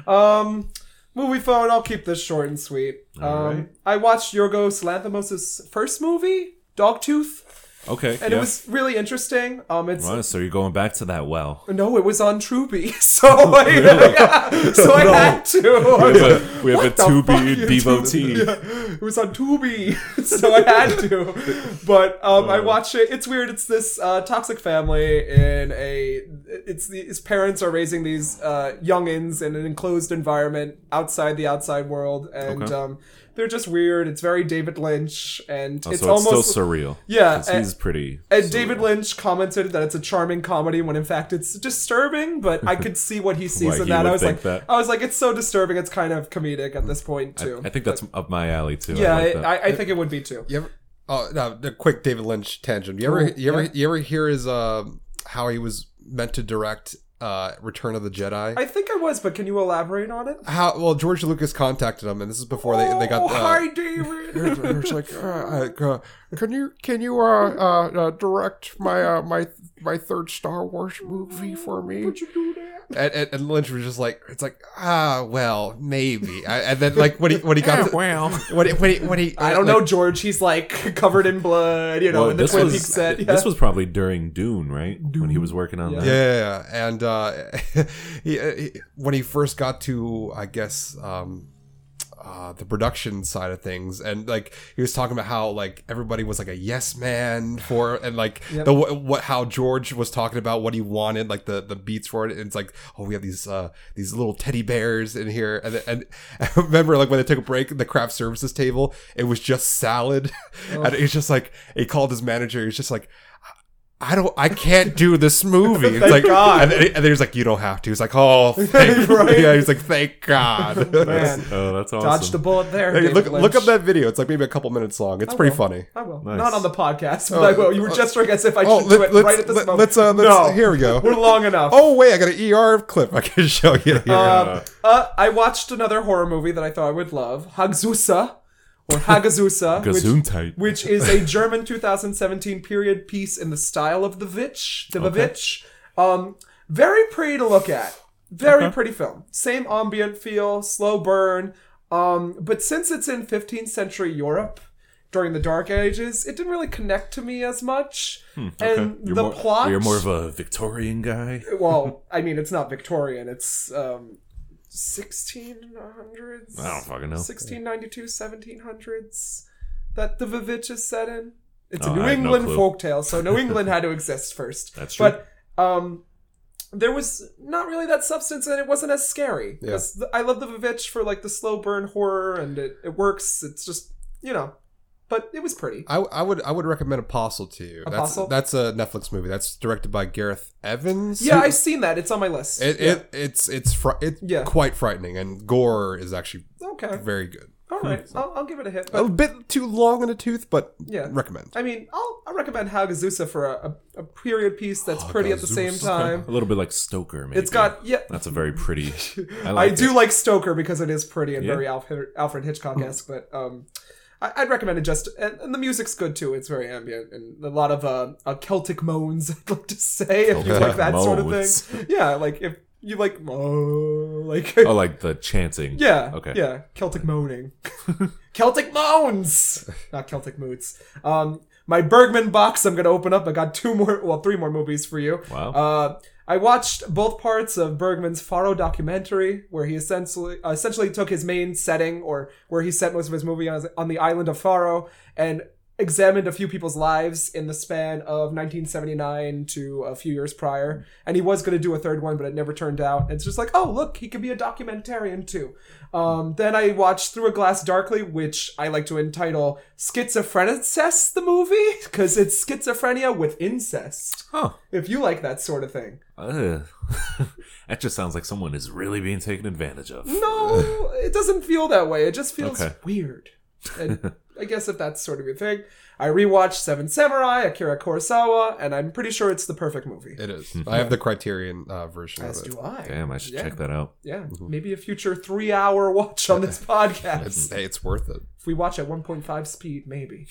[SPEAKER 2] Um, movie phone. I'll keep this short and sweet. Um,
[SPEAKER 3] right.
[SPEAKER 2] I watched Yorgos Lanthimos' first movie, Dogtooth,
[SPEAKER 3] okay.
[SPEAKER 2] and
[SPEAKER 3] yeah.
[SPEAKER 2] it was really interesting. Um, it's
[SPEAKER 3] Wow, so you're going back to that well.
[SPEAKER 2] no, it was on Tubi, so I, yeah, so I had to. I was like,
[SPEAKER 3] we have a
[SPEAKER 2] "What the fuck, you Tubi?" Yeah, it was on Tubi, so I had to. But um, I watch it. It's weird. It's this uh, toxic family in a. It's the, his parents are raising these uh, youngins in an enclosed environment outside the outside world, and
[SPEAKER 3] Okay.
[SPEAKER 2] um, They're just weird. It's very David Lynch, and it's
[SPEAKER 3] Also, it's,
[SPEAKER 2] almost
[SPEAKER 3] Oh, still surreal.
[SPEAKER 2] Yeah,
[SPEAKER 3] 'cause
[SPEAKER 2] and-
[SPEAKER 3] he's pretty.
[SPEAKER 2] and David Lynch commented that it's a charming comedy when in fact it's disturbing, but I could see what he sees
[SPEAKER 3] Why
[SPEAKER 2] in
[SPEAKER 3] he
[SPEAKER 2] that. I
[SPEAKER 3] would
[SPEAKER 2] was
[SPEAKER 3] think
[SPEAKER 2] like
[SPEAKER 3] that.
[SPEAKER 2] I was like, it's so disturbing, it's kind of comedic at this point too.
[SPEAKER 3] I think that's up my alley too.
[SPEAKER 2] yeah,
[SPEAKER 3] I like that.
[SPEAKER 2] I, I think it would be too.
[SPEAKER 1] You ever? Oh, no, a quick David Lynch tangent. You ever?
[SPEAKER 2] Oh,
[SPEAKER 1] you ever?
[SPEAKER 2] yeah.
[SPEAKER 1] You ever hear his uh, how he was meant to direct uh, Return of the Jedi?
[SPEAKER 2] I think I was, but can you elaborate on it?
[SPEAKER 1] how well George Lucas contacted him, and this is before they, they got.
[SPEAKER 2] oh,
[SPEAKER 1] Uh,
[SPEAKER 2] hi,
[SPEAKER 1] they were-
[SPEAKER 2] David.
[SPEAKER 1] they were just like, uh, uh, can you can you uh, uh, uh, direct my uh, my my third Star Wars movie for me?
[SPEAKER 2] Would you do that?
[SPEAKER 1] And, and, and Lynch was just like, it's like, ah, well, maybe. I, and then like when he when he got to,
[SPEAKER 3] wow.
[SPEAKER 1] when he, when he, when he
[SPEAKER 2] I don't
[SPEAKER 1] like,
[SPEAKER 2] know, George. He's like covered in blood, you know,
[SPEAKER 3] Well,
[SPEAKER 2] in the
[SPEAKER 3] this
[SPEAKER 2] Twin
[SPEAKER 3] was
[SPEAKER 2] Peaks set. Yeah.
[SPEAKER 3] this was probably during Dune, right? When he was working on
[SPEAKER 2] Yeah.
[SPEAKER 3] that.
[SPEAKER 1] Yeah, yeah, yeah. and uh, he, he, when he first got to, I guess, um, uh, the production side of things, and like he was talking about how like everybody was like a yes man for, and like
[SPEAKER 2] Yep.
[SPEAKER 1] the what how George was talking about what he wanted, like the the beats for it, and it's like oh we have these uh these little teddy bears in here, and and I remember like when they took a break, the craft services table, it was just salad, and he's just like he called his manager, he's just like. I don't. I can't do this movie. It's
[SPEAKER 2] Thank
[SPEAKER 1] like,
[SPEAKER 2] God.
[SPEAKER 1] And, then- and he's like, you don't have to. He's like, oh, thank
[SPEAKER 2] Right.
[SPEAKER 1] Yeah, he's like, thank God.
[SPEAKER 2] Man.
[SPEAKER 3] Oh, that's awesome.
[SPEAKER 2] Dodged the bullet there.
[SPEAKER 1] Hey,
[SPEAKER 2] David
[SPEAKER 1] look,
[SPEAKER 2] Lynch. Oh.
[SPEAKER 1] look up that video. It's like maybe a couple minutes long. It's pretty
[SPEAKER 2] will.
[SPEAKER 1] funny.
[SPEAKER 2] I will.
[SPEAKER 3] Nice.
[SPEAKER 2] Not on the podcast, but
[SPEAKER 1] Oh,
[SPEAKER 2] I will. You were
[SPEAKER 1] uh,
[SPEAKER 2] gesturing as if I should
[SPEAKER 1] Oh,
[SPEAKER 2] do it
[SPEAKER 1] let, us
[SPEAKER 2] right at this
[SPEAKER 1] let,
[SPEAKER 2] moment.
[SPEAKER 1] us uh, let's,
[SPEAKER 2] no,
[SPEAKER 1] here we go.
[SPEAKER 2] we're long enough.
[SPEAKER 1] Oh wait, I got an ER clip I can show you. Here.
[SPEAKER 2] Um, uh, I watched another horror movie that I thought I would love, Hagzusa, or Hagazusa, which,
[SPEAKER 3] Gesundheit.
[SPEAKER 2] which is a German 2017 period piece in the style of The Witch, The Witch. Um, very pretty to look at. Very pretty film. Same ambient feel, slow burn. Um, but since it's in 15th century Europe during the Dark Ages, it didn't really connect to me as much. And
[SPEAKER 3] Hmm, You're
[SPEAKER 2] the
[SPEAKER 3] more,
[SPEAKER 2] plot.
[SPEAKER 3] You're more of a Victorian guy.
[SPEAKER 2] well, I mean, it's not Victorian. It's um, 1600s.
[SPEAKER 3] I don't fucking know.
[SPEAKER 2] 1692, 1700s that the Vivitch is set in. It's
[SPEAKER 3] Oh,
[SPEAKER 2] a New
[SPEAKER 3] I have no
[SPEAKER 2] England
[SPEAKER 3] clue.
[SPEAKER 2] folktale, so New England had to exist first.
[SPEAKER 3] That's true.
[SPEAKER 2] But um, there was not really that substance, and it wasn't as scary.
[SPEAKER 1] Yeah.
[SPEAKER 2] 'Cause th- I love the Vivitch for like the slow burn horror, and it, it works. It's just you know, but it was pretty.
[SPEAKER 1] I, I would I would recommend Apostle to you.
[SPEAKER 2] Apostle?
[SPEAKER 1] That's, that's a Netflix movie. That's directed by Gareth Evans.
[SPEAKER 2] yeah,
[SPEAKER 1] who-
[SPEAKER 2] I've seen that. It's on my list.
[SPEAKER 1] it, it it's it's fr- it's
[SPEAKER 2] Yeah.
[SPEAKER 1] quite frightening, and gore is actually
[SPEAKER 2] okay.
[SPEAKER 1] very good.
[SPEAKER 2] All right.
[SPEAKER 1] Hmm.
[SPEAKER 2] I'll, I'll give it a hit.
[SPEAKER 1] A bit too long in the tooth, but
[SPEAKER 2] Yeah.
[SPEAKER 1] recommend.
[SPEAKER 2] I mean, I'll, I'll recommend Hagazusa for a, a, a period piece
[SPEAKER 3] Oh,
[SPEAKER 2] that's pretty at the same time.
[SPEAKER 3] A little bit like Stoker, maybe.
[SPEAKER 2] It's got yeah.
[SPEAKER 3] That's a very pretty. I,
[SPEAKER 2] I
[SPEAKER 3] like
[SPEAKER 2] do
[SPEAKER 3] it.
[SPEAKER 2] like Stoker because it is pretty and
[SPEAKER 3] Yeah.
[SPEAKER 2] very Alfred, Alfred Hitchcock esque, but um, I, I'd recommend it just. And, and the music's good too. It's very ambient and a lot of uh, uh Celtic moans. I'd like to say if you
[SPEAKER 3] Celtic
[SPEAKER 2] like that sort of
[SPEAKER 3] moans.
[SPEAKER 2] thing. Yeah, like if you like oh, like
[SPEAKER 3] Oh, like the chanting.
[SPEAKER 2] yeah,
[SPEAKER 3] Okay.
[SPEAKER 2] yeah, Celtic moaning, Celtic moans, not Celtic moods. Um, my Bergman box. I'm gonna open up. I got two more, well, three more movies for you.
[SPEAKER 3] Wow.
[SPEAKER 2] Uh, I watched both parts of Bergman's Faro documentary, where he essentially uh, essentially took his main setting, or where he set most of his movie on, on the island of Faro, and examined a few people's lives in the span of 1979 to a few years prior. And he was going to do a third one, but it never turned out. It's just like, oh look, he could be a documentarian too. Um, then I watched Through a Glass Darkly, which I like to entitle Schizophrenicess, the movie, because it's schizophrenia with incest
[SPEAKER 3] Huh.
[SPEAKER 2] if you like that sort of thing.
[SPEAKER 3] Ugh. that just sounds like someone is really being taken advantage of.
[SPEAKER 2] No, it doesn't feel that way. It just feels
[SPEAKER 3] Okay.
[SPEAKER 2] weird. And I guess if that's sort of your thing. I rewatched Seven Samurai, Akira Kurosawa, and I'm pretty sure it's the perfect movie.
[SPEAKER 1] It is. I have the Criterion uh, version
[SPEAKER 2] As
[SPEAKER 1] of it.
[SPEAKER 2] do I.
[SPEAKER 3] Damn, I should
[SPEAKER 2] Yeah.
[SPEAKER 3] check Mm-hmm. that out.
[SPEAKER 2] Yeah, maybe a future three-hour watch on this podcast.
[SPEAKER 1] It's, hey, it's worth it.
[SPEAKER 2] if we watch at 1.5 speed, maybe.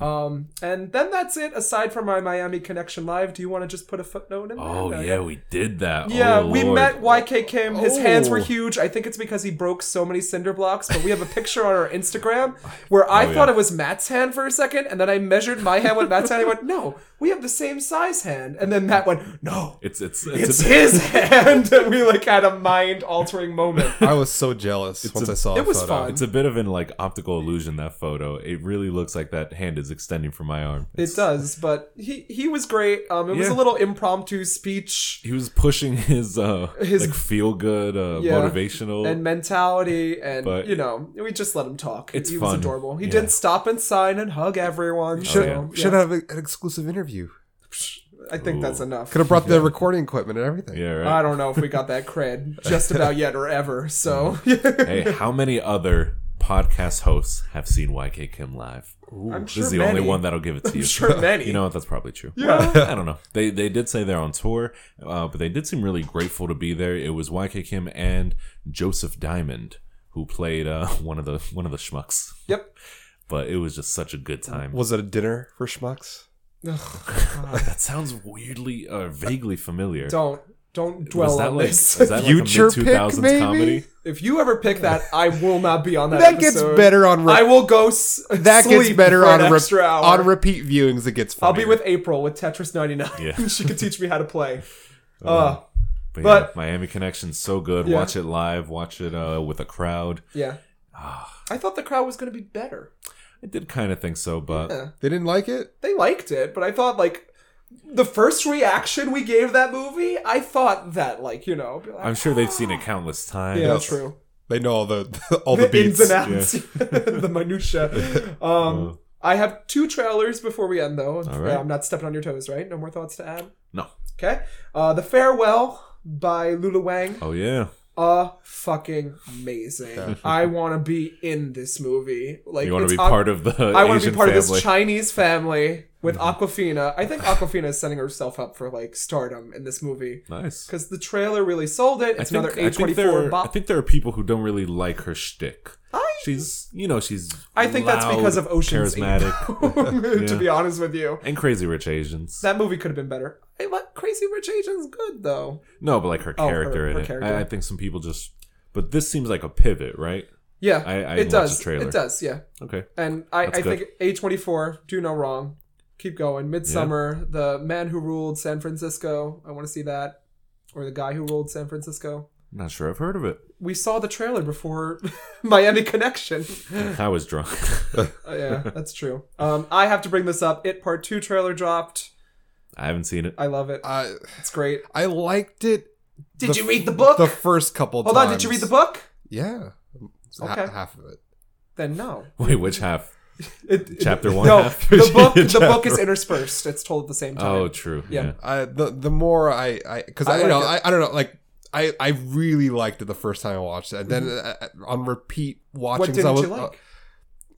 [SPEAKER 2] um, and then that's it. Aside from my Miami Connection live, do you want to just put a footnote in? there?
[SPEAKER 3] Oh
[SPEAKER 2] Uh,
[SPEAKER 3] yeah, we did that.
[SPEAKER 2] Yeah,
[SPEAKER 3] Oh,
[SPEAKER 2] we
[SPEAKER 3] Lord.
[SPEAKER 2] met YK Kim. His hands were
[SPEAKER 1] Oh.
[SPEAKER 2] huge. I think it's because he broke so many cinder blocks, but we have a picture on our Instagram where I
[SPEAKER 3] Oh,
[SPEAKER 2] thought
[SPEAKER 3] yeah.
[SPEAKER 2] it was Matt's hand for a second, and then I I measured my hand with Matt's hand. I went, no, we have the same size hand. And then Matt went, no,
[SPEAKER 3] It's it's
[SPEAKER 2] it's his hand. And we like had a mind altering moment.
[SPEAKER 1] I was so jealous once I
[SPEAKER 3] a-
[SPEAKER 1] saw
[SPEAKER 2] It was
[SPEAKER 1] photo.
[SPEAKER 2] fun.
[SPEAKER 3] It's a bit of an like optical illusion that photo. It really looks like that hand is extending from my arm.
[SPEAKER 2] It does, but he he was great. Um, it was a
[SPEAKER 3] Yeah.
[SPEAKER 2] little impromptu speech
[SPEAKER 3] He was pushing his uh
[SPEAKER 2] His-
[SPEAKER 3] like feel good uh,
[SPEAKER 2] Yeah.
[SPEAKER 3] motivational.
[SPEAKER 2] and mentality, and
[SPEAKER 3] But-
[SPEAKER 2] you know, we just let him talk.
[SPEAKER 3] It's
[SPEAKER 2] he was
[SPEAKER 3] fun.
[SPEAKER 2] adorable. He
[SPEAKER 3] Yeah. Oh,
[SPEAKER 2] did stop and sign and hug everyone.
[SPEAKER 1] Should,
[SPEAKER 2] so,
[SPEAKER 3] yeah.
[SPEAKER 1] should have an exclusive interview.
[SPEAKER 2] I think that's
[SPEAKER 3] Ooh.
[SPEAKER 2] enough.
[SPEAKER 1] Could have brought the recording equipment and everything.
[SPEAKER 3] yeah,
[SPEAKER 2] I
[SPEAKER 3] right.
[SPEAKER 2] don't know if we got that cred just about yet or ever. So
[SPEAKER 1] Mm.
[SPEAKER 3] hey, how many other podcast hosts have seen YK Kim live?
[SPEAKER 2] I'm
[SPEAKER 3] this
[SPEAKER 2] sure
[SPEAKER 3] is the
[SPEAKER 2] many.
[SPEAKER 3] only one that'll give it to you.
[SPEAKER 2] sure many.
[SPEAKER 3] You know what? That's probably true.
[SPEAKER 2] Yeah.
[SPEAKER 3] I don't know. They they did say they're on tour, uh, but they did seem really grateful to be there. It was YK Kim and Joseph Diamond who played uh, one of the one of the schmucks.
[SPEAKER 2] Yep.
[SPEAKER 3] But it was just such a good time.
[SPEAKER 1] Was it a dinner for schmucks?
[SPEAKER 3] That sounds weirdly or vaguely familiar.
[SPEAKER 2] don't don't dwell on
[SPEAKER 3] like,
[SPEAKER 2] this.
[SPEAKER 3] is that like a
[SPEAKER 1] Future
[SPEAKER 3] mid
[SPEAKER 1] pick,
[SPEAKER 3] two thousands
[SPEAKER 1] maybe?
[SPEAKER 3] comedy?
[SPEAKER 2] if you ever pick that, I will not be on that.
[SPEAKER 1] That gets
[SPEAKER 2] episode.
[SPEAKER 1] better on re-
[SPEAKER 2] I will go. S-
[SPEAKER 1] That gets
[SPEAKER 2] sleep
[SPEAKER 1] better
[SPEAKER 2] for
[SPEAKER 1] on
[SPEAKER 2] an
[SPEAKER 1] re-
[SPEAKER 2] extra hour.
[SPEAKER 1] on repeat viewings. It gets. Funnier.
[SPEAKER 2] I'll be with April with Tetris 99.
[SPEAKER 3] Yeah.
[SPEAKER 2] she could teach me how to play. Uh,
[SPEAKER 3] But,
[SPEAKER 2] But-
[SPEAKER 3] yeah, Miami Connection's so good.
[SPEAKER 2] Yeah.
[SPEAKER 3] Watch it live. Watch it uh, with a crowd.
[SPEAKER 2] yeah.
[SPEAKER 3] Ah.
[SPEAKER 2] I thought the crowd was going to be better.
[SPEAKER 3] I did kind of think so, but
[SPEAKER 2] Yeah.
[SPEAKER 1] They didn't like it.
[SPEAKER 2] They liked it, but I thought, like, the first reaction we gave that movie, I thought that, like, you know. be like,
[SPEAKER 3] I'm sure they've seen it countless times.
[SPEAKER 2] yeah,
[SPEAKER 1] Yes.
[SPEAKER 2] true.
[SPEAKER 1] They know all the all the,
[SPEAKER 2] the ins
[SPEAKER 1] beats.
[SPEAKER 2] and outs, the minutia. Um,
[SPEAKER 3] Uh,
[SPEAKER 2] I have two trailers before we end, though.
[SPEAKER 3] All right.
[SPEAKER 2] I'm not stepping on your toes, right? No more thoughts to add.
[SPEAKER 3] no.
[SPEAKER 2] Okay. Uh, the farewell by Lula Wang.
[SPEAKER 3] Oh yeah.
[SPEAKER 2] Uh, fucking amazing. I want to be in this movie. Like,
[SPEAKER 3] You want
[SPEAKER 2] it's
[SPEAKER 3] to be
[SPEAKER 2] ob-
[SPEAKER 3] part of the
[SPEAKER 2] I
[SPEAKER 3] Asian
[SPEAKER 2] want to be part
[SPEAKER 3] family? Mm-hmm.
[SPEAKER 2] of this Chinese family with Aquafina. I think Aquafina is setting herself up for like stardom in this movie
[SPEAKER 3] nice.
[SPEAKER 2] because the trailer really sold it.
[SPEAKER 3] I
[SPEAKER 2] It's
[SPEAKER 3] think,
[SPEAKER 2] another
[SPEAKER 3] I
[SPEAKER 2] A
[SPEAKER 3] think
[SPEAKER 2] twenty
[SPEAKER 3] there
[SPEAKER 2] four
[SPEAKER 3] are, I
[SPEAKER 2] bop.
[SPEAKER 3] think there are people who don't really like her shtick.
[SPEAKER 2] I-
[SPEAKER 3] She's, you know, she's.
[SPEAKER 2] I think that's
[SPEAKER 3] loud,
[SPEAKER 2] because of Ocean's Eight.
[SPEAKER 3] charismatic,
[SPEAKER 2] to
[SPEAKER 3] Yeah.
[SPEAKER 2] be honest with you,
[SPEAKER 3] and Crazy Rich Asians.
[SPEAKER 2] that movie could have been better. I like Crazy Rich Asians good though.
[SPEAKER 3] No, but like her
[SPEAKER 2] Oh, her-
[SPEAKER 3] character in
[SPEAKER 2] her
[SPEAKER 3] it.
[SPEAKER 2] character.
[SPEAKER 3] I, I think some people just. But this seems like a pivot, right?
[SPEAKER 2] Yeah,
[SPEAKER 3] I- I
[SPEAKER 2] it
[SPEAKER 3] didn't watch
[SPEAKER 2] does.
[SPEAKER 3] the trailer.
[SPEAKER 2] It does. Yeah,
[SPEAKER 3] Okay.
[SPEAKER 2] and I,
[SPEAKER 3] That's
[SPEAKER 2] I think A twenty four do no wrong. Keep going. Midsummer, the man who ruled San Francisco. I want to see that, or the guy who ruled San Francisco.
[SPEAKER 3] Not sure I've heard of it.
[SPEAKER 2] we saw the trailer before Miami Connection.
[SPEAKER 3] I was drunk.
[SPEAKER 2] Uh, yeah, that's true. Um, I have to bring this up. It Part Two trailer dropped.
[SPEAKER 3] I haven't seen it.
[SPEAKER 2] I love it.
[SPEAKER 1] I
[SPEAKER 2] It's great.
[SPEAKER 1] I liked it.
[SPEAKER 2] Did
[SPEAKER 1] the-
[SPEAKER 2] you read the book?
[SPEAKER 1] The first couple.
[SPEAKER 2] Hold on.
[SPEAKER 1] times.
[SPEAKER 2] Did you read the book?
[SPEAKER 1] Yeah. Ha-
[SPEAKER 2] Okay.
[SPEAKER 1] half of it.
[SPEAKER 2] Then no.
[SPEAKER 3] Wait, which half?
[SPEAKER 2] It, it-
[SPEAKER 3] Chapter one
[SPEAKER 2] No,
[SPEAKER 3] half?
[SPEAKER 2] the book. The
[SPEAKER 3] Chapter-
[SPEAKER 2] book is interspersed. It's told at the same time.
[SPEAKER 3] Oh, true.
[SPEAKER 2] Yeah.
[SPEAKER 3] Yeah.
[SPEAKER 1] I the the more I I because
[SPEAKER 2] I
[SPEAKER 1] I,
[SPEAKER 2] like
[SPEAKER 1] don't know
[SPEAKER 2] it.
[SPEAKER 1] I, I don't know like. I, I really liked it the first time I watched it. And then uh, on repeat watching, uh,
[SPEAKER 2] what
[SPEAKER 1] so
[SPEAKER 2] didn't
[SPEAKER 1] I was,
[SPEAKER 2] you like?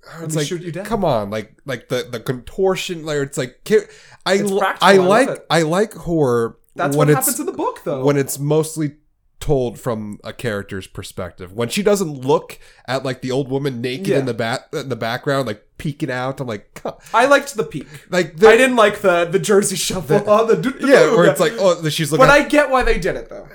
[SPEAKER 1] uh,
[SPEAKER 2] Let
[SPEAKER 1] it's
[SPEAKER 2] me
[SPEAKER 1] like,
[SPEAKER 2] shoot you down.
[SPEAKER 1] come on, like like the the contortion, like it's like ki- I
[SPEAKER 2] It's
[SPEAKER 1] li-
[SPEAKER 2] practical, I
[SPEAKER 1] I
[SPEAKER 2] love
[SPEAKER 1] like
[SPEAKER 2] it.
[SPEAKER 1] I like horror.
[SPEAKER 2] That's
[SPEAKER 1] when
[SPEAKER 2] what
[SPEAKER 1] it's-
[SPEAKER 2] happened to the book, though.
[SPEAKER 1] when it's mostly told from a character's perspective. When she doesn't look at like the old woman naked
[SPEAKER 2] Yeah.
[SPEAKER 1] in the bat in the background, like peeking out. I'm like, "Huh."
[SPEAKER 2] I liked the peak.
[SPEAKER 1] like
[SPEAKER 2] I didn't like the the Jersey Shuffle. oh, the doo- doo-
[SPEAKER 1] Yeah,
[SPEAKER 2] doo-
[SPEAKER 1] where it's like, oh, she's looking.
[SPEAKER 2] But
[SPEAKER 1] At,
[SPEAKER 2] I get why they did it though.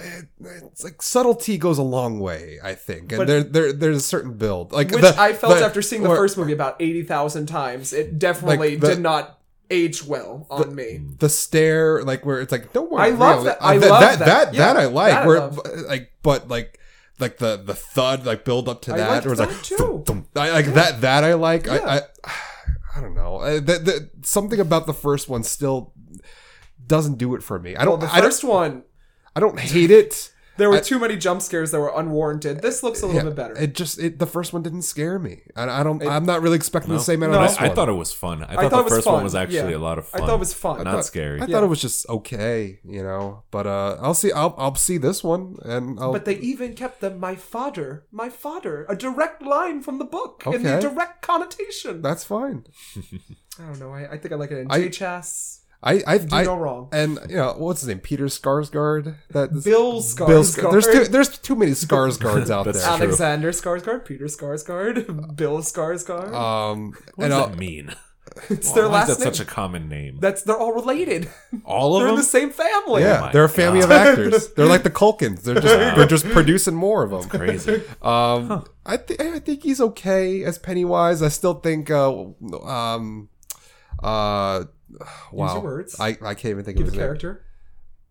[SPEAKER 1] it's like subtlety goes a long way, I think, and
[SPEAKER 2] But-
[SPEAKER 1] there there there's a certain build, like
[SPEAKER 2] which
[SPEAKER 1] the-
[SPEAKER 2] I felt
[SPEAKER 1] the-
[SPEAKER 2] after seeing the
[SPEAKER 1] where-
[SPEAKER 2] first movie about eighty thousand times. It definitely
[SPEAKER 1] Like, the-
[SPEAKER 2] did not age well on me.
[SPEAKER 1] the stare, like where it's like, don't worry, Uh,
[SPEAKER 2] I love that- I love
[SPEAKER 1] that
[SPEAKER 2] that.
[SPEAKER 1] that,
[SPEAKER 2] Yeah,
[SPEAKER 1] that I like.
[SPEAKER 2] that I
[SPEAKER 1] where uh,
[SPEAKER 2] love.
[SPEAKER 1] like, but like. Like the the thud, like build up to
[SPEAKER 2] I
[SPEAKER 1] that,
[SPEAKER 2] liked
[SPEAKER 1] or it's
[SPEAKER 2] that
[SPEAKER 1] like,
[SPEAKER 2] too.
[SPEAKER 1] thump, thump. I like that that I like.
[SPEAKER 2] Yeah.
[SPEAKER 1] I, I I don't know. I, that, that something about the first one still doesn't do it for me. I
[SPEAKER 2] Well,
[SPEAKER 1] don't.
[SPEAKER 2] the
[SPEAKER 1] I don't.
[SPEAKER 2] first one,
[SPEAKER 1] I don't hate it.
[SPEAKER 2] there were
[SPEAKER 1] I-
[SPEAKER 2] too many jump scares that were unwarranted. This looks a little
[SPEAKER 1] Yeah,
[SPEAKER 2] bit better.
[SPEAKER 1] It just it, the first one didn't scare me. I, I don't. I'm not really expecting
[SPEAKER 3] No?
[SPEAKER 1] the same out
[SPEAKER 2] No.
[SPEAKER 1] of this
[SPEAKER 3] I, I
[SPEAKER 1] one.
[SPEAKER 3] thought it was fun. I thought,
[SPEAKER 2] thought it
[SPEAKER 3] the
[SPEAKER 2] was
[SPEAKER 3] first
[SPEAKER 2] fun,
[SPEAKER 3] one was actually
[SPEAKER 2] yeah.
[SPEAKER 3] a lot of
[SPEAKER 2] I
[SPEAKER 3] fun.
[SPEAKER 2] thought it was fun.
[SPEAKER 3] Not
[SPEAKER 1] thought-
[SPEAKER 3] scary.
[SPEAKER 1] I
[SPEAKER 2] Yeah.
[SPEAKER 1] thought it was just okay, you know. But uh, I'll see. I'll I'll see this one, and I'll.
[SPEAKER 2] but they even kept the "my father, my father," a direct line from the book in the
[SPEAKER 1] Okay.
[SPEAKER 2] direct connotation.
[SPEAKER 1] that's fine.
[SPEAKER 2] I don't know. I, I think I like it in
[SPEAKER 1] I-
[SPEAKER 2] J Chas.
[SPEAKER 1] I I,
[SPEAKER 2] Do
[SPEAKER 1] I
[SPEAKER 2] no wrong.
[SPEAKER 1] and you know what's his name? Peter Skarsgård. That
[SPEAKER 2] Bill Skarsgård.
[SPEAKER 1] Bill Skarsgård. There's too there's too many Skarsgårds out
[SPEAKER 3] That's
[SPEAKER 1] there.
[SPEAKER 3] true.
[SPEAKER 2] Alexander Skarsgård, Peter Skarsgård, Bill Skarsgård.
[SPEAKER 1] Um,
[SPEAKER 3] What
[SPEAKER 1] and
[SPEAKER 3] does
[SPEAKER 1] I'll,
[SPEAKER 3] that mean?
[SPEAKER 2] it's their
[SPEAKER 3] Why is
[SPEAKER 2] last
[SPEAKER 3] that
[SPEAKER 2] name.
[SPEAKER 3] such a common name?
[SPEAKER 2] That's they're all related.
[SPEAKER 3] All
[SPEAKER 2] They're in
[SPEAKER 3] of
[SPEAKER 2] the
[SPEAKER 3] them?
[SPEAKER 2] same family.
[SPEAKER 1] yeah,
[SPEAKER 3] Oh my
[SPEAKER 1] they're a family of
[SPEAKER 2] God.
[SPEAKER 1] actors. They're like the Culkins. They're just they're just producing more of them.
[SPEAKER 3] Crazy.
[SPEAKER 1] Um, I think I think he's okay as Pennywise. I still think uh, um, Uh, wow.
[SPEAKER 2] your words.
[SPEAKER 1] I, I can't even think
[SPEAKER 2] Give
[SPEAKER 1] of
[SPEAKER 2] a
[SPEAKER 1] his name.
[SPEAKER 2] character.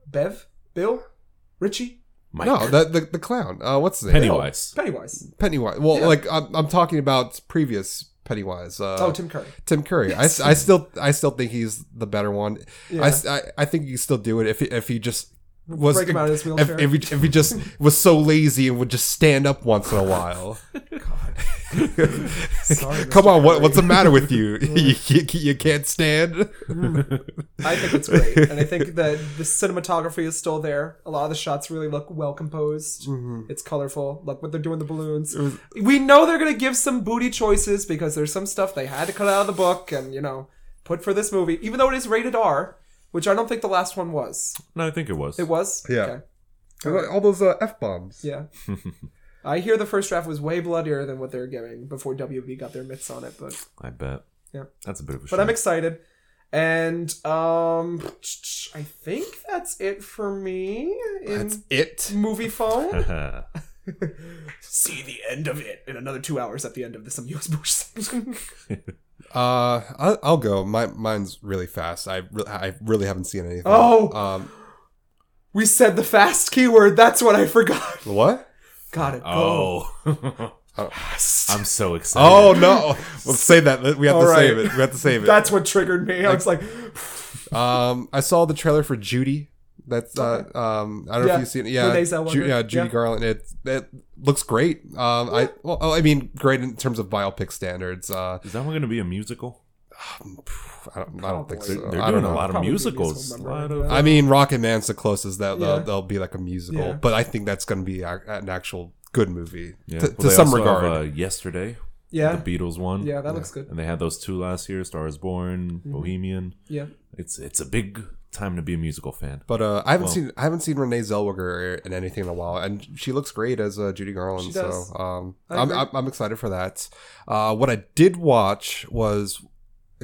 [SPEAKER 2] Bev, Bill, Richie,
[SPEAKER 3] Mike.
[SPEAKER 1] No, that, the the clown. Uh, what's his name?
[SPEAKER 3] Pennywise.
[SPEAKER 2] Pennywise.
[SPEAKER 1] Pennywise. Well,
[SPEAKER 2] Yeah.
[SPEAKER 1] like I'm, I'm talking about previous Pennywise. Uh,
[SPEAKER 2] Oh, Tim Curry.
[SPEAKER 1] Tim Curry.
[SPEAKER 2] Yes.
[SPEAKER 1] I, I still I still think he's the better one.
[SPEAKER 2] Yeah.
[SPEAKER 1] I s I I I, think you still do it if he, if he just was
[SPEAKER 2] Break him out of his
[SPEAKER 1] if,
[SPEAKER 2] wheelchair.
[SPEAKER 1] if, he, if he just was so lazy and would just stand up once in a while.
[SPEAKER 2] Sorry,
[SPEAKER 1] Come
[SPEAKER 2] Mr.
[SPEAKER 1] on, what,
[SPEAKER 2] Curry.
[SPEAKER 1] what's the matter with you? you, you? you can't stand.
[SPEAKER 2] I think it's great, and I think that the cinematography is still there. A lot of the shots really look well composed. It's colorful. Look what they're doing with the balloons. we know they're gonna give some booty choices because there's some stuff they had to cut out of the book and you know put for this movie, even though it is rated R, which I don't think the last one was.
[SPEAKER 3] No, I think it was.
[SPEAKER 2] It was.
[SPEAKER 1] Yeah. All those uh, f bombs.
[SPEAKER 2] Yeah. I hear the first draft was way bloodier than what they're giving before WB got their mitts on it, but
[SPEAKER 3] I bet.
[SPEAKER 2] Yeah.
[SPEAKER 3] That's a bit of a
[SPEAKER 2] but I'm excited. And um I think that's it for me in
[SPEAKER 1] That's it.
[SPEAKER 2] movie phone.
[SPEAKER 3] shame.
[SPEAKER 2] See the end of it in another two hours at the end of this Amuse Bush section.
[SPEAKER 1] Uh, I'll, I'll go. My mine's really fast. I re- I really haven't seen anything.
[SPEAKER 2] Oh.
[SPEAKER 1] um,
[SPEAKER 2] we said the fast keyword, that's what I forgot.
[SPEAKER 1] what?
[SPEAKER 2] Got it. Go.
[SPEAKER 3] oh.
[SPEAKER 2] Fast.
[SPEAKER 3] I'm so excited.
[SPEAKER 1] Oh no! Let's save that. We have
[SPEAKER 2] All
[SPEAKER 1] to
[SPEAKER 2] right.
[SPEAKER 1] save it. We have to save it.
[SPEAKER 2] That's what triggered me. I was like,
[SPEAKER 1] Um, I saw the trailer for Judy. That's uh, um, I don't know
[SPEAKER 2] Yeah.
[SPEAKER 1] if you've seen it. Yeah,
[SPEAKER 2] Renee Zellweger.
[SPEAKER 1] Ju- yeah, Judy
[SPEAKER 2] Yeah.
[SPEAKER 1] Garland. It it looks great. Um, I well, oh, I mean, great in terms of biopic standards. Uh,
[SPEAKER 3] Is that one going to be a musical?
[SPEAKER 1] I don't, I don't think so.
[SPEAKER 2] Probably.
[SPEAKER 3] They're, they're
[SPEAKER 1] I don't know.
[SPEAKER 3] doing a lot of
[SPEAKER 2] oh, Probably a
[SPEAKER 3] musicals.
[SPEAKER 2] musical
[SPEAKER 3] A lot
[SPEAKER 2] number,
[SPEAKER 3] of-
[SPEAKER 1] I mean, Rocket Man's the closest that
[SPEAKER 2] Uh, Yeah.
[SPEAKER 1] they'll, they'll be like a musical,
[SPEAKER 2] Yeah.
[SPEAKER 1] but I think that's going to be a, an actual good movie
[SPEAKER 3] Yeah.
[SPEAKER 1] to,
[SPEAKER 3] Well,
[SPEAKER 1] to
[SPEAKER 3] they
[SPEAKER 1] some
[SPEAKER 3] also have,
[SPEAKER 1] regard.
[SPEAKER 3] uh, yesterday,
[SPEAKER 2] yeah.
[SPEAKER 3] the Beatles one.
[SPEAKER 2] Yeah, that looks good.
[SPEAKER 3] And they had those two last year, Stars Born,
[SPEAKER 1] Mm-hmm.
[SPEAKER 3] Bohemian.
[SPEAKER 2] Yeah.
[SPEAKER 3] It's it's a big time to be a musical fan.
[SPEAKER 1] But uh, I haven't seen I haven't seen Renee Zellweger in anything in a while, and she looks great as uh, Judy Garland.
[SPEAKER 2] She does.
[SPEAKER 1] So um,
[SPEAKER 2] I
[SPEAKER 1] I'm,
[SPEAKER 2] agree.
[SPEAKER 1] I'm I'm excited for that. Uh, what I did watch was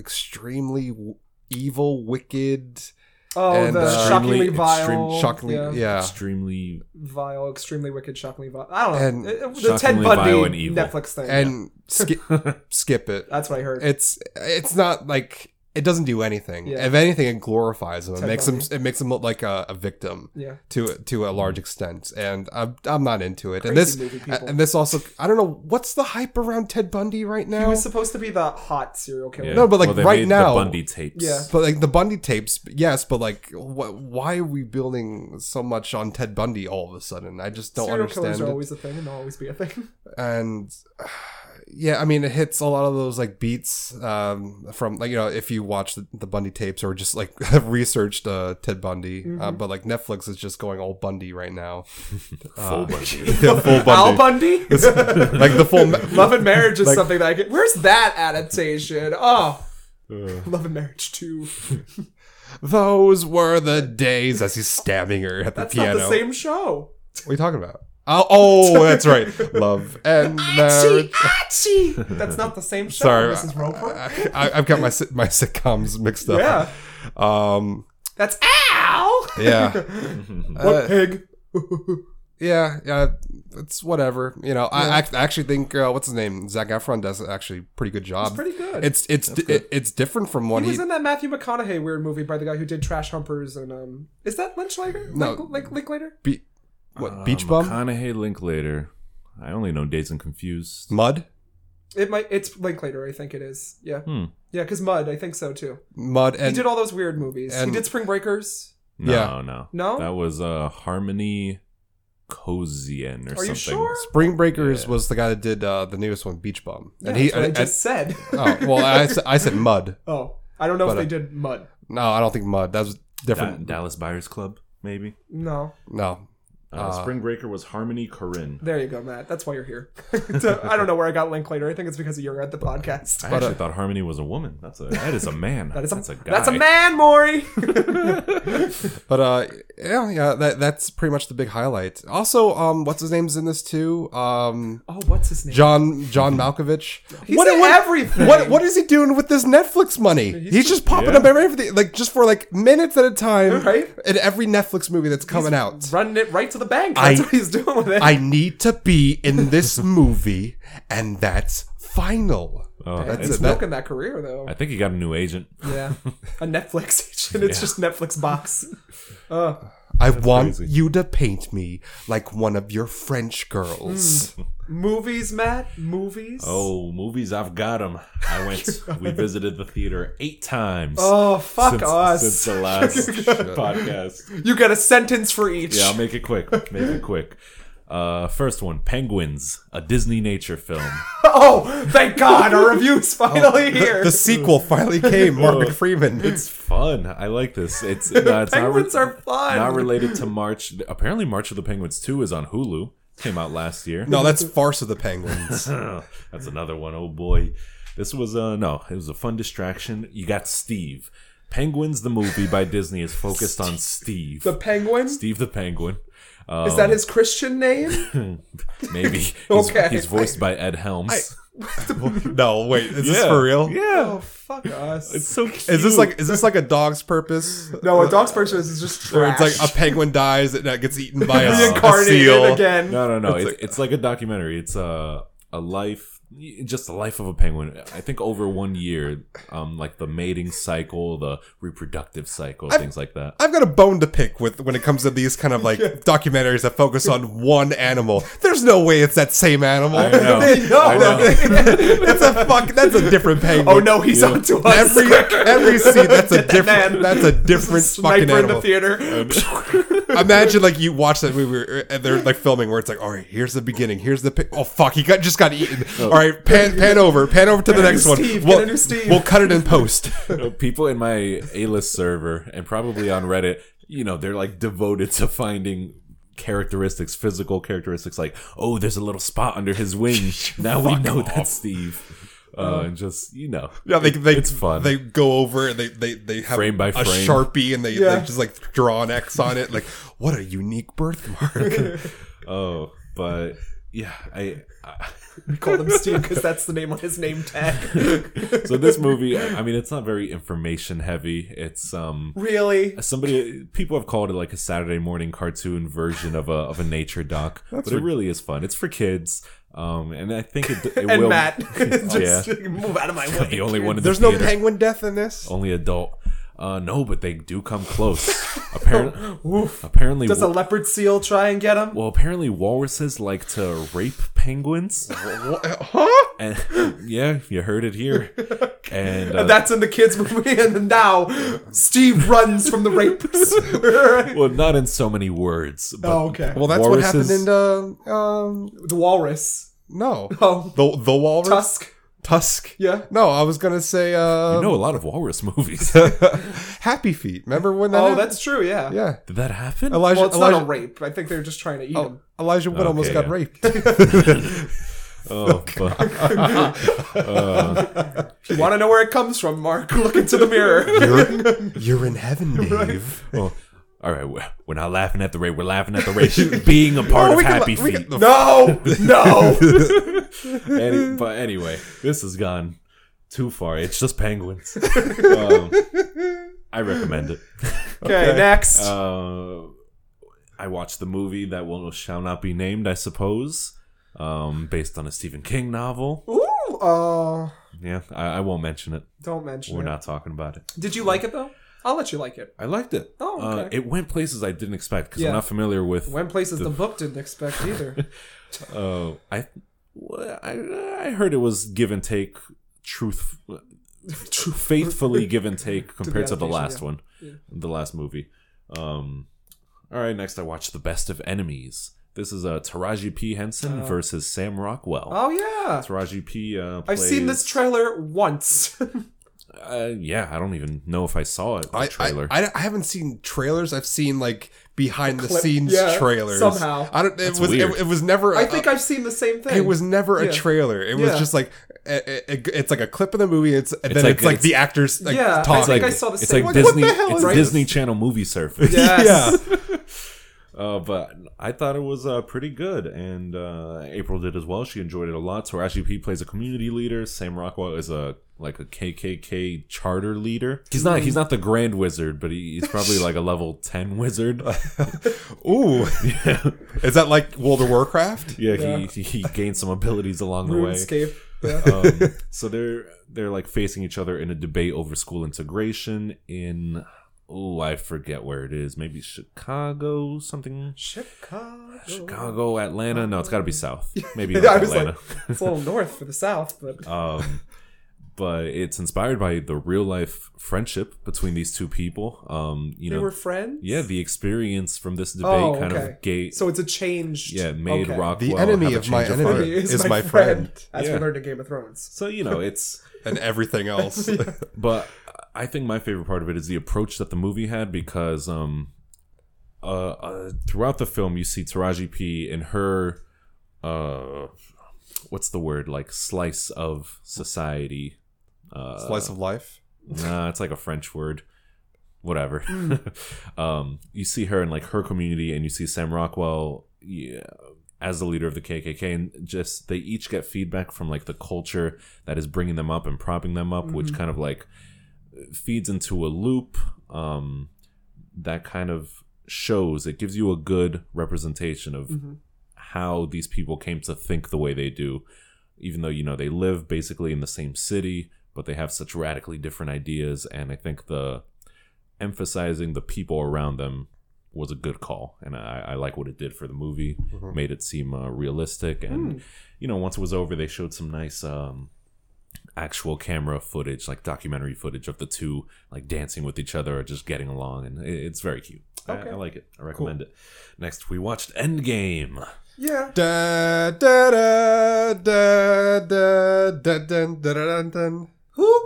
[SPEAKER 1] extremely w- evil, wicked,
[SPEAKER 2] Oh,
[SPEAKER 1] And,
[SPEAKER 2] the
[SPEAKER 1] uh,
[SPEAKER 2] shockingly
[SPEAKER 3] extremely-
[SPEAKER 2] vile.
[SPEAKER 3] extreme-
[SPEAKER 1] shockingly yeah.
[SPEAKER 3] Extremely.
[SPEAKER 2] vile, extremely wicked, shockingly vile. I don't
[SPEAKER 1] And
[SPEAKER 2] know. It- the Ted
[SPEAKER 3] shockingly vile and
[SPEAKER 2] Bundy
[SPEAKER 3] evil.
[SPEAKER 2] Netflix thing.
[SPEAKER 1] and skip skip it.
[SPEAKER 2] That's what I heard.
[SPEAKER 1] It's it's not like it doesn't do anything.
[SPEAKER 2] Yeah.
[SPEAKER 1] If anything, it glorifies him. It
[SPEAKER 2] Ted
[SPEAKER 1] makes
[SPEAKER 2] Bundy.
[SPEAKER 1] him it makes him look like a, a victim
[SPEAKER 2] yeah.
[SPEAKER 1] to to a large extent, and I'm I'm not into it.
[SPEAKER 2] Crazy
[SPEAKER 1] and this
[SPEAKER 2] movie people.
[SPEAKER 1] and this also I don't know what's the hype around Ted Bundy right
[SPEAKER 2] He
[SPEAKER 1] now.
[SPEAKER 2] was supposed to be the hot serial killer.
[SPEAKER 3] Yeah.
[SPEAKER 1] No, but, like,
[SPEAKER 3] Well, they
[SPEAKER 1] right
[SPEAKER 3] made
[SPEAKER 1] now-
[SPEAKER 3] The Bundy tapes.
[SPEAKER 2] Yeah.
[SPEAKER 1] but like the Bundy tapes, yes, but like wh- why are we building so much on Ted Bundy all of a sudden? I just don't
[SPEAKER 2] serial killers
[SPEAKER 1] understand.
[SPEAKER 2] are
[SPEAKER 1] it.
[SPEAKER 2] always a thing and they'll always be a thing.
[SPEAKER 1] and yeah, I mean it hits a lot of those like beats um, from like you know if you watch the, the Bundy tapes or just like researched uh, Ted Bundy, uh,
[SPEAKER 2] Mm-hmm.
[SPEAKER 1] but like Netflix is just going all Bundy right now.
[SPEAKER 3] Full Bundy.
[SPEAKER 1] Yeah, full
[SPEAKER 2] Al
[SPEAKER 1] Bundy.
[SPEAKER 2] Bundy?
[SPEAKER 1] like the full me-
[SPEAKER 2] Love and Marriage is
[SPEAKER 1] Like-
[SPEAKER 2] something that I get. Where's that adaptation? Oh. Love and Marriage 2.
[SPEAKER 1] Those were the days as he's stabbing her at the
[SPEAKER 2] That's
[SPEAKER 1] piano.
[SPEAKER 2] not the same show.
[SPEAKER 1] What are you talking about? Oh, oh that's right. Love and marriage.
[SPEAKER 2] Achi! Achi! ah, That's not the same show.
[SPEAKER 1] Sorry,
[SPEAKER 2] Mrs. Roper?
[SPEAKER 1] I, I, have got my sit- my sitcoms mixed up.
[SPEAKER 2] Yeah.
[SPEAKER 1] Um.
[SPEAKER 2] That's Al!
[SPEAKER 1] Yeah.
[SPEAKER 2] What
[SPEAKER 1] Uh,
[SPEAKER 2] pig?
[SPEAKER 1] yeah. Yeah. It's whatever. You know. I, act- I actually think uh, what's his name Zach Efron does actually a pretty good job.
[SPEAKER 2] It's pretty good.
[SPEAKER 1] It's it's di- it- it's different from what he.
[SPEAKER 2] he was in that Matthew McConaughey weird movie by the guy who did Trash Humpers and um is that Lynchlighter?
[SPEAKER 1] No.
[SPEAKER 2] like Linklater.
[SPEAKER 1] be- what beach
[SPEAKER 3] Uh,
[SPEAKER 1] bum
[SPEAKER 3] McConaughey Linklater. I only know Days and Confused.
[SPEAKER 1] mud
[SPEAKER 2] It might it's Linklater, I think it is. Yeah,
[SPEAKER 3] Hmm.
[SPEAKER 2] yeah, because Mud, I think so too.
[SPEAKER 1] mud
[SPEAKER 2] he
[SPEAKER 1] and
[SPEAKER 2] did all those weird movies.
[SPEAKER 1] and-
[SPEAKER 2] he did Spring Breakers.
[SPEAKER 3] No,
[SPEAKER 1] Yeah.
[SPEAKER 3] no.
[SPEAKER 2] No?
[SPEAKER 3] That was uh, Harmony Cozian or
[SPEAKER 2] Are
[SPEAKER 3] something.
[SPEAKER 2] you sure?
[SPEAKER 1] Spring Breakers was the guy that did uh, the newest one beach bum
[SPEAKER 2] Yeah,
[SPEAKER 1] and he
[SPEAKER 2] that's what I
[SPEAKER 1] and-
[SPEAKER 2] just said.
[SPEAKER 1] oh well I, s- I said mud
[SPEAKER 2] oh, I don't know
[SPEAKER 1] But,
[SPEAKER 2] if they
[SPEAKER 1] uh,
[SPEAKER 2] did Mud.
[SPEAKER 1] no I don't think mud that was
[SPEAKER 3] Da-
[SPEAKER 1] different
[SPEAKER 3] Dallas Buyers Club, maybe.
[SPEAKER 2] No,
[SPEAKER 1] no
[SPEAKER 3] Uh,
[SPEAKER 1] Uh,
[SPEAKER 3] Spring Breaker was Harmony Corinne.
[SPEAKER 2] there you go, Matt. That's why you're here. So, I don't know where I got Linklater. I think it's because you're at the podcast.
[SPEAKER 3] I actually thought Harmony was a woman. That's a that is a man.
[SPEAKER 2] uh, That is a,
[SPEAKER 3] that's a guy.
[SPEAKER 2] that's a man, Maury.
[SPEAKER 1] But uh, yeah, yeah, that that's pretty much the big highlight. Also, um, what's his name's in this too? Um,
[SPEAKER 2] oh, what's his name?
[SPEAKER 1] John John Malkovich.
[SPEAKER 2] He's in everything.
[SPEAKER 1] What what is he doing with this Netflix money? He's, just popping
[SPEAKER 3] Yeah.
[SPEAKER 1] up every everything, like just for like minutes at a time,
[SPEAKER 2] Right?
[SPEAKER 1] In every Netflix movie that's coming out.
[SPEAKER 2] Running it right to to the bank. That's
[SPEAKER 1] I-
[SPEAKER 2] what he's doing with it.
[SPEAKER 1] I need to be in this movie, and that's final.
[SPEAKER 3] Oh,
[SPEAKER 1] That's
[SPEAKER 2] He's
[SPEAKER 1] it. That-
[SPEAKER 2] smoking that career though.
[SPEAKER 3] I think he got a new agent.
[SPEAKER 2] yeah, a Netflix agent. It's just Netflix box. Oh,
[SPEAKER 1] I want
[SPEAKER 3] crazy.
[SPEAKER 1] you to paint me like one of your French girls.
[SPEAKER 2] movies, Matt. Movies.
[SPEAKER 3] Oh, movies! I've got them. I went. we visited the theater eight times.
[SPEAKER 2] Oh, fuck
[SPEAKER 3] since,
[SPEAKER 2] us.
[SPEAKER 3] Since the last podcast.
[SPEAKER 2] you get a sentence for each.
[SPEAKER 3] Yeah, I'll make it quick. Make it quick. Uh, first one, Penguins, a Disney nature film.
[SPEAKER 2] Oh, thank God, our review's
[SPEAKER 1] Oh.
[SPEAKER 2] finally here.
[SPEAKER 1] The, the sequel finally came. Morgan Freeman.
[SPEAKER 3] It's fun. I like this. It's, no, it's
[SPEAKER 2] Penguins
[SPEAKER 3] not
[SPEAKER 2] are fun.
[SPEAKER 3] Not related to March. Apparently, March of the Penguins Two is on Hulu. Came out last year.
[SPEAKER 1] no, that's Farce of the Penguins.
[SPEAKER 3] That's another one. Oh boy, this was uh no, it was a fun distraction. You got Steve. Penguins the movie by Disney is focused on Steve.
[SPEAKER 2] the penguin.
[SPEAKER 3] Steve the Penguin.
[SPEAKER 2] Is that his Christian name?
[SPEAKER 3] Maybe he's,
[SPEAKER 2] Okay.
[SPEAKER 3] he's voiced by Ed Helms.
[SPEAKER 1] no, wait, is this for real?
[SPEAKER 2] oh, fuck us.
[SPEAKER 3] It's so cute.
[SPEAKER 1] Is this like is this like a dog's purpose?
[SPEAKER 2] no, a dog's person is just
[SPEAKER 1] Where
[SPEAKER 2] trash.
[SPEAKER 1] it's like a penguin dies and that gets eaten by a, a
[SPEAKER 2] reincarnated
[SPEAKER 1] seal.
[SPEAKER 2] again.
[SPEAKER 3] No, no, no. It's, it's like a documentary. It's a a life, just the life of a penguin. I think over one year, um, like the mating cycle, the reproductive cycle, things like that.
[SPEAKER 1] I've got a bone to pick with when it comes to these kind of like documentaries that focus on one animal. There's no way it's that same animal.
[SPEAKER 3] I know.
[SPEAKER 2] No,
[SPEAKER 3] I know.
[SPEAKER 1] that's a fuck. That's a different penguin.
[SPEAKER 2] Oh no, he's on to us.
[SPEAKER 1] Every every scene, that's a different.
[SPEAKER 2] man.
[SPEAKER 1] That's a different fucking
[SPEAKER 2] Sniper in the
[SPEAKER 1] animal.
[SPEAKER 2] theater.
[SPEAKER 1] Imagine like you watch that movie uh, and they're like filming where it's like, all right, here's the beginning, here's the pic- oh fuck, he got just got eaten. All right, pan pan over, pan over to the
[SPEAKER 2] Get a
[SPEAKER 1] next
[SPEAKER 2] new
[SPEAKER 1] one.
[SPEAKER 2] Oh. Steve, get
[SPEAKER 1] we'll,
[SPEAKER 2] a new Steve.
[SPEAKER 1] we'll cut it in post.
[SPEAKER 3] You know, people in my A-list server and probably on Reddit, you know, they're like devoted to finding characteristics, physical characteristics like, oh, there's a little spot under his wing. now we know that's Steve. Uh, and just, you know,
[SPEAKER 1] Yeah, they, they
[SPEAKER 3] it's fun.
[SPEAKER 1] They go over and they they they have
[SPEAKER 3] Frame by
[SPEAKER 1] a
[SPEAKER 3] frame.
[SPEAKER 1] sharpie and they,
[SPEAKER 2] Yeah.
[SPEAKER 1] they just like draw an X on it. Like, what a unique birthmark!
[SPEAKER 3] oh, but yeah, I, I
[SPEAKER 2] We called him Steve because that's the name on his name tag.
[SPEAKER 3] so this movie, I mean, it's not very information heavy. It's um
[SPEAKER 2] really?
[SPEAKER 3] somebody people have called it like a Saturday morning cartoon version of a of a nature doc, but it really is fun. It's for kids. Um, and I think it, it
[SPEAKER 2] And
[SPEAKER 3] will Oh,
[SPEAKER 2] Matt, just
[SPEAKER 3] yeah.
[SPEAKER 2] move out of my way.
[SPEAKER 3] the only one in
[SPEAKER 1] There's
[SPEAKER 3] the
[SPEAKER 1] no
[SPEAKER 3] theater.
[SPEAKER 1] penguin death in this.
[SPEAKER 3] only adult. Uh, no, but they do come close. Apparently, apparently,
[SPEAKER 2] Does a
[SPEAKER 3] wa-
[SPEAKER 2] leopard seal try and get him?
[SPEAKER 3] well, apparently walruses like to rape penguins.
[SPEAKER 1] Huh?
[SPEAKER 3] And yeah, you heard it here. And uh,
[SPEAKER 2] And that's in the kids movie, and then now Steve runs from the rapes. the
[SPEAKER 3] well, not in so many words. But
[SPEAKER 2] Oh, okay.
[SPEAKER 1] Well, that's what happened in the um
[SPEAKER 2] walrus.
[SPEAKER 1] no
[SPEAKER 2] Oh.
[SPEAKER 1] the the walrus
[SPEAKER 2] Tusk.
[SPEAKER 1] Tusk.
[SPEAKER 2] Yeah.
[SPEAKER 1] No, I was gonna say uh
[SPEAKER 3] You know a lot of walrus movies.
[SPEAKER 1] Happy Feet. Remember when that?
[SPEAKER 2] Oh,
[SPEAKER 1] happened?
[SPEAKER 2] that's true, yeah.
[SPEAKER 1] yeah.
[SPEAKER 3] Did that happen?
[SPEAKER 1] Elijah
[SPEAKER 2] Well, it's
[SPEAKER 1] Elijah,
[SPEAKER 2] not a rape. I think they're just trying to
[SPEAKER 3] Oh.
[SPEAKER 2] eat him.
[SPEAKER 1] Elijah Wood almost
[SPEAKER 3] Okay,
[SPEAKER 1] got
[SPEAKER 3] yeah.
[SPEAKER 1] raped.
[SPEAKER 3] oh, but-
[SPEAKER 2] If you want to know where it comes from, Mark, look into the mirror.
[SPEAKER 1] You're, you're in heaven, Dave.
[SPEAKER 3] well, all right, we're, we're not laughing at the rape. We're laughing at the rape being a part
[SPEAKER 1] Oh,
[SPEAKER 3] of
[SPEAKER 1] we can
[SPEAKER 3] Happy
[SPEAKER 1] la- we
[SPEAKER 3] Feet.
[SPEAKER 1] can-
[SPEAKER 2] no, no.
[SPEAKER 3] Any, but anyway, this has gone too far. It's just penguins. um, I recommend it.
[SPEAKER 2] Okay, next.
[SPEAKER 3] Uh, I watched the movie that will shall not be named, I suppose, um, based on a Stephen King novel.
[SPEAKER 2] Ooh, uh,
[SPEAKER 3] Yeah, I, I won't mention it.
[SPEAKER 2] don't mention
[SPEAKER 3] We're
[SPEAKER 2] it.
[SPEAKER 3] not talking about it.
[SPEAKER 2] Did you like it though? I'll let you like it.
[SPEAKER 3] I liked it.
[SPEAKER 2] Oh,
[SPEAKER 3] uh,
[SPEAKER 2] okay.
[SPEAKER 3] it went places I didn't expect because
[SPEAKER 2] Yeah.
[SPEAKER 3] I'm not familiar with.
[SPEAKER 2] Went places the, book didn't expect either.
[SPEAKER 3] Uh, I, well, I I heard it was give and take, truth, faithfully give and take compared to the,
[SPEAKER 2] adaptation,
[SPEAKER 3] last
[SPEAKER 2] yeah.
[SPEAKER 3] one, the last movie. Um, all right, next I watched The Best of Enemies. This is uh, Taraji P Henson versus Sam Rockwell.
[SPEAKER 2] oh yeah,
[SPEAKER 3] Taraji P. Uh,
[SPEAKER 2] I've seen
[SPEAKER 3] plays-
[SPEAKER 2] this trailer once.
[SPEAKER 3] Uh, yeah, I don't even know if I saw it. The
[SPEAKER 1] I,
[SPEAKER 3] trailer.
[SPEAKER 1] I, I, I haven't seen trailers. I've seen like behind the
[SPEAKER 2] clip-
[SPEAKER 1] scenes
[SPEAKER 2] yeah,
[SPEAKER 1] trailers.
[SPEAKER 2] somehow.
[SPEAKER 1] I don't. It was. It,
[SPEAKER 3] weird.
[SPEAKER 1] it was never.
[SPEAKER 2] I think I've seen the same thing.
[SPEAKER 1] It was never a
[SPEAKER 2] Yeah.
[SPEAKER 1] trailer. It was
[SPEAKER 2] Yeah.
[SPEAKER 1] just like it, it, it's like a clip of the movie. It's and then
[SPEAKER 3] like-
[SPEAKER 1] it's like
[SPEAKER 3] it's-
[SPEAKER 1] the actors like
[SPEAKER 2] Yeah, I
[SPEAKER 1] talking.
[SPEAKER 2] think I saw the
[SPEAKER 3] it's
[SPEAKER 2] same
[SPEAKER 3] like
[SPEAKER 1] one. What
[SPEAKER 3] Disney.
[SPEAKER 1] the hell
[SPEAKER 3] It's
[SPEAKER 1] is
[SPEAKER 3] Disney Channel movie surface.
[SPEAKER 2] Yes.
[SPEAKER 1] yeah.
[SPEAKER 3] Uh, but I thought it was uh, pretty good, and uh, April did as well. She enjoyed it a lot. So RSVP plays a community leader. Sam Rockwell is a like a KKK charter leader. He's not he's not the Grand Wizard, but he, he's probably like a level ten wizard.
[SPEAKER 1] Ooh, is that like World of Warcraft?
[SPEAKER 3] Yeah, He, he gained some abilities along the way.
[SPEAKER 2] RuneScape. Yeah.
[SPEAKER 3] um, so they're they're like facing each other in a debate over school integration in oh I forget where it is maybe Chicago something
[SPEAKER 2] Chicago.
[SPEAKER 3] Chicago Atlanta no it's got to be south maybe
[SPEAKER 2] Yeah,
[SPEAKER 3] like
[SPEAKER 2] I was
[SPEAKER 3] Atlanta
[SPEAKER 2] like, it's a little north for the south, but
[SPEAKER 3] um, but it's inspired by the real life friendship between these two people um you
[SPEAKER 2] they
[SPEAKER 3] know
[SPEAKER 2] were friends.
[SPEAKER 3] yeah the experience from this debate
[SPEAKER 2] Oh,
[SPEAKER 3] kind
[SPEAKER 2] okay.
[SPEAKER 3] of gate
[SPEAKER 2] So it's a change.
[SPEAKER 3] yeah made
[SPEAKER 2] okay.
[SPEAKER 3] Rockwell
[SPEAKER 1] The enemy
[SPEAKER 3] have a
[SPEAKER 1] of my
[SPEAKER 3] change
[SPEAKER 1] enemy.
[SPEAKER 3] heart.
[SPEAKER 2] He is,
[SPEAKER 1] is my
[SPEAKER 2] my, friend.
[SPEAKER 1] friend.
[SPEAKER 2] As we
[SPEAKER 3] Yeah.
[SPEAKER 2] learned in Game of Thrones.
[SPEAKER 3] so you know it's
[SPEAKER 1] And everything else.
[SPEAKER 3] but I think my favorite part of it is the approach that the movie had because um, uh, uh, throughout the film you see Taraji P and her uh, what's the word like slice of society. Uh,
[SPEAKER 1] Slice of life.
[SPEAKER 3] Nah, it's like a French word. Whatever. um, you see her in like her community, and you see Sam Rockwell yeah, as the leader of the KKK, and just they each get feedback from like the culture that is bringing them up and propping them up, which kind of like feeds into a loop. Um, that kind of shows it gives you a good representation of
[SPEAKER 2] Mm-hmm.
[SPEAKER 3] how these people came to think the way they do even though you know they live basically in the same city but they have such radically different ideas and i think the emphasizing the people around them was a good call and i, I like what it did for the movie made it seem uh, realistic
[SPEAKER 2] Hmm.
[SPEAKER 3] and you know once it was over they showed some nice um actual camera footage like documentary footage of the two like dancing with each other or just getting along and it, it's very cute
[SPEAKER 2] Okay.
[SPEAKER 3] I, I like it i recommend it next we watched endgame
[SPEAKER 2] Yeah.
[SPEAKER 1] Da, da, da, da, da, da, dun, da, da, dun, dun.
[SPEAKER 2] Who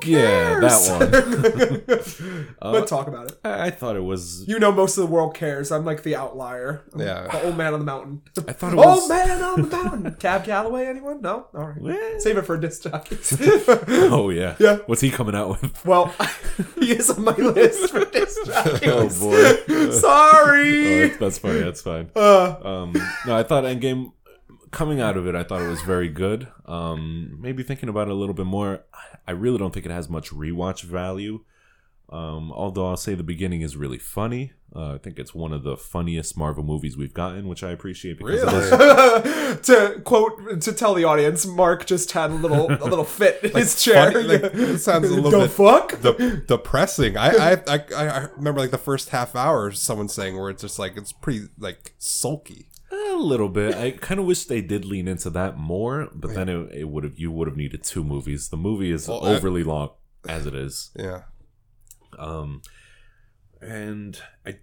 [SPEAKER 2] cares?
[SPEAKER 3] Yeah, that Uh,
[SPEAKER 2] one. but talk about it.
[SPEAKER 3] i, I thought it was
[SPEAKER 2] You know, most of the world cares. I'm like the outlier. I'm
[SPEAKER 1] Yeah.
[SPEAKER 2] The old man on the mountain.
[SPEAKER 3] i thought it
[SPEAKER 2] old
[SPEAKER 3] was
[SPEAKER 2] man on the mountain. Cab Calloway, anyone? No? All right.
[SPEAKER 3] Well-
[SPEAKER 2] Save it for disc jockeys.
[SPEAKER 3] Eh? Oh yeah.
[SPEAKER 2] Yeah.
[SPEAKER 3] What's he coming out with?
[SPEAKER 2] well, he is on my list for disc
[SPEAKER 3] Oh
[SPEAKER 2] jockeys.
[SPEAKER 3] boy. Oh,
[SPEAKER 2] Sorry.
[SPEAKER 3] that's, that's funny. That's fine.
[SPEAKER 2] Uh,
[SPEAKER 3] Um, no, I thought Endgame coming out of it, I thought it was very good. Um, maybe thinking about it a little bit more, I really don't think it has much rewatch value. Um, although I'll say the beginning is really funny. Uh, I think it's one of the funniest Marvel movies we've gotten, which I appreciate because it is
[SPEAKER 2] to quote to tell the audience, Mark just had a little a little fit in his chair.
[SPEAKER 1] funny, like, it sounds a little
[SPEAKER 2] the
[SPEAKER 1] bit-
[SPEAKER 2] fuck.
[SPEAKER 1] De- depressing. I, I I I remember like the first half hour someone saying where it's just like it's pretty like sulky.
[SPEAKER 3] a little bit. I kind of wish they did lean into that more, but then it, it would have you would have needed two movies. The movie is
[SPEAKER 1] Well, I-
[SPEAKER 3] overly long as it is.
[SPEAKER 1] Yeah.
[SPEAKER 3] um and i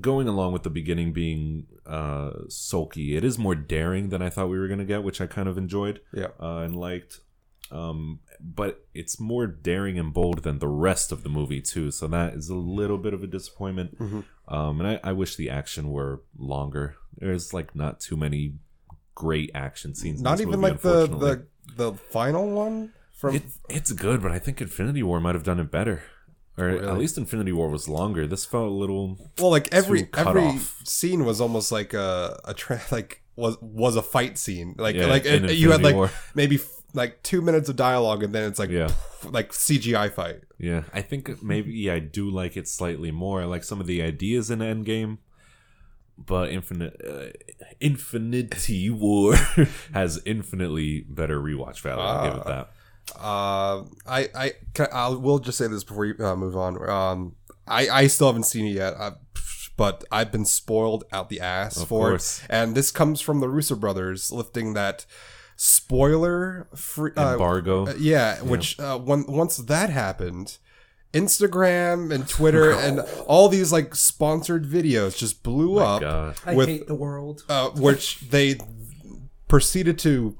[SPEAKER 3] going along with the beginning being uh sulky it is more daring than i thought we were going to get which i kind of enjoyed
[SPEAKER 1] Yeah.
[SPEAKER 3] uh, and liked um but it's more daring and bold than the rest of the movie too so that is a little bit of a disappointment
[SPEAKER 1] Mhm.
[SPEAKER 3] um and I, I wish the action were longer there's like not too many great action scenes in
[SPEAKER 1] Not
[SPEAKER 3] this
[SPEAKER 1] even
[SPEAKER 3] movie,
[SPEAKER 1] like the
[SPEAKER 3] unfortunately.
[SPEAKER 1] the the final one from
[SPEAKER 3] It, it's good, but I think Infinity War might have done it better. Or at
[SPEAKER 1] Really?
[SPEAKER 3] least Infinity War was longer. This felt a little.
[SPEAKER 1] well like every
[SPEAKER 3] Soon cut
[SPEAKER 1] every
[SPEAKER 3] off.
[SPEAKER 1] scene was almost like a a tra- like was was a fight scene. Like
[SPEAKER 3] Yeah,
[SPEAKER 1] like
[SPEAKER 3] in
[SPEAKER 1] it, you had
[SPEAKER 3] Infinity
[SPEAKER 1] like
[SPEAKER 3] War.
[SPEAKER 1] maybe f- like 2 minutes of dialogue and then it's like
[SPEAKER 3] Yeah.
[SPEAKER 1] like CGI fight.
[SPEAKER 3] Yeah, I think maybe yeah, I do like it slightly more. I like some of the ideas in Endgame, but Infinite uh, Infinity War has infinitely better rewatch value. I'll give it that.
[SPEAKER 1] Uh, I I can, I will just say this before you uh, move on. Um, I I still haven't seen it yet. I, but I've been spoiled out the ass for
[SPEAKER 3] course.
[SPEAKER 1] it, and this comes from the Russo brothers lifting that spoiler free uh,
[SPEAKER 3] Embargo.
[SPEAKER 1] uh, yeah, which uh, when, once that happened, Instagram and Twitter and all these like sponsored videos just blew up
[SPEAKER 3] God.
[SPEAKER 2] I
[SPEAKER 1] with-
[SPEAKER 2] hate the world.
[SPEAKER 1] uh, which they proceeded to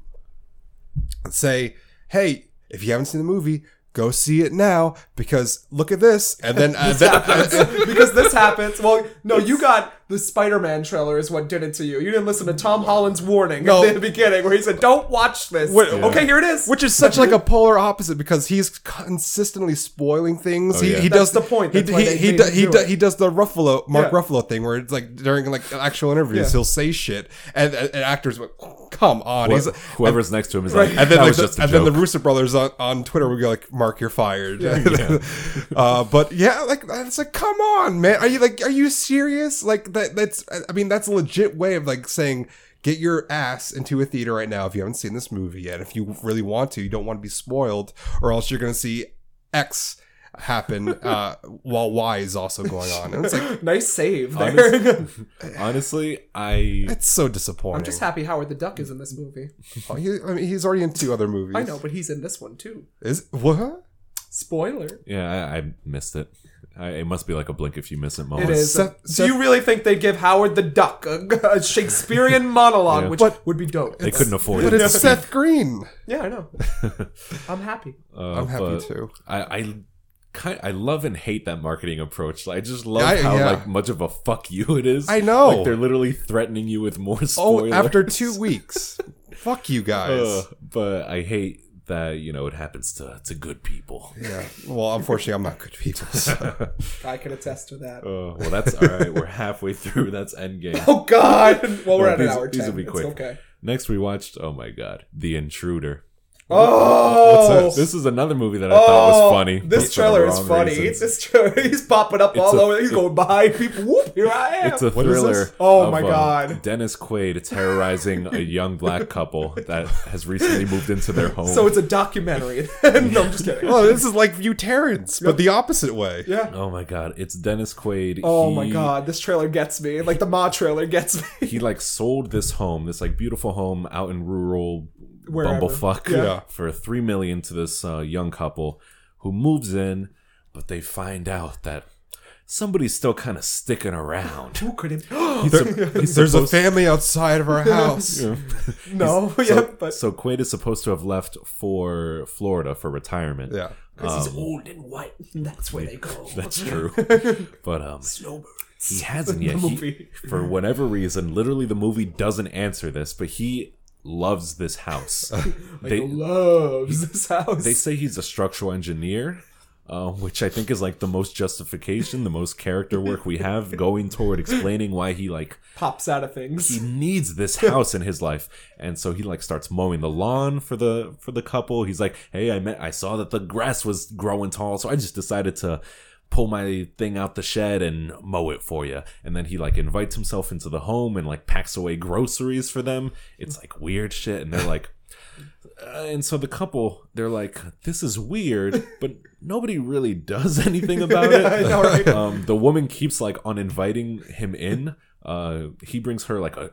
[SPEAKER 1] say, "Hey, if you haven't seen the movie, go see it now because look at this." And then, uh, then
[SPEAKER 2] happens. because this happens. Well, no, you got the Spider-Man trailer is what did it to you. You didn't listen to Tom Holland's warning
[SPEAKER 1] No.
[SPEAKER 2] at the beginning where he said, "Don't watch this."
[SPEAKER 1] Wait,
[SPEAKER 2] Okay, here it is.
[SPEAKER 1] Which is such like a polar opposite because he's consistently spoiling things. he,
[SPEAKER 3] yeah.
[SPEAKER 1] he does
[SPEAKER 2] That's the point.
[SPEAKER 1] He
[SPEAKER 2] That's why
[SPEAKER 1] he
[SPEAKER 2] they
[SPEAKER 1] he,
[SPEAKER 2] made
[SPEAKER 1] do-
[SPEAKER 2] him
[SPEAKER 1] he,
[SPEAKER 2] do
[SPEAKER 1] do-
[SPEAKER 2] it.
[SPEAKER 1] he does the Ruffalo Mark
[SPEAKER 2] Yeah.
[SPEAKER 1] Ruffalo thing where it's like during like actual interviews
[SPEAKER 2] Yeah.
[SPEAKER 1] he'll say shit and, and, and actors went, "Come on." he's
[SPEAKER 3] Whoever's next to him is like,
[SPEAKER 1] and then,
[SPEAKER 3] that
[SPEAKER 1] like,
[SPEAKER 3] was
[SPEAKER 1] the,
[SPEAKER 3] just a
[SPEAKER 1] and
[SPEAKER 3] joke.
[SPEAKER 1] then the Rooster Brothers on, on Twitter would go like, "Mark, you're fired." uh, but yeah, like it's like, come on, man, are you like, are you serious? Like that, that's, I mean, that's a legit way of like saying, get your ass into a theater right now if you haven't seen this movie yet. If you really want to, you don't want to be spoiled, or else you're gonna see X happen uh, while Y is also going on, and it's like,
[SPEAKER 2] nice save there.
[SPEAKER 3] Honest- Honestly, I
[SPEAKER 1] it's so disappointing.
[SPEAKER 2] I'm just happy Howard the Duck is in this movie.
[SPEAKER 1] Oh, he, I mean, he's already in two other movies.
[SPEAKER 2] I know, but he's in this one too.
[SPEAKER 1] Is what?
[SPEAKER 2] Spoiler.
[SPEAKER 3] yeah, I, I missed it. I, it must be like a blink if you miss it
[SPEAKER 2] It
[SPEAKER 3] moment.
[SPEAKER 2] is.
[SPEAKER 1] Oh, Seth-
[SPEAKER 2] Do you really think they'd give Howard the Duck a, a Shakespearean monologue,
[SPEAKER 3] Yeah.
[SPEAKER 2] which
[SPEAKER 1] But-
[SPEAKER 2] would be dope?
[SPEAKER 3] They couldn't afford
[SPEAKER 1] But
[SPEAKER 3] it.
[SPEAKER 1] it's Seth Green.
[SPEAKER 2] Yeah, I know. I'm happy.
[SPEAKER 3] Uh,
[SPEAKER 1] I'm happy
[SPEAKER 3] but
[SPEAKER 1] too.
[SPEAKER 3] I, I kind I love and hate that marketing approach. Like, I just love
[SPEAKER 1] I-
[SPEAKER 3] how
[SPEAKER 1] yeah.
[SPEAKER 3] like much of a fuck you it is.
[SPEAKER 1] I know.
[SPEAKER 3] Like they're literally threatening you with more
[SPEAKER 1] Oh,
[SPEAKER 3] spoilers.
[SPEAKER 1] after two weeks. Fuck you guys.
[SPEAKER 3] Uh, but I hate that you know it happens to to good people.
[SPEAKER 1] Yeah. Well, unfortunately, I'm not good people. so.
[SPEAKER 2] I can attest to that.
[SPEAKER 3] Uh, well, that's all right. We're halfway through. That's Endgame.
[SPEAKER 2] Oh God! Well, we're
[SPEAKER 3] Well,
[SPEAKER 2] at an
[SPEAKER 3] these-
[SPEAKER 2] hour
[SPEAKER 3] these
[SPEAKER 2] ten.
[SPEAKER 3] will be
[SPEAKER 2] It's
[SPEAKER 3] quick.
[SPEAKER 2] okay.
[SPEAKER 3] Next, we watched. Oh my god, The Intruder.
[SPEAKER 2] Oh,
[SPEAKER 1] What's
[SPEAKER 3] This is another movie that I thought was funny. but
[SPEAKER 2] This
[SPEAKER 3] for the
[SPEAKER 2] trailer is
[SPEAKER 3] wrong
[SPEAKER 2] funny.
[SPEAKER 3] reasons.
[SPEAKER 2] This trailer, he's popping up all
[SPEAKER 3] a-
[SPEAKER 2] over. He's going behind people. Whoop! Here I am.
[SPEAKER 3] It's a
[SPEAKER 1] is this?
[SPEAKER 3] thriller.
[SPEAKER 2] Oh
[SPEAKER 3] of,
[SPEAKER 2] my
[SPEAKER 3] uh,
[SPEAKER 2] God.
[SPEAKER 3] Dennis Quaid terrorizing a young black couple that has recently moved into their home.
[SPEAKER 2] so it's a documentary. no, I'm just kidding. Oh,
[SPEAKER 1] Well, this is like View Terrence, but the opposite way.
[SPEAKER 2] Yeah.
[SPEAKER 3] oh my god, it's Dennis Quaid.
[SPEAKER 2] Oh
[SPEAKER 3] He-
[SPEAKER 2] my God! This trailer gets me. Like the Ma trailer gets me.
[SPEAKER 3] He like sold this home, this like beautiful home out in rural
[SPEAKER 2] Wherever.
[SPEAKER 3] bumblefuck,
[SPEAKER 2] Yeah.
[SPEAKER 1] Yeah.
[SPEAKER 3] for three million to this uh, young couple who moves in, but they find out that somebody's still kind of sticking around.
[SPEAKER 2] Who could it?
[SPEAKER 3] He's a- he's
[SPEAKER 1] There's a
[SPEAKER 3] supposed-
[SPEAKER 1] family outside of our house.
[SPEAKER 2] no. Yeah.
[SPEAKER 3] so,
[SPEAKER 2] but
[SPEAKER 3] so Quaid is supposed to have left for Florida for retirement.
[SPEAKER 1] Yeah.
[SPEAKER 2] because
[SPEAKER 3] um,
[SPEAKER 2] he's old and white, that's where they go.
[SPEAKER 3] That's true. But um
[SPEAKER 2] Snowbirds.
[SPEAKER 3] he hasn't yet.
[SPEAKER 2] The
[SPEAKER 3] He-
[SPEAKER 2] movie.
[SPEAKER 3] for whatever reason, literally the movie doesn't answer this, but he loves this house.
[SPEAKER 2] He
[SPEAKER 3] they
[SPEAKER 2] loves this house.
[SPEAKER 3] they say he's a structural engineer. Uh, which I think is like the most justification, the most character work we have going toward explaining why he like
[SPEAKER 2] Pops out of things.
[SPEAKER 3] he needs this house in his life and so he like starts mowing the lawn for the for the couple he's like hey i met i saw that the grass was growing tall so i just decided to pull my thing out the shed and mow it for you and then he like invites himself into the home and like packs away groceries for them it's like weird shit and they're like uh, and so the couple they're like this is weird but nobody really does anything about it
[SPEAKER 2] I know, right?
[SPEAKER 3] um, the woman keeps like on inviting him in. Uh, he brings her like a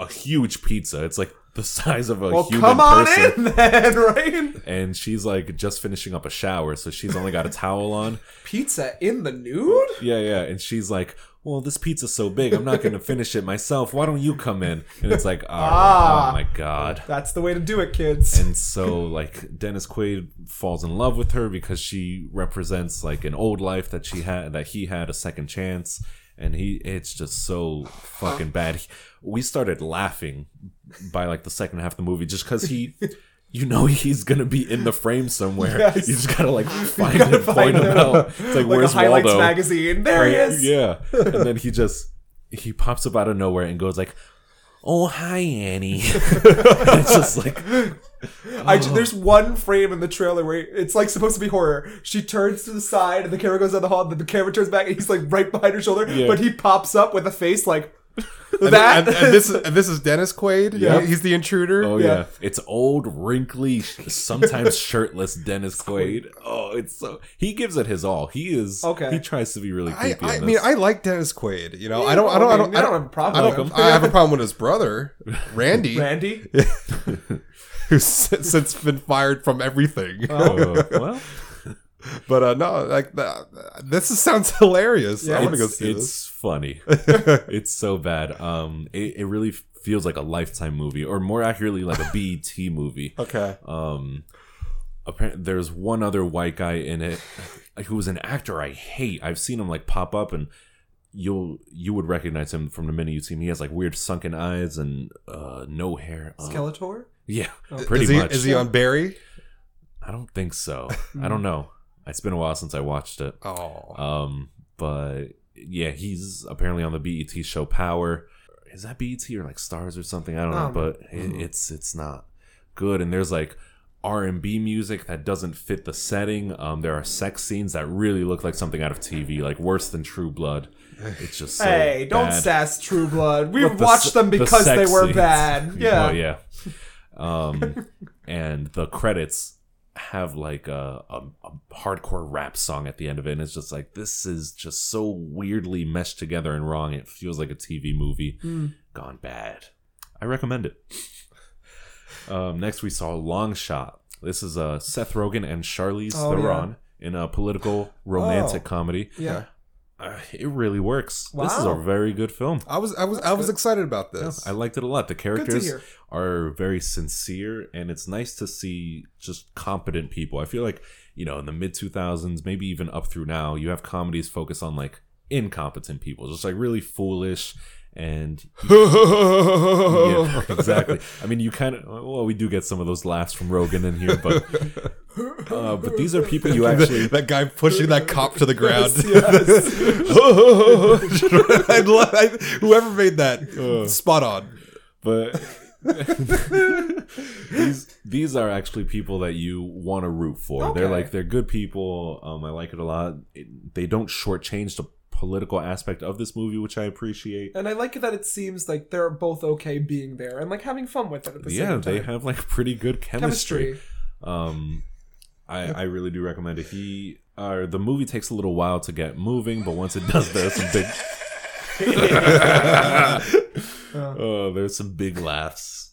[SPEAKER 3] a huge pizza. It's like the size of a
[SPEAKER 2] well,
[SPEAKER 3] human
[SPEAKER 2] come on
[SPEAKER 3] person.
[SPEAKER 2] in then, right?
[SPEAKER 3] And she's like just finishing up a shower, so she's only got a towel on.
[SPEAKER 2] Pizza in the nude?
[SPEAKER 3] Yeah, yeah. And she's like, "Well, this pizza's so big, I'm not gonna finish it myself. Why don't you come in?" And it's like, ah,
[SPEAKER 2] Ah.
[SPEAKER 3] "Oh my god."
[SPEAKER 2] That's the way to do it, kids.
[SPEAKER 3] and so like Dennis Quaid falls in love with her because she represents like an old life that she had that he had a second chance and he it's just so fucking bad. He- we started laughing by like the second half of the movie just cuz he you know he's going to be in the frame somewhere.
[SPEAKER 2] Yes.
[SPEAKER 3] You just got to like find
[SPEAKER 2] gotta
[SPEAKER 3] him point
[SPEAKER 2] find
[SPEAKER 3] him
[SPEAKER 2] him.
[SPEAKER 3] out. It's like,
[SPEAKER 2] like a
[SPEAKER 3] where's
[SPEAKER 2] highlights
[SPEAKER 3] Waldo?
[SPEAKER 2] magazine. There he is.
[SPEAKER 3] Yeah. And then he just he pops up out of nowhere and goes like, "Oh, hi Annie." it's just like
[SPEAKER 2] I ju- there's one frame in the trailer where it's like supposed to be horror. She turns to the side, and the camera goes down the hall. Then the camera turns back, and he's like right behind her shoulder.
[SPEAKER 3] Yeah.
[SPEAKER 2] But he pops up with a face like
[SPEAKER 1] And,
[SPEAKER 2] that.
[SPEAKER 1] and- and this, and this is Dennis Quaid.
[SPEAKER 2] Yeah.
[SPEAKER 1] He's the intruder.
[SPEAKER 3] Oh
[SPEAKER 2] Yeah.
[SPEAKER 3] yeah. it's old, wrinkly, sometimes shirtless Dennis Quaid. Oh, it's so he gives it his all. He is
[SPEAKER 2] Okay.
[SPEAKER 3] He tries to be really
[SPEAKER 1] I,
[SPEAKER 3] creepy.
[SPEAKER 1] I
[SPEAKER 3] in
[SPEAKER 1] mean,
[SPEAKER 3] this.
[SPEAKER 1] I like Dennis Quaid. You know,
[SPEAKER 2] Yeah,
[SPEAKER 1] I don't, I don't, I don't,
[SPEAKER 2] mean,
[SPEAKER 1] I don't,
[SPEAKER 2] have a problem.
[SPEAKER 1] I don't,
[SPEAKER 2] with him.
[SPEAKER 1] I have a problem with his brother, Randy,
[SPEAKER 2] Randy.
[SPEAKER 1] who's since since been fired from everything.
[SPEAKER 3] Uh, well,
[SPEAKER 1] But uh, no, like uh, this is, sounds hilarious.
[SPEAKER 2] Yeah,
[SPEAKER 1] I want to go
[SPEAKER 3] it's,
[SPEAKER 1] see
[SPEAKER 3] it's
[SPEAKER 1] this.
[SPEAKER 3] funny. it's so bad. Um, it, it really feels like a lifetime movie, or more accurately, like a BT movie.
[SPEAKER 1] Okay.
[SPEAKER 3] Um, apparently, there's one other white guy in it who was an actor I hate. I've seen him like pop up and you'll you would recognize him from the minute you see him. He has like weird sunken eyes and uh, no hair. Uh,
[SPEAKER 2] Skeletor?
[SPEAKER 3] Yeah,
[SPEAKER 2] Oh.
[SPEAKER 3] pretty
[SPEAKER 1] is he,
[SPEAKER 3] much.
[SPEAKER 1] Is he on Barry?
[SPEAKER 3] I don't think so. I don't know. It's been a while since I watched it.
[SPEAKER 1] Oh,
[SPEAKER 3] Um, but yeah, he's apparently on the BET show Power. Is that BET or like Stars or something? I don't know, Mm-hmm.
[SPEAKER 2] Um,
[SPEAKER 3] but it, it's it's not good. And there's like R and B music that doesn't fit the setting. Um, there are sex scenes that really look like something out of TV, like worse than True Blood. It's just so
[SPEAKER 2] hey, don't
[SPEAKER 3] bad.
[SPEAKER 2] sass True Blood. We
[SPEAKER 3] But the
[SPEAKER 2] watched
[SPEAKER 3] s-
[SPEAKER 2] them
[SPEAKER 3] the
[SPEAKER 2] because they
[SPEAKER 3] sex
[SPEAKER 2] were
[SPEAKER 3] scenes.
[SPEAKER 2] bad. Yeah.
[SPEAKER 3] Well, yeah. Um, and the credits have like a, a, a hardcore rap song at the end of it, and it's just like this is just so weirdly meshed together and wrong. It feels like a TV movie
[SPEAKER 2] Hmm.
[SPEAKER 3] gone bad. I recommend it. Um, next, we saw Long Shot. This is uh, Seth Rogen and Charlize
[SPEAKER 2] Oh, yeah.
[SPEAKER 3] Theron in a political romantic
[SPEAKER 2] Oh.
[SPEAKER 3] comedy.
[SPEAKER 2] Yeah.
[SPEAKER 3] Uh, it really works. This is a
[SPEAKER 2] Wow.
[SPEAKER 3] very good film.
[SPEAKER 1] I was I was I was excited about this.
[SPEAKER 3] I liked it a lot. The
[SPEAKER 2] Good to
[SPEAKER 3] characters
[SPEAKER 2] hear.
[SPEAKER 3] are very sincere, and it's nice to see just competent people. I feel like you know in the mid two thousands, maybe even up through now, you have comedies focused on like incompetent people, just like really foolish and yeah, exactly. I mean, you kind of well, we do get some of those laughs from Rogan in here, but uh, but these are people you actually.
[SPEAKER 1] that guy pushing that cop to the ground.
[SPEAKER 2] Yes.
[SPEAKER 1] I love, I, whoever made that, spot on.
[SPEAKER 3] but these these are actually people that you want to root for. They're
[SPEAKER 2] Okay.
[SPEAKER 3] like they're good people. Um, I like it a lot. It, they don't shortchange the political aspect of this movie, which I appreciate.
[SPEAKER 2] and I like that it seems like they're both okay being there and like having fun with it at the
[SPEAKER 3] yeah,
[SPEAKER 2] same time.
[SPEAKER 3] they have like pretty good chemistry.
[SPEAKER 2] chemistry.
[SPEAKER 3] Um, I I really do recommend it. He uh, the movie takes a little while to get moving, but once it does, there's some big. Oh, there's some big laughs.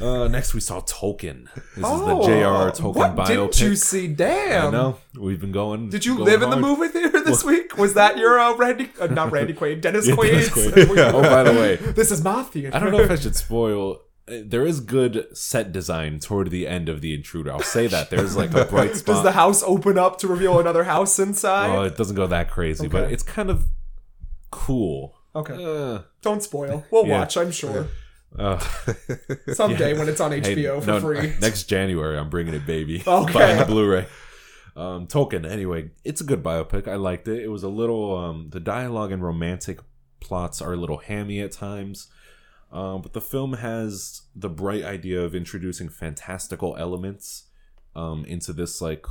[SPEAKER 3] Uh, next, we saw Tolkien. This is the J.R.R. Tolkien
[SPEAKER 2] Oh, what
[SPEAKER 3] biopic.
[SPEAKER 2] didn't you see? Damn.
[SPEAKER 3] I know we've been going.
[SPEAKER 2] Did you
[SPEAKER 3] going
[SPEAKER 2] live in the
[SPEAKER 3] hard.
[SPEAKER 2] movie theater this week? Was that your uh, Randy? Uh, not Randy Quaid. Dennis
[SPEAKER 3] Yeah,
[SPEAKER 2] Quaid.
[SPEAKER 3] Dennis Quaid. oh, by the way,
[SPEAKER 2] This is my theater.
[SPEAKER 3] I don't know if I should spoil. uh, There is good set design toward the end of the intruder. I'll say that there's like a bright spot.
[SPEAKER 2] Does the house open up to reveal another house inside?
[SPEAKER 3] Well, it doesn't go that crazy, but
[SPEAKER 2] Okay.
[SPEAKER 3] it's kind of cool.
[SPEAKER 2] okay.
[SPEAKER 3] Uh,
[SPEAKER 2] Don't spoil. We'll
[SPEAKER 3] yeah.
[SPEAKER 2] watch, I'm sure.
[SPEAKER 3] uh,
[SPEAKER 2] Someday when it's on
[SPEAKER 3] hey,
[SPEAKER 2] HBO for
[SPEAKER 3] no,
[SPEAKER 2] free.
[SPEAKER 3] Next January, I'm bringing it, baby.
[SPEAKER 2] Okay.
[SPEAKER 3] Buying the Blu-ray. Um, Tolkien. Anyway, it's a good biopic. I liked it. It was a little. Um, the dialogue and romantic plots are a little hammy at times, um, but the film has the bright idea of introducing fantastical elements um, into this like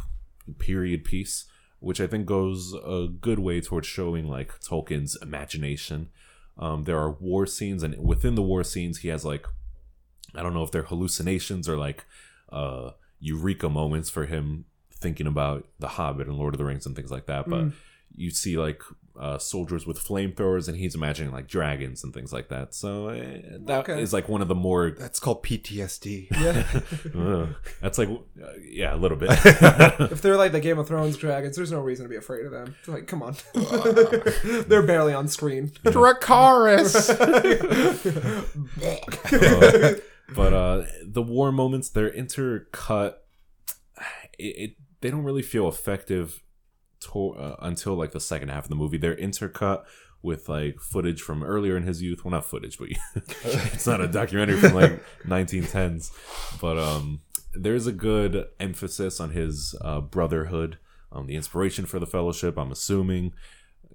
[SPEAKER 3] period piece, which I think goes a good way towards showing like Tolkien's imagination. Um, there are war scenes, and within the war scenes, he has like I don't know if they're hallucinations or like uh, eureka moments for him thinking about The Hobbit and Lord of the Rings and things like that. But
[SPEAKER 2] Mm.
[SPEAKER 3] you see like uh, soldiers with flamethrowers, and he's imagining like dragons and things like that. So eh, that is
[SPEAKER 2] Okay.
[SPEAKER 3] like one of the more
[SPEAKER 1] That's called PTSD.
[SPEAKER 2] Yeah.
[SPEAKER 3] Ugh. that's like uh, yeah a little bit.
[SPEAKER 2] if they're like the Game of Thrones dragons, there's no reason to be afraid of them. Like, come on. they're barely on screen.
[SPEAKER 1] Dracaris.
[SPEAKER 3] Uh, but uh, the war moments they're intercut. It, it they don't really feel effective to, uh, until like the second half of the movie. They're intercut with like footage from earlier in his youth. Well, not footage, but it's not a documentary from like 1910s. But um, there's a good emphasis on his uh, brotherhood, um, the inspiration for the fellowship. I'm assuming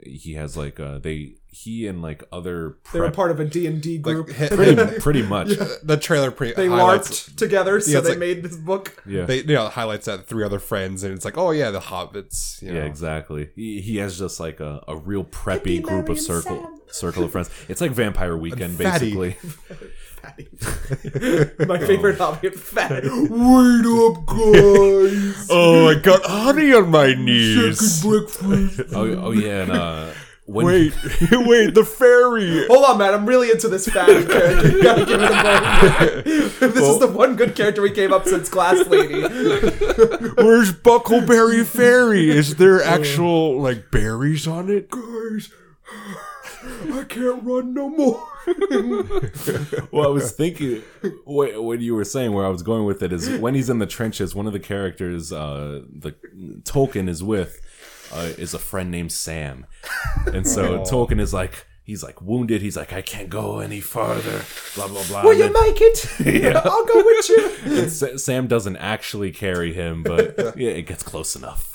[SPEAKER 3] he has like uh, they he and like other
[SPEAKER 2] They were
[SPEAKER 3] prep-
[SPEAKER 2] part of a D&D group.
[SPEAKER 1] hit-
[SPEAKER 3] pretty pretty much.
[SPEAKER 1] the trailer pre
[SPEAKER 2] they
[SPEAKER 1] highlights.
[SPEAKER 2] LARPed together, so
[SPEAKER 1] Yeah, it's
[SPEAKER 2] they
[SPEAKER 1] like-
[SPEAKER 2] made this book.
[SPEAKER 3] Yeah.
[SPEAKER 1] They you know, highlights that three other friends, and it's like, oh yeah, the hobbits. You
[SPEAKER 3] Yeah,
[SPEAKER 1] know.
[SPEAKER 3] exactly. He, he has just like a, a real preppy group of
[SPEAKER 2] Marion
[SPEAKER 3] circle
[SPEAKER 2] Sam.
[SPEAKER 3] circle of friends. It's like Vampire Weekend,
[SPEAKER 1] fatty.
[SPEAKER 3] basically.
[SPEAKER 2] My
[SPEAKER 1] Oh.
[SPEAKER 2] favorite hobby.
[SPEAKER 1] Wait
[SPEAKER 2] Fat.
[SPEAKER 1] up, guys! oh, I got honey on my knees.
[SPEAKER 3] Oh, oh yeah, and uh, when
[SPEAKER 1] Wait, wait, the fairy.
[SPEAKER 2] Hold on, man. I'm really into this fatty character. You gotta give it a break. this is the one good character we gave up since Glass Lady.
[SPEAKER 1] Where's Buckleberry Fairy? Is there actual like berries on it? Guys, I can't run no more.
[SPEAKER 3] well, I was thinking what, what you were saying, where I was going with it is when he's in the trenches, one of the characters, uh, the Tolkien is with, uh, is a friend named Sam, and so Tolkien is like he's like wounded. He's like I can't go any farther. Blah blah blah.
[SPEAKER 2] Will
[SPEAKER 3] And
[SPEAKER 2] you
[SPEAKER 3] then-
[SPEAKER 2] make it?
[SPEAKER 3] Yeah.
[SPEAKER 2] I'll go with you.
[SPEAKER 3] and Sa- Sam doesn't actually carry him, but yeah, it gets close enough.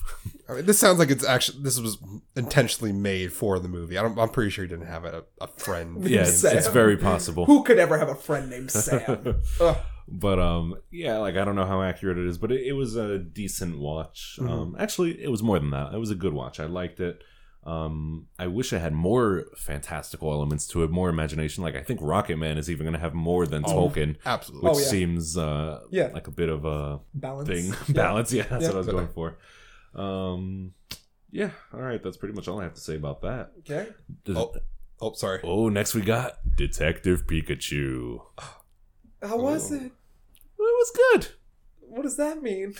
[SPEAKER 1] I mean, this sounds like it's actually this was intentionally made for the movie. I don't, I'm pretty sure he didn't have a, a friend.
[SPEAKER 3] Yeah,
[SPEAKER 1] named
[SPEAKER 3] it's,
[SPEAKER 1] Sam.
[SPEAKER 3] it's very possible.
[SPEAKER 2] Who could ever have a friend named Sam? Ugh.
[SPEAKER 3] but um yeah like i don't know how accurate it is but it, it was a decent watch
[SPEAKER 2] Mm-hmm.
[SPEAKER 3] um actually it was more than that it was a good watch i liked it um i wish i had more fantastical elements to it more imagination like i think rocket man is even going to have more than tolkien
[SPEAKER 1] absolutely.
[SPEAKER 3] which
[SPEAKER 2] Oh. yeah.
[SPEAKER 3] seems uh
[SPEAKER 2] Yeah.
[SPEAKER 3] like a bit of a
[SPEAKER 2] Balance.
[SPEAKER 3] thing
[SPEAKER 2] Yeah.
[SPEAKER 3] balance yeah that's
[SPEAKER 2] Yeah.
[SPEAKER 3] what i was going for um yeah all right that's pretty much all i have to say about that
[SPEAKER 2] Okay.
[SPEAKER 3] Does-
[SPEAKER 1] Oh.
[SPEAKER 3] oh.
[SPEAKER 1] Oh, sorry.
[SPEAKER 3] next we got detective pikachu it
[SPEAKER 2] How
[SPEAKER 1] Oh.
[SPEAKER 2] was it?
[SPEAKER 3] was good
[SPEAKER 2] What does that mean?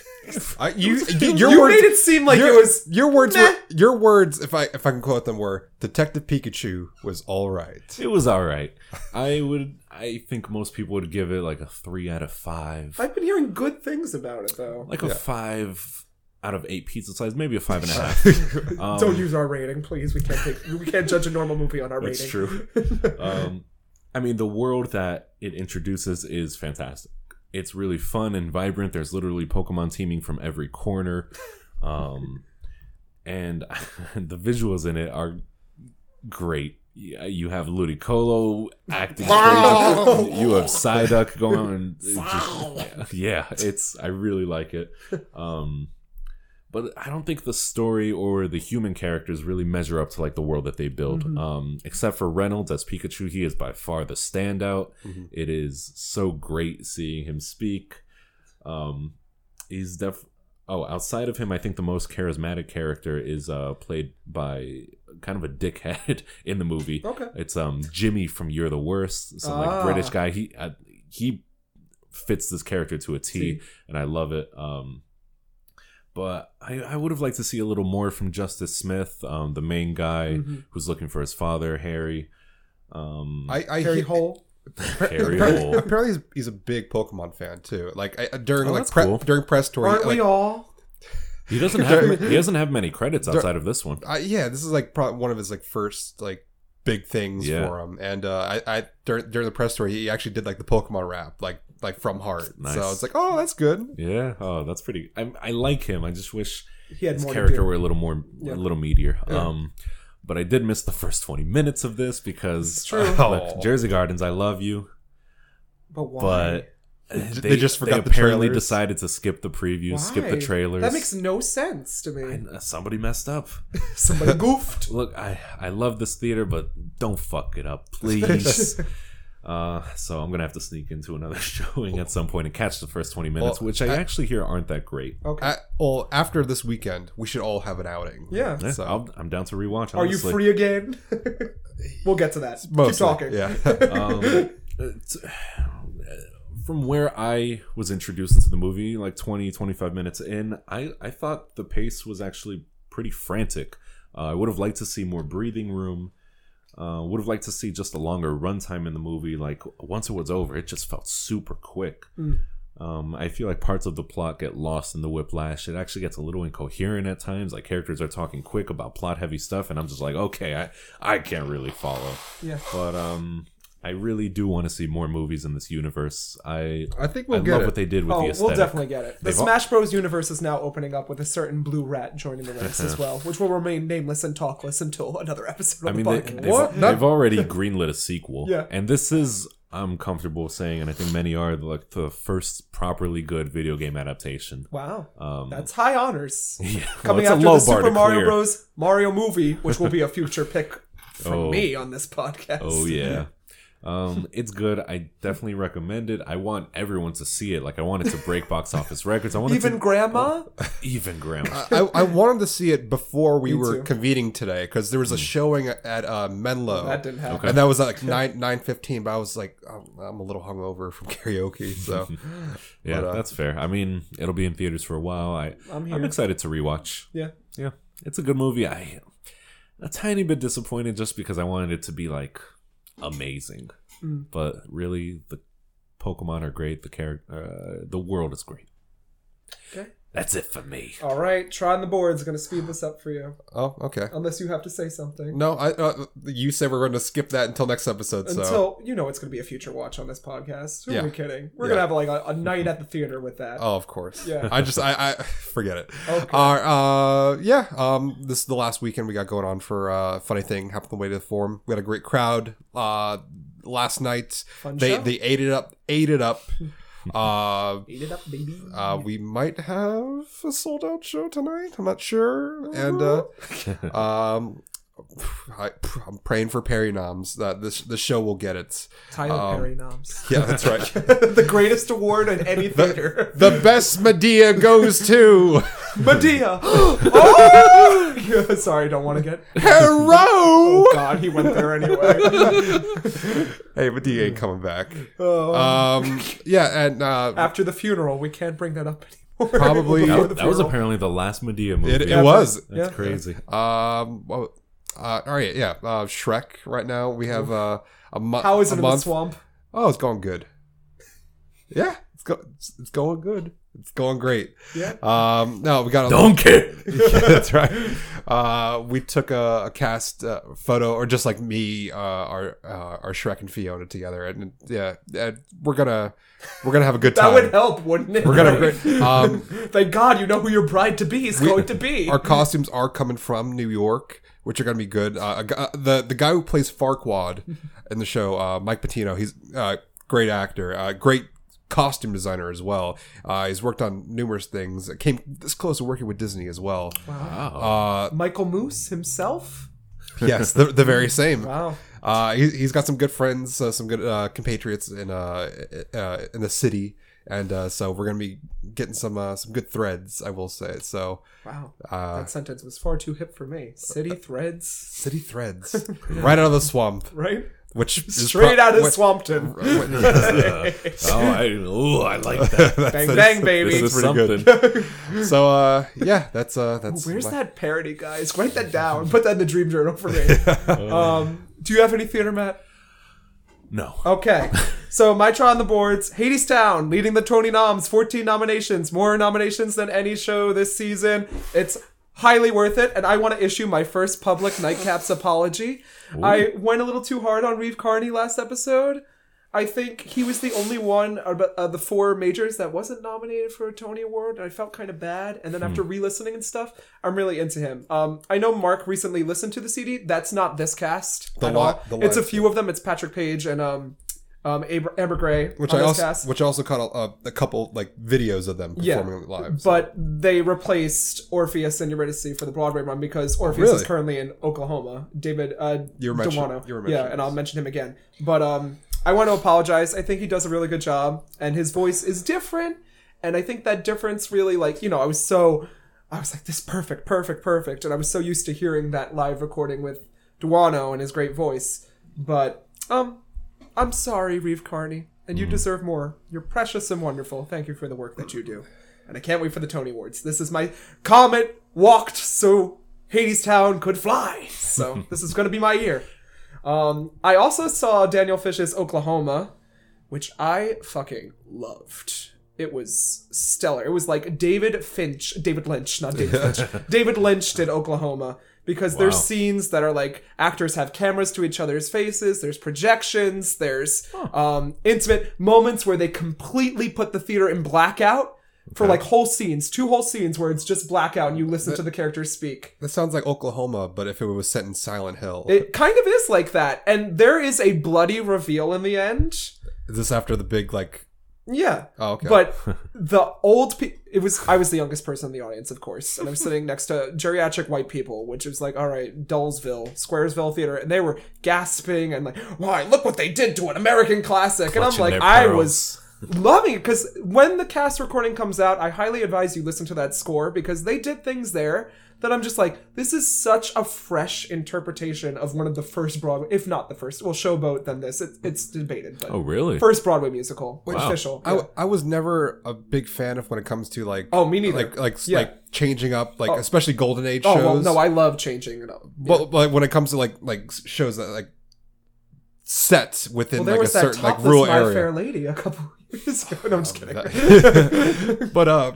[SPEAKER 1] I, you, you,
[SPEAKER 2] You,
[SPEAKER 1] your words,
[SPEAKER 2] made it seem like
[SPEAKER 1] your,
[SPEAKER 2] it was.
[SPEAKER 1] your words.
[SPEAKER 2] meh.
[SPEAKER 1] Were, your words, if I if I can quote them, were Detective Pikachu was all right.
[SPEAKER 3] It was all right. I would. I think most people would give it like a three out of five,
[SPEAKER 2] I've been hearing good things about it though.
[SPEAKER 3] like
[SPEAKER 1] Yeah.
[SPEAKER 3] a five out of eight pizza size, maybe a five and a half. Um,
[SPEAKER 2] Don't use our rating, please. We can't take, we can't judge a normal movie on our
[SPEAKER 3] That's
[SPEAKER 2] rating. true.
[SPEAKER 3] um, I mean, the world that it introduces is fantastic. It's really fun and vibrant. There's literally Pokemon teaming from every corner, um, and the visuals in it are great. Yeah, You have Ludicolo acting. crazy. You have Psyduck going. It just- yeah, it's. I really like it. Um, but I don't think the story or the human characters really measure up to like the world that they build.
[SPEAKER 2] Mhm.
[SPEAKER 3] Um, except for Reynolds as Pikachu, he is by far the standout.
[SPEAKER 1] Mhm.
[SPEAKER 3] It is so great seeing him speak. Um, he's def. Oh, outside of him, I think the most charismatic character is uh, played by kind of a dickhead in the movie.
[SPEAKER 2] okay.
[SPEAKER 3] It's um Jimmy from You're the Worst, some like
[SPEAKER 2] Ah.
[SPEAKER 3] British guy. He uh, he fits this character to a T, and I love it. Um, but I, I would have liked to see a little more from Justice Smith, um, the main guy
[SPEAKER 2] Mhm.
[SPEAKER 3] who's looking for his father, Harry. Um,
[SPEAKER 1] I, I
[SPEAKER 2] Harry
[SPEAKER 1] he-
[SPEAKER 2] Hole.
[SPEAKER 3] Harry
[SPEAKER 1] apparently,
[SPEAKER 3] Hole.
[SPEAKER 1] apparently he's, he's a big Pokemon fan too. Like I, during
[SPEAKER 3] Oh,
[SPEAKER 1] like
[SPEAKER 3] that's
[SPEAKER 1] pre,
[SPEAKER 3] cool.
[SPEAKER 1] during press tour,
[SPEAKER 2] Aren't
[SPEAKER 1] like,
[SPEAKER 2] we all?
[SPEAKER 3] he doesn't have he doesn't have many credits outside of this one.
[SPEAKER 1] I, yeah, this is like probably one of his like first like big things
[SPEAKER 3] Yeah.
[SPEAKER 1] for him. And uh, I, I during, during the press tour, he actually did like the Pokemon rap, like like from heart.
[SPEAKER 3] Nice.
[SPEAKER 1] So it's like, oh, that's good.
[SPEAKER 3] Yeah, oh, that's pretty. I, I like him. I just wish
[SPEAKER 2] He had
[SPEAKER 3] his
[SPEAKER 2] more
[SPEAKER 3] character
[SPEAKER 2] To do.
[SPEAKER 3] were a little more
[SPEAKER 2] Yeah.
[SPEAKER 3] a little meatier.
[SPEAKER 1] Yeah.
[SPEAKER 3] Um, but I did miss the first twenty minutes of this because
[SPEAKER 2] It's true.
[SPEAKER 1] Oh.
[SPEAKER 3] Jersey Gardens, I love you,
[SPEAKER 2] But why?
[SPEAKER 3] but
[SPEAKER 1] They just forgot the
[SPEAKER 3] apparently
[SPEAKER 1] trailers.
[SPEAKER 3] decided to skip the previews, skip the
[SPEAKER 2] Why?
[SPEAKER 3] trailers.
[SPEAKER 2] That makes no sense to me.
[SPEAKER 3] I- somebody messed up.
[SPEAKER 2] Somebody goofed.
[SPEAKER 3] Look, I I love this theater, but don't fuck it up, please. Uh, so I'm gonna have to sneak into another showing at some point and catch the first 20 minutes,
[SPEAKER 1] Well,
[SPEAKER 3] which I
[SPEAKER 1] I-
[SPEAKER 3] actually hear aren't that great.
[SPEAKER 2] Okay.
[SPEAKER 1] I, well, after this weekend, we should all have an outing.
[SPEAKER 2] yeah.
[SPEAKER 3] Yeah,
[SPEAKER 1] So-
[SPEAKER 3] I'll, I'm down to rewatch.
[SPEAKER 2] Are you
[SPEAKER 3] honestly.
[SPEAKER 2] free again? we'll get to that.
[SPEAKER 1] Mostly,
[SPEAKER 2] Keep talking.
[SPEAKER 1] Yeah.
[SPEAKER 3] um, it's- from where I was introduced into the movie, like 20, 25 minutes in, I, I thought the pace was actually pretty frantic. Uh, I would have liked to see more breathing room. Uh, would have liked to see just a longer runtime in the movie. Like once it was over, it just felt super quick.
[SPEAKER 2] Mm.
[SPEAKER 3] Um, I feel like parts of the plot get lost in the whiplash. It actually gets a little incoherent at times. Like characters are talking quick about plot heavy stuff, and I'm just like, okay, I I can't really follow
[SPEAKER 2] Yeah.
[SPEAKER 3] but um i really do want to see more movies in this universe i
[SPEAKER 1] I think we'll
[SPEAKER 3] i
[SPEAKER 1] get
[SPEAKER 3] love
[SPEAKER 1] it.
[SPEAKER 3] what they did with
[SPEAKER 2] oh,
[SPEAKER 3] the
[SPEAKER 2] we'll
[SPEAKER 3] aesthetic
[SPEAKER 2] definitely get it. The
[SPEAKER 3] They've all-
[SPEAKER 2] Smash Bros. universe is now opening up with a certain blue rat joining the ranks
[SPEAKER 3] Uh-huh.
[SPEAKER 2] as well, which will remain nameless and talkless until another episode
[SPEAKER 3] i
[SPEAKER 2] of
[SPEAKER 3] mean
[SPEAKER 2] the
[SPEAKER 3] they,
[SPEAKER 2] podcast.
[SPEAKER 3] they've,
[SPEAKER 1] What? Not-
[SPEAKER 3] they've already greenlit a sequel
[SPEAKER 2] Yeah.
[SPEAKER 3] and this is i'm comfortable saying and i think many are like the first properly good video game adaptation
[SPEAKER 2] wow,
[SPEAKER 3] um
[SPEAKER 2] that's high honors.
[SPEAKER 3] yeah, well,
[SPEAKER 2] Coming
[SPEAKER 3] it's a
[SPEAKER 2] after
[SPEAKER 3] low
[SPEAKER 2] the
[SPEAKER 3] bar
[SPEAKER 2] Super
[SPEAKER 3] to
[SPEAKER 2] Mario
[SPEAKER 3] clear.
[SPEAKER 2] Bros. Mario movie, which will be a future pick from
[SPEAKER 3] Oh.
[SPEAKER 2] me on this podcast.
[SPEAKER 3] Oh yeah. Um, it's good. I definitely recommend it. I want everyone to see it. Like I want it to break box office records. I want
[SPEAKER 2] Even
[SPEAKER 3] it
[SPEAKER 2] Grandma.
[SPEAKER 3] to even grandma.
[SPEAKER 1] I, I wanted to see it before we
[SPEAKER 2] Me
[SPEAKER 1] were
[SPEAKER 2] too.
[SPEAKER 1] convening today because there
[SPEAKER 3] Mm.
[SPEAKER 1] was a showing at uh, Menlo.
[SPEAKER 2] That didn't happen.
[SPEAKER 1] and that was at like nine nine fifteen, but I was like, I'm, I'm a little hungover from karaoke, so
[SPEAKER 3] Yeah,
[SPEAKER 1] But, uh,
[SPEAKER 3] that's fair. I mean, it'll be in theaters for a while. I
[SPEAKER 2] I'm
[SPEAKER 3] I'm
[SPEAKER 2] here.
[SPEAKER 3] excited to rewatch.
[SPEAKER 2] Yeah.
[SPEAKER 3] Yeah. It's a good movie. I a tiny bit disappointed just because I wanted it to be like amazing.
[SPEAKER 2] Mm.
[SPEAKER 3] But really the Pokemon are great, the character uh, the world is great.
[SPEAKER 2] Okay.
[SPEAKER 3] That's it for me.
[SPEAKER 2] All right, try on the board's going to speed this up for you,
[SPEAKER 1] Oh, okay.
[SPEAKER 2] unless you have to say something.
[SPEAKER 1] No, I. Uh, you said we're going to skip that until next episode. So
[SPEAKER 2] Until you know it's going to be a future watch on this podcast. Who
[SPEAKER 1] Yeah.
[SPEAKER 2] are we kidding? We're
[SPEAKER 1] Yeah.
[SPEAKER 2] going to have like a, a night at the theater with that.
[SPEAKER 1] Oh, of course.
[SPEAKER 2] Yeah.
[SPEAKER 1] I just I, I forget it.
[SPEAKER 2] Okay.
[SPEAKER 1] Our, uh, yeah. Um, this is the last weekend we got going on for uh, funny thing happened on the way to the forum. We had a great crowd. Uh, last night
[SPEAKER 2] Fun
[SPEAKER 1] they
[SPEAKER 2] show.
[SPEAKER 1] they ate it up. Ate it up. uh,
[SPEAKER 2] Eat it up, baby.
[SPEAKER 1] uh,
[SPEAKER 3] Um,
[SPEAKER 1] we might have a sold out show tonight. I'm not sure. And uh, um. I, I'm praying for perinoms that this the show will get it.
[SPEAKER 2] Tyler
[SPEAKER 3] um,
[SPEAKER 2] Perry noms.
[SPEAKER 1] Yeah, that's right.
[SPEAKER 2] the greatest award in any theater.
[SPEAKER 1] the best Medea goes to
[SPEAKER 2] Medea. oh! Yeah, Sorry, don't want to get.
[SPEAKER 1] Hero.
[SPEAKER 2] God, he went there anyway.
[SPEAKER 1] Hey, but D ain't coming back.
[SPEAKER 2] Oh.
[SPEAKER 1] Um, yeah, and uh,
[SPEAKER 2] After the funeral, we can't bring that up anymore.
[SPEAKER 1] Probably-
[SPEAKER 2] Before
[SPEAKER 1] That-
[SPEAKER 2] the
[SPEAKER 3] That was
[SPEAKER 2] funeral.
[SPEAKER 3] apparently the last Medea movie.
[SPEAKER 1] it, it was.
[SPEAKER 3] That's
[SPEAKER 2] Yeah.
[SPEAKER 3] crazy.
[SPEAKER 1] Um, well, uh, all right, yeah. Uh, Shrek. Right now we have uh, a month.
[SPEAKER 2] How is
[SPEAKER 1] a
[SPEAKER 2] it in the
[SPEAKER 1] month.
[SPEAKER 2] swamp?
[SPEAKER 1] Oh, it's going good. Yeah, it's go- it's it's going good. It's going great.
[SPEAKER 2] Yeah.
[SPEAKER 1] Um, no, we got a
[SPEAKER 3] Donkey.
[SPEAKER 1] Yeah, that's right. Uh, we took a, a cast uh, photo, or just like me, uh, our uh, our Shrek and Fiona together, and yeah, uh, we're gonna we're gonna have a good
[SPEAKER 2] That
[SPEAKER 1] time.
[SPEAKER 2] would help, wouldn't it?
[SPEAKER 1] we're gonna have a great. Um,
[SPEAKER 2] Thank God you know who your bride to be is going to be.
[SPEAKER 1] our costumes are coming from New York, which are going to be good. Uh, a gu- uh, the the guy who plays Farquad in the show, uh, Mike Patino, he's uh, great actor, uh, great costume designer as well. Uh, he's worked on numerous things. Came this close to working with Disney as well.
[SPEAKER 3] Wow.
[SPEAKER 1] Uh,
[SPEAKER 2] Michael Moose himself.
[SPEAKER 1] yes, the, the very same.
[SPEAKER 2] Wow.
[SPEAKER 1] Uh, he, he's got some good friends, uh, some good uh, compatriots in uh, uh, in the city, and uh, so we're gonna be getting some uh, some good threads. I will say so.
[SPEAKER 2] Wow.
[SPEAKER 1] Uh,
[SPEAKER 2] that sentence was far too hip for me. City threads.
[SPEAKER 1] City threads, right out of the swamp.
[SPEAKER 2] Right?
[SPEAKER 1] which is
[SPEAKER 2] Straight
[SPEAKER 1] pro-
[SPEAKER 2] out of
[SPEAKER 1] what-
[SPEAKER 2] Swampton.
[SPEAKER 1] what- that's-
[SPEAKER 3] oh, I, ooh, I like that.
[SPEAKER 2] Bang
[SPEAKER 1] that's-
[SPEAKER 2] bang, baby.
[SPEAKER 3] This is
[SPEAKER 1] pretty good.
[SPEAKER 3] something.
[SPEAKER 1] So uh, yeah, that's uh, that's
[SPEAKER 2] Where's
[SPEAKER 1] my-
[SPEAKER 2] that parody, guys? Write that down. Put that in the dream journal for me. um, do you have any theater, Matt?
[SPEAKER 3] No.
[SPEAKER 2] Okay. So my try on the boards, Hades Town leading the Tony noms, 14 nominations, more nominations than any show this season. It's highly worth it, and I want to issue my first public nightcaps apology. I went a little too hard on Reeve Carney last episode. I think he was the only one of of the four majors that wasn't nominated for a Tony Award, and I felt kind of bad. And then
[SPEAKER 1] Hmm.
[SPEAKER 2] after re-listening and stuff, I'm really into him. Um, I know Mark recently listened to the CD. That's not this cast.
[SPEAKER 1] The
[SPEAKER 2] at
[SPEAKER 1] li-
[SPEAKER 2] all.
[SPEAKER 1] the
[SPEAKER 2] it's a
[SPEAKER 1] live
[SPEAKER 2] few of them. It's Patrick Page and um, um, Abra- Amber Gray,
[SPEAKER 1] which I
[SPEAKER 2] on this
[SPEAKER 1] also
[SPEAKER 2] cast.
[SPEAKER 1] which I also caught a, a couple like videos of them
[SPEAKER 2] Yeah.
[SPEAKER 1] performing live. so-
[SPEAKER 2] but they replaced Orpheus and Eurydice for the Broadway run because Orpheus
[SPEAKER 1] really?
[SPEAKER 2] is currently in Oklahoma. David uh,
[SPEAKER 1] You were mention-
[SPEAKER 2] DeWano.
[SPEAKER 1] you were
[SPEAKER 2] yeah,
[SPEAKER 1] mentioning
[SPEAKER 2] and I'll
[SPEAKER 1] this.
[SPEAKER 2] mention him again. But um, I want to apologize. I think he does a really good job, and his voice is different. And I think that difference really, like, you know, I was so, I was like, this perfect, perfect, perfect, and I was so used to hearing that live recording with Duano and his great voice. But um, I'm sorry, Reeve Carney, and you deserve more. You're precious and wonderful. Thank you for the work that you do. And I can't wait for the Tony Awards. This is my comet walked so Hadestown could fly. So this is going to be my year. Um, I also saw Daniel Fish's Oklahoma, which I fucking loved. It was stellar. It was like David Finch, David Lynch, not David Finch. David Lynch did Oklahoma because there's
[SPEAKER 3] Wow.
[SPEAKER 2] scenes that are like actors have cameras to each other's faces, there's projections, there's um, intimate moments where they completely put the theater in blackout for like whole scenes, two whole scenes where it's just blackout and you listen to the characters speak.
[SPEAKER 1] that sounds like Oklahoma, but if it was set in Silent Hill, Is
[SPEAKER 2] It kind of is like that. And there is a bloody reveal in the end.
[SPEAKER 1] this after the big like
[SPEAKER 2] Yeah.
[SPEAKER 1] oh okay,
[SPEAKER 2] But the old pe- it was I was the youngest person in the audience, of course, and I'm sitting next to geriatric white people, which is like, all right, Dullsville, Squaresville Theater, and they were gasping and like, why look what they did to an American classic, and I'm
[SPEAKER 3] Clutching
[SPEAKER 2] like,
[SPEAKER 3] their
[SPEAKER 2] I
[SPEAKER 3] pearls.
[SPEAKER 2] was loving it because when the cast recording comes out, I highly advise you listen to that score because they did things there that I'm just like, this is such a fresh interpretation of one of the first Broadway, if not the first, well, Showboat, then this, it, it's debated, but
[SPEAKER 3] Oh, really?
[SPEAKER 2] first Broadway musical, official.
[SPEAKER 1] I, w- I was never a big fan of when it comes to like
[SPEAKER 2] Oh, me neither.
[SPEAKER 1] like like
[SPEAKER 2] Yeah.
[SPEAKER 1] like changing up like especially Golden Age
[SPEAKER 2] Oh
[SPEAKER 1] shows.
[SPEAKER 2] well, no, I love changing it up.
[SPEAKER 1] but like when it comes to like like shows that like set within
[SPEAKER 2] Well, there
[SPEAKER 1] like a
[SPEAKER 2] was that
[SPEAKER 1] certain like
[SPEAKER 2] topless
[SPEAKER 1] rural
[SPEAKER 2] My
[SPEAKER 1] area.
[SPEAKER 2] Fair Lady a couple years ago. No, I'm just kidding.
[SPEAKER 1] but uh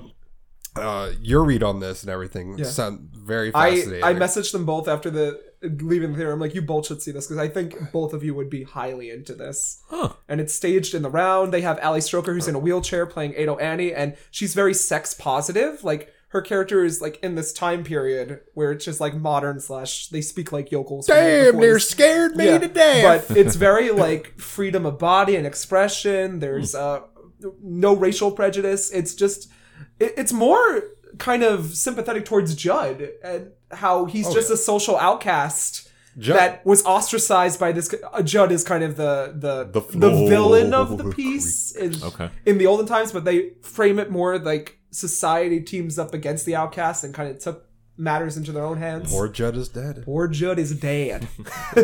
[SPEAKER 1] uh, your read on this and everything
[SPEAKER 2] Yeah.
[SPEAKER 1] sound very
[SPEAKER 2] I,
[SPEAKER 1] fascinating.
[SPEAKER 2] I messaged them both after the leaving the theater. I'm like, you both should see this because I think both of you would be highly into this.
[SPEAKER 3] Huh.
[SPEAKER 2] And it's staged in the round. They have Ali Stroker who's in a wheelchair playing Ado Annie, and she's very sex positive. Like her character is like in this time period where it's just like modern slash they speak like yokels. from the
[SPEAKER 1] Damn, they're
[SPEAKER 2] 40s.
[SPEAKER 1] scared me
[SPEAKER 2] Yeah,
[SPEAKER 1] to death.
[SPEAKER 2] But it's very like freedom of body and expression. There's
[SPEAKER 1] Hmm.
[SPEAKER 2] uh, no racial prejudice. It's just, it, it's more kind of sympathetic towards Judd and how
[SPEAKER 1] Oh,
[SPEAKER 2] he's just a social outcast
[SPEAKER 1] Judd-
[SPEAKER 2] that was ostracized by this. Uh, Judd is kind of the the
[SPEAKER 1] The
[SPEAKER 2] the, villain of the
[SPEAKER 1] Floor
[SPEAKER 2] piece in,
[SPEAKER 3] Okay.
[SPEAKER 2] in the olden times, but they frame it more like society teams up against the outcast and kind of took matters into their own hands.
[SPEAKER 1] Poor Judd is dead.
[SPEAKER 2] Poor Judd is dead.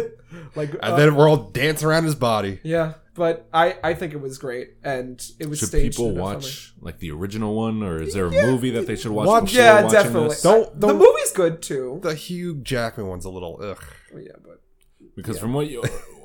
[SPEAKER 2] like uh,
[SPEAKER 1] and then we're all dancing around his body.
[SPEAKER 2] yeah, but I I think it was great, and it was
[SPEAKER 3] Should
[SPEAKER 2] staged.
[SPEAKER 3] people
[SPEAKER 2] in a
[SPEAKER 3] watch like the original one, or is there a movie that they should watch?
[SPEAKER 1] Watch-
[SPEAKER 2] funny-
[SPEAKER 3] before
[SPEAKER 2] Yeah,
[SPEAKER 3] watching
[SPEAKER 2] definitely.
[SPEAKER 3] this?
[SPEAKER 1] Don't-
[SPEAKER 2] the
[SPEAKER 1] don't-
[SPEAKER 2] movie's good too.
[SPEAKER 1] The Hugh Jackman one's a little ugh.
[SPEAKER 2] yeah, but
[SPEAKER 3] Because from what you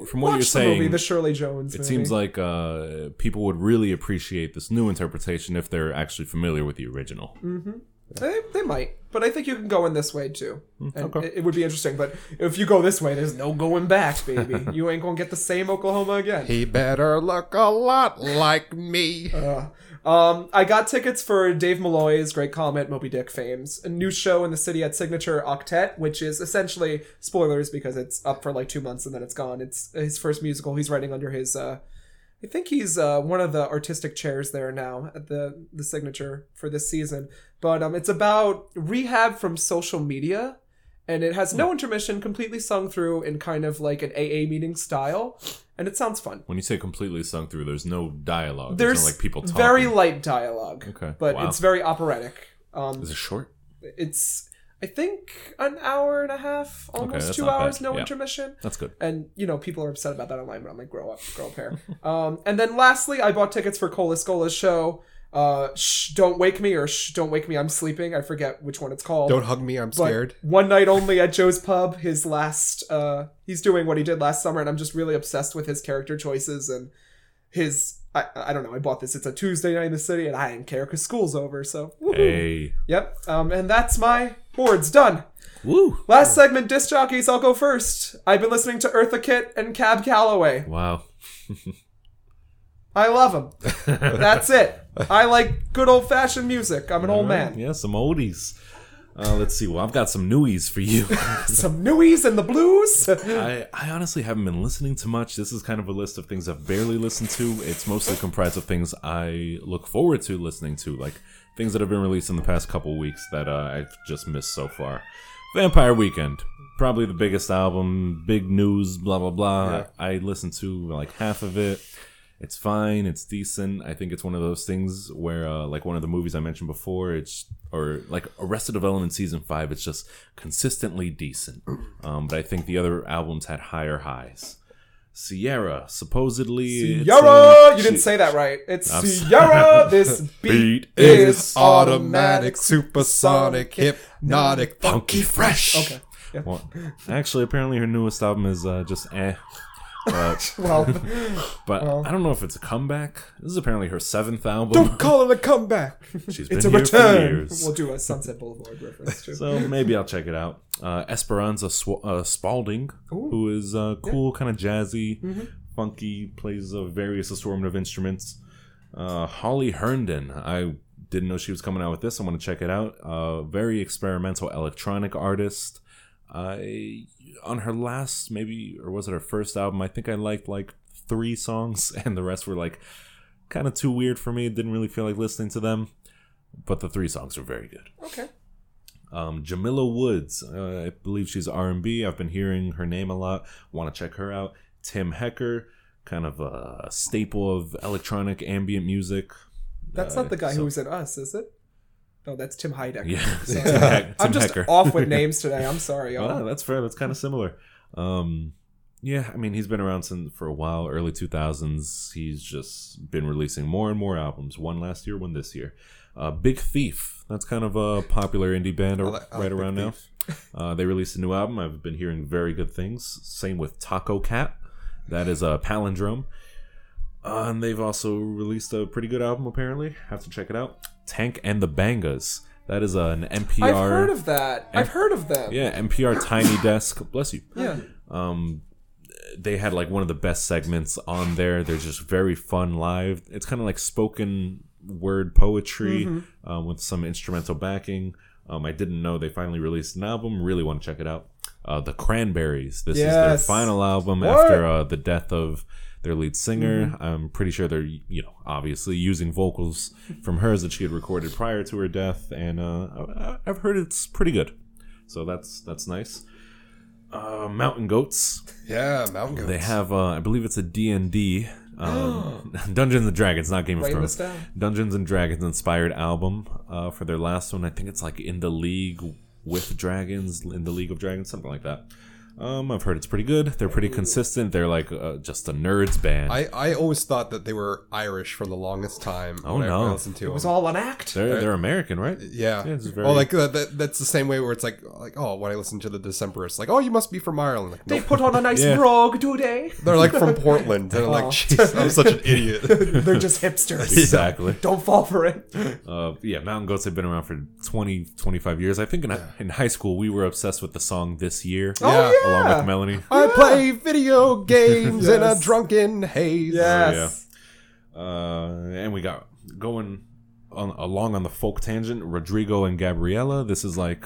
[SPEAKER 3] from what
[SPEAKER 2] watch
[SPEAKER 3] you're
[SPEAKER 2] the
[SPEAKER 3] saying,
[SPEAKER 2] movie, the Shirley Jones.
[SPEAKER 3] it seems like uh, people would really appreciate this new interpretation if they're actually familiar with the original.
[SPEAKER 2] Mm. they, they might, but I think you can go in this way too.
[SPEAKER 3] Hmm,
[SPEAKER 2] And it, it would be interesting, but if you go this way, there's no going back, baby. you ain't gonna get the same Oklahoma again.
[SPEAKER 1] He better look a lot like me.
[SPEAKER 2] Uh, Um, I got tickets for Dave Malloy's Great Comet, Moby Dick Fames, a new show in the city at Signature Octet, which is essentially spoilers because it's up for like two months and then it's gone. It's his first musical. He's writing under his, uh, I think he's uh, one of the artistic chairs there now at the the Signature for this season. But um, it's about rehab from social media, and it has
[SPEAKER 3] Hmm.
[SPEAKER 2] no intermission, completely sung through in kind of like an AA meeting style, and it sounds fun.
[SPEAKER 3] When you say completely sung through, there's no dialogue.
[SPEAKER 2] There's
[SPEAKER 3] no, like people talking.
[SPEAKER 2] very light dialogue
[SPEAKER 3] Okay.
[SPEAKER 2] but
[SPEAKER 3] Wow.
[SPEAKER 2] it's very operatic. Um,
[SPEAKER 3] Is it short?
[SPEAKER 2] it's I think an hour and a half, almost
[SPEAKER 3] that's
[SPEAKER 2] two
[SPEAKER 3] not bad.
[SPEAKER 2] hours, no
[SPEAKER 3] Yeah.
[SPEAKER 2] intermission.
[SPEAKER 3] That's good.
[SPEAKER 2] And you know, people are upset about that online, but I'm like, grow up, grow up hair. um, and then lastly, I bought tickets for Cola Scola's show. Uh, shh, don't wake me, or shh, don't wake me, I'm sleeping. I forget which one it's called.
[SPEAKER 1] Don't hug me, I'm
[SPEAKER 2] But
[SPEAKER 1] scared.
[SPEAKER 2] One night only at Joe's Pub. His last, uh, he's doing what he did last summer, and I'm just really obsessed with his character choices and his. I, I don't know. I bought this. It's a Tuesday night in the city, and I didn't care because school's over. So, woohoo.
[SPEAKER 3] Hey,
[SPEAKER 2] yep. Um, and that's my boards done.
[SPEAKER 3] woo!
[SPEAKER 2] Last segment, disc jockeys. I'll go first. I've been listening to Eartha Kitt and Cab Calloway.
[SPEAKER 3] Wow.
[SPEAKER 2] oh, I love them. That's it. I like good old fashioned music. I'm an old man.
[SPEAKER 3] Yeah, some oldies. Uh, let's see. Well, I've got some newies for you.
[SPEAKER 2] Some newies and the blues.
[SPEAKER 3] I, I honestly haven't been listening to much. This is kind of a list of things I've barely listened to. It's mostly comprised of things I look forward to listening to, like things that have been released in the past couple weeks that uh, I've just missed so far. Vampire Weekend, probably the biggest album, big news, blah, blah, blah. I listened to like half of it. It's fine. It's decent. I think it's one of those things where, uh, like one of the movies I mentioned before, it's or like Arrested Development season five. It's just consistently decent. Um, but I think the other albums had higher highs. Sierra, supposedly. it's
[SPEAKER 2] Sierra!
[SPEAKER 3] a-
[SPEAKER 2] You didn't
[SPEAKER 3] she-
[SPEAKER 2] say that right. It's
[SPEAKER 3] I'm s-
[SPEAKER 2] Sierra! This beat,
[SPEAKER 3] Beat
[SPEAKER 2] is
[SPEAKER 1] It's
[SPEAKER 2] automatic.
[SPEAKER 1] automatic, supersonic, hypnotic, funky, fresh.
[SPEAKER 2] Okay. Yeah.
[SPEAKER 3] Well, actually, apparently her newest album is uh, just eh. But,
[SPEAKER 2] Well,
[SPEAKER 3] but I don't know if it's a comeback. This is apparently her seventh album.
[SPEAKER 1] Don't call it a comeback.
[SPEAKER 3] She's been
[SPEAKER 2] it's a
[SPEAKER 3] here for
[SPEAKER 2] return.
[SPEAKER 3] years.
[SPEAKER 2] We'll do a Sunset Boulevard reference too.
[SPEAKER 3] So maybe I'll check it out. Uh, Esperanza Sw- uh, Spalding, who is uh, cool, kind of jazzy, funky, plays uh, various assortment of instruments. Uh, Holly Herndon, I didn't know she was coming out with this. I want to check it out. Uh, very experimental electronic artist. I on her last maybe or was it her first album? I think I liked like three songs, and the rest were like kind of too weird for me. Didn't really feel like listening to them, but the three songs were very good
[SPEAKER 2] Okay.
[SPEAKER 3] um, Jamila Woods. Uh, I believe she's R and B. I've been hearing her name a lot. Want to check her out. Tim Hecker, kind of a staple of electronic ambient music.
[SPEAKER 2] That's
[SPEAKER 3] Uh,
[SPEAKER 2] not the guy
[SPEAKER 3] so-
[SPEAKER 2] who was in Us, is it? No, that's Tim Heidecker.
[SPEAKER 3] Yeah, Tim,
[SPEAKER 2] Sorry.
[SPEAKER 3] Heck- Tim
[SPEAKER 2] I'm just
[SPEAKER 3] Hecker.
[SPEAKER 2] off with names today. I'm sorry, y'all.
[SPEAKER 3] Well, that's fair. That's kind of similar. Um, yeah, I mean, he's been around since for a while, early 2000s. He's just been releasing more and more albums. One last year, one this year. Uh, Big Thief. That's kind of a popular indie band
[SPEAKER 1] I like- I
[SPEAKER 3] right
[SPEAKER 1] like Big
[SPEAKER 3] around now.
[SPEAKER 1] Thief.
[SPEAKER 3] Uh, they released a new album. I've been hearing very good things. Same with Taco Cat. That is a palindrome. Uh, and they've also released a pretty good album, apparently. Have to check it out. Tank and the Bangas. That is an NPR.
[SPEAKER 2] I've heard of that. I've heard of them.
[SPEAKER 3] yeah, NPR Tiny Desk. Bless you. Um,
[SPEAKER 2] Yeah.
[SPEAKER 3] They had like one of the best segments on there. They're just very fun live. It's kind of like spoken word poetry um, with some instrumental backing. Um, I didn't know they finally released an album. Really want to check it out. Uh, the Cranberries. This is their
[SPEAKER 2] Yes.
[SPEAKER 3] final album
[SPEAKER 2] What?
[SPEAKER 3] after uh, the death of their lead singer. I'm pretty sure they're you know obviously using vocals from hers that she had recorded prior to her death, and uh, I- I've heard it's pretty good. So that's that's nice. Uh, Mountain Goats.
[SPEAKER 1] Yeah, Mountain Goats.
[SPEAKER 3] They have, uh, I believe it's a D&D, um, Dungeons and Dragons, not Game of
[SPEAKER 2] Writing this
[SPEAKER 3] Thrones.
[SPEAKER 2] down.
[SPEAKER 3] Dungeons and Dragons inspired album uh, for their last one. I think it's like in the league with dragons, in the League of Dragons, something like that. Um, I've heard it's pretty good. They're pretty consistent. They're like uh, just a nerds band.
[SPEAKER 1] I, I always thought that they were Irish for the longest time.
[SPEAKER 3] Oh,
[SPEAKER 1] when I-
[SPEAKER 3] no.
[SPEAKER 1] when I listened to
[SPEAKER 2] It was
[SPEAKER 1] them.
[SPEAKER 2] all an act.
[SPEAKER 3] they're they're American, right?
[SPEAKER 1] Yeah.
[SPEAKER 3] Yeah, it's very-
[SPEAKER 1] Well, like uh, that, that's the same way where it's like like oh when I listen to the Decemberists like oh you must be from Ireland. Like,
[SPEAKER 2] They
[SPEAKER 1] nope.
[SPEAKER 2] put on a nice
[SPEAKER 3] Yeah.
[SPEAKER 2] brogue, do they?
[SPEAKER 1] They're like from Portland. They're like
[SPEAKER 2] Aw.
[SPEAKER 1] jeez I'm such an idiot.
[SPEAKER 2] They're just hipsters.
[SPEAKER 3] Exactly.
[SPEAKER 2] Don't fall for it.
[SPEAKER 3] Uh, yeah, Mountain Goats have been around for 20, 25 years. I think in, in high school we were obsessed with the song This Year
[SPEAKER 1] Oh, Yeah. Oh,
[SPEAKER 2] Oh,
[SPEAKER 3] along
[SPEAKER 2] yeah.
[SPEAKER 3] with Oh, Melanie.
[SPEAKER 1] I play video games in a
[SPEAKER 2] Yes.
[SPEAKER 1] drunken haze.
[SPEAKER 2] Yes.
[SPEAKER 3] Uh, and we got going on, along on the folk tangent. Rodrigo and Gabriela. This is like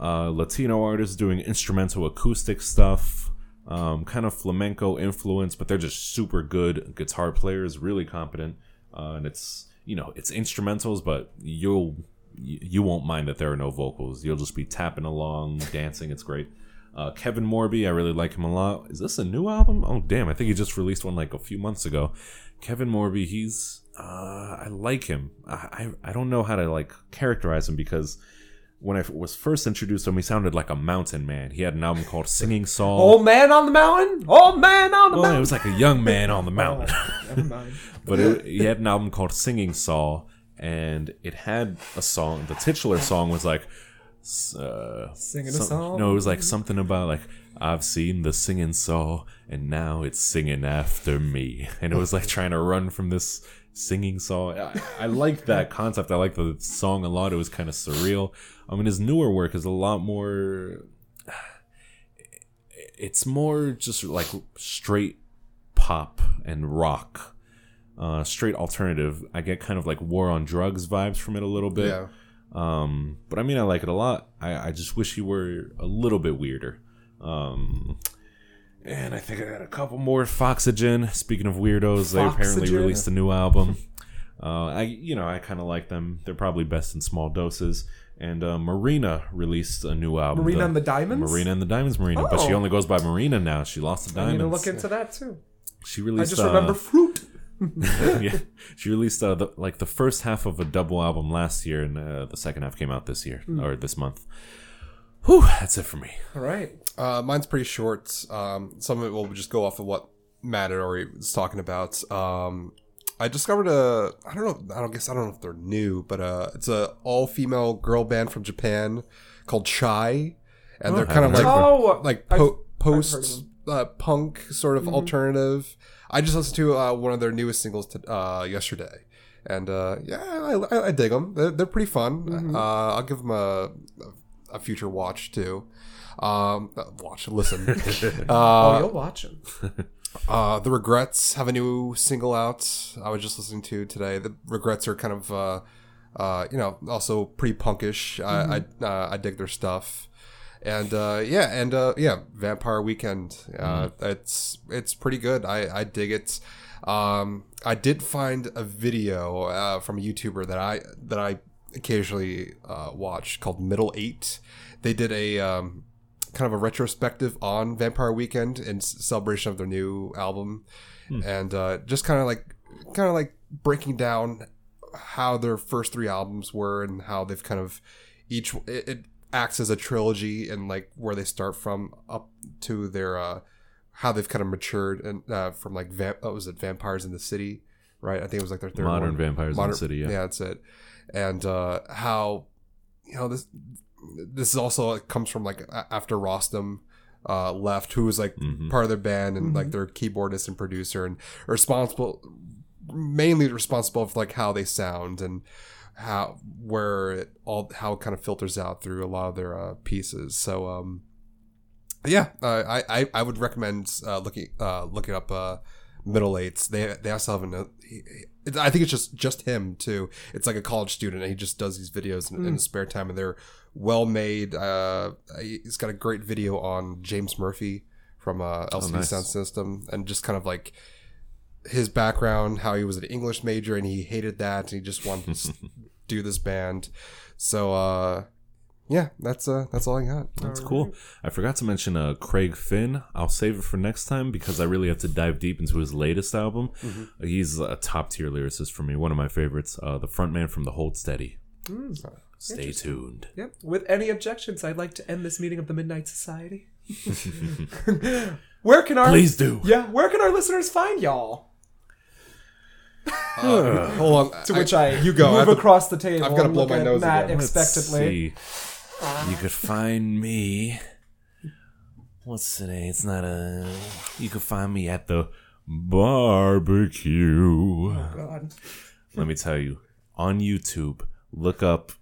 [SPEAKER 3] uh, Latino artists doing instrumental acoustic stuff, um, kind of flamenco influence, but they're just super good guitar players, really competent. Uh, and it's you know it's instrumentals, but you'll you you won't mind that there are no vocals. You'll just be tapping along, dancing. It's great. Uh, Kevin Morby, I really like him a lot. Is this a new album? Oh damn, I think he just released one like a few months ago. Kevin Morby, he's uh, I like him. I, I I don't know how to like characterize him because when I f- was first introduced to him, he sounded like a mountain man. He had an album called Singing Song.
[SPEAKER 2] Old man on the mountain. Old man on the
[SPEAKER 3] Well, it
[SPEAKER 2] mountain.
[SPEAKER 3] was like a young man on the mountain.
[SPEAKER 2] Never mind.
[SPEAKER 3] but it, he had an album called Singing Saw, and it had a song. The titular song was like, s- uh,
[SPEAKER 2] Singing a
[SPEAKER 3] some-
[SPEAKER 2] song.
[SPEAKER 3] No, it was like something about like I've seen the singing saw, and now it's singing after me. And it was like trying to run from this singing saw. I, I like that concept. I like the song a lot. It was kind of surreal. I mean, his newer work is a lot more. It's more just like straight pop and rock, uh, straight alternative. I get kind of like War on Drugs vibes from it a little bit.
[SPEAKER 1] Yeah.
[SPEAKER 3] Um, but I mean, I like it a lot. I, I just wish he were a little bit weirder. Um, and I think I got a couple more. Foxygen. Speaking of weirdos, they apparently
[SPEAKER 2] Foxygen.
[SPEAKER 3] released a new album. Uh, I you know I kind of like them. They're probably best in small doses. And uh, Marina released a new album.
[SPEAKER 2] Marina and the Diamonds?
[SPEAKER 3] Marina and the Diamonds. Marina, but she
[SPEAKER 2] Oh.
[SPEAKER 3] only goes by Marina now. She lost the
[SPEAKER 2] I need
[SPEAKER 3] diamonds.
[SPEAKER 2] to look into that too.
[SPEAKER 3] she
[SPEAKER 2] I
[SPEAKER 3] released.
[SPEAKER 2] just
[SPEAKER 3] uh,
[SPEAKER 2] remember fruit.
[SPEAKER 3] yeah, she released uh, the, like the first half of a double album last year, and uh, the second half came out this year or this month. Whew, that's it for me.
[SPEAKER 2] All right.
[SPEAKER 1] Uh, mine's pretty short. Um, some of it will just go off of what Matt had already was talking about. Um, I discovered a I don't know I don't guess I don't know if they're new, but uh, it's a all female girl band from Japan called Chai, and they're kind of like
[SPEAKER 3] haven't heard
[SPEAKER 2] Oh,
[SPEAKER 1] like
[SPEAKER 2] I've-
[SPEAKER 1] po-
[SPEAKER 2] heard of
[SPEAKER 1] post
[SPEAKER 2] them. Mm-hmm.
[SPEAKER 1] uh, punk sort of alternative. I just listened to uh, one of their newest singles t- uh, yesterday, and uh, yeah, I, I, I dig them. They're, they're pretty fun.
[SPEAKER 2] Mm-hmm.
[SPEAKER 1] Uh, I'll give them a, a future watch too. Um, uh, watch, listen.
[SPEAKER 2] Oh, you'll watch him.
[SPEAKER 1] Uh, the Regrets have a new single out. I was just listening to today. The Regrets are kind of, uh, uh, you know, also pretty punkish. I I, uh, I dig their stuff, and uh, yeah, and uh, yeah, Vampire Weekend. Uh, It's it's pretty good. I I dig it. Um, I did find a video uh, from a YouTuber that I that I occasionally uh, watch called Middle Eight. They did a um, kind of a retrospective on Vampire Weekend in s- celebration of their new album, and uh, just kind of like kind of like breaking down how their first three albums were and how they've kind of each it, it acts as a trilogy and like where they start from up to their uh how they've kind of matured and uh from like vamp what was it vampires in the city right i think it was like their third
[SPEAKER 3] Modern
[SPEAKER 1] one.
[SPEAKER 3] Vampires in
[SPEAKER 1] Modern-
[SPEAKER 3] the City. Yeah.
[SPEAKER 1] yeah that's it and uh how you know this this is also it comes from like a- after Rostam uh, left, who was like
[SPEAKER 3] Mhm.
[SPEAKER 1] part of their band and like their keyboardist and producer and responsible, mainly responsible for like how they sound and how where it all how it kind of filters out through a lot of their uh, pieces. So um, yeah, uh, I, I I would recommend uh, looking uh, looking up uh, middle eights. They they also have an. he- he- it's- I think it's just just him too. It's like a college student, and he just does these videos in, in his spare time, and they're well made. Uh, he- he's got a great video on James Murphy from uh, LCD
[SPEAKER 3] nice.
[SPEAKER 1] Sound System, and just kind of like his background, how he was an English major and he hated that, and he just wanted to s- do this band. So uh, yeah, that's uh, that's all I got.
[SPEAKER 3] That's cool. I forgot to mention uh, Craig Finn. I'll save it for next time because I really have to dive deep into his latest album. He's a top tier lyricist for me, one of my favorites. Uh, the frontman from the Hold Steady. Stay tuned.
[SPEAKER 2] Yep. With any objections, I'd like to end this meeting of the Midnight Society. where can our
[SPEAKER 3] Please do.
[SPEAKER 2] yeah? Where can our listeners find y'all?
[SPEAKER 1] Uh, hold on.
[SPEAKER 2] To which I,
[SPEAKER 1] you go. I
[SPEAKER 2] move
[SPEAKER 1] have to-
[SPEAKER 2] across the table.
[SPEAKER 1] I've gotta
[SPEAKER 2] and
[SPEAKER 1] blow
[SPEAKER 2] look
[SPEAKER 1] my
[SPEAKER 2] at
[SPEAKER 1] nose
[SPEAKER 2] Matt
[SPEAKER 1] again.
[SPEAKER 2] expectantly.
[SPEAKER 3] see. You could find me. What's today? It's not a. You could find me at the barbecue.
[SPEAKER 2] God.
[SPEAKER 3] Let me tell you, on YouTube, look up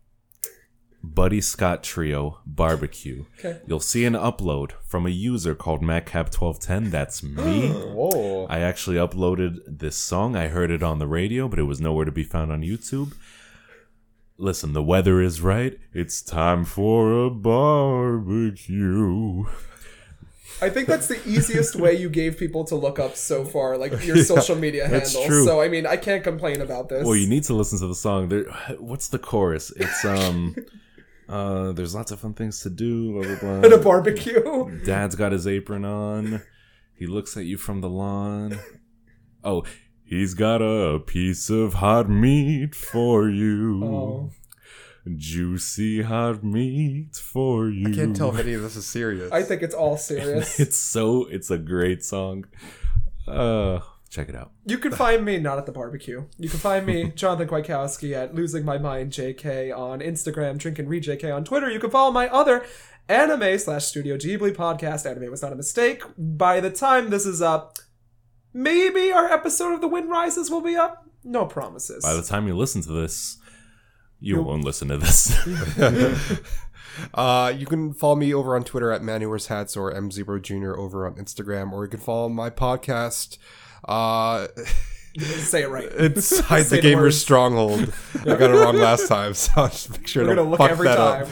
[SPEAKER 3] Buddy Scott Trio Barbecue.
[SPEAKER 2] Okay.
[SPEAKER 3] You'll see an upload from a user called MacCap1210. That's me.
[SPEAKER 1] Whoa.
[SPEAKER 3] I actually uploaded this song. I heard it on the radio, but it was nowhere to be found on YouTube. Listen, the weather is right. It's time for a barbecue.
[SPEAKER 2] I think that's the easiest way you gave people to look up so far, like your social media
[SPEAKER 3] that's
[SPEAKER 2] handle.
[SPEAKER 3] true.
[SPEAKER 2] So I mean, I can't complain about this.
[SPEAKER 3] Well, you need to listen to the song. There, what's the chorus? It's um, uh, there's lots of fun things to do. Blah blah
[SPEAKER 2] at
[SPEAKER 3] blah.
[SPEAKER 2] a barbecue.
[SPEAKER 3] Dad's got his apron on. He looks at you from the lawn. Oh, he's got a piece of hot meat for you.
[SPEAKER 2] Oh.
[SPEAKER 3] Juicy hot meat for you.
[SPEAKER 1] I can't tell if any of this is serious.
[SPEAKER 2] I think it's all serious.
[SPEAKER 3] It's so. It's a great song. Uh, check it out.
[SPEAKER 2] You can find me not at the barbecue. You can find me, Jonathan Kwiatkowski, at Losing My Mind JK on Instagram, Drink and Read JK on Twitter. You can follow my other anime slash Studio Ghibli podcast, Anime Was Not a Mistake. By the time this is up, maybe our episode of The Wind Rises will be up. No promises.
[SPEAKER 3] By the time you listen to this, you won't listen to this.
[SPEAKER 1] Uh, you can follow me over on Twitter at Man Who Wears Hats or M Zero Jr. over on Instagram, or you can follow my podcast. Uh,
[SPEAKER 2] Say it right.
[SPEAKER 1] it's Hide the
[SPEAKER 2] Say the
[SPEAKER 1] Gamer's
[SPEAKER 2] words.
[SPEAKER 1] Stronghold. I got it wrong last time, so I'll just make sure to
[SPEAKER 2] We're gonna look
[SPEAKER 1] fuck
[SPEAKER 2] every
[SPEAKER 1] that
[SPEAKER 2] time.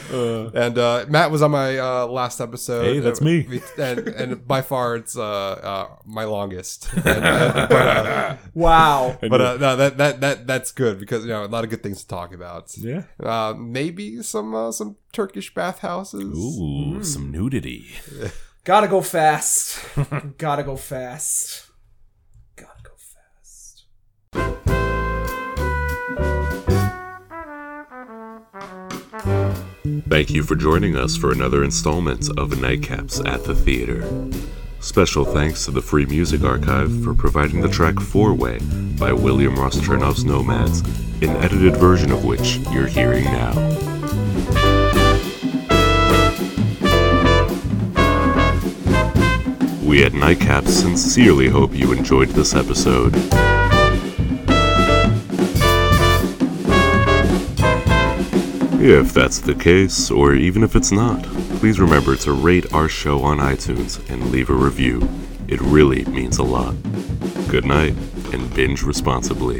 [SPEAKER 1] up. and uh, Matt was on my uh, last episode.
[SPEAKER 3] Hey, that's me.
[SPEAKER 1] We- And, and by far, it's uh, uh, my longest. And, uh, but uh,
[SPEAKER 2] Wow.
[SPEAKER 1] but, uh, no, that, that that that's good because you know a lot of good things to talk about.
[SPEAKER 3] yeah.
[SPEAKER 1] Uh, maybe some uh, some Turkish bathhouses.
[SPEAKER 3] Ooh,
[SPEAKER 1] Mm.
[SPEAKER 3] some nudity.
[SPEAKER 2] Gotta go fast. Gotta go fast. Gotta go fast.
[SPEAKER 3] Thank you for joining us for another installment of Nightcaps at the Theater. Special thanks to the Free Music Archive for providing the track Four Way by William Ross Chernoff's Nomads, an edited version of which you're hearing now. We at Nightcaps sincerely hope you enjoyed this episode. If that's the case, or even if it's not, please remember to rate our show on iTunes and leave a review. It really means a lot. Good night, and binge responsibly.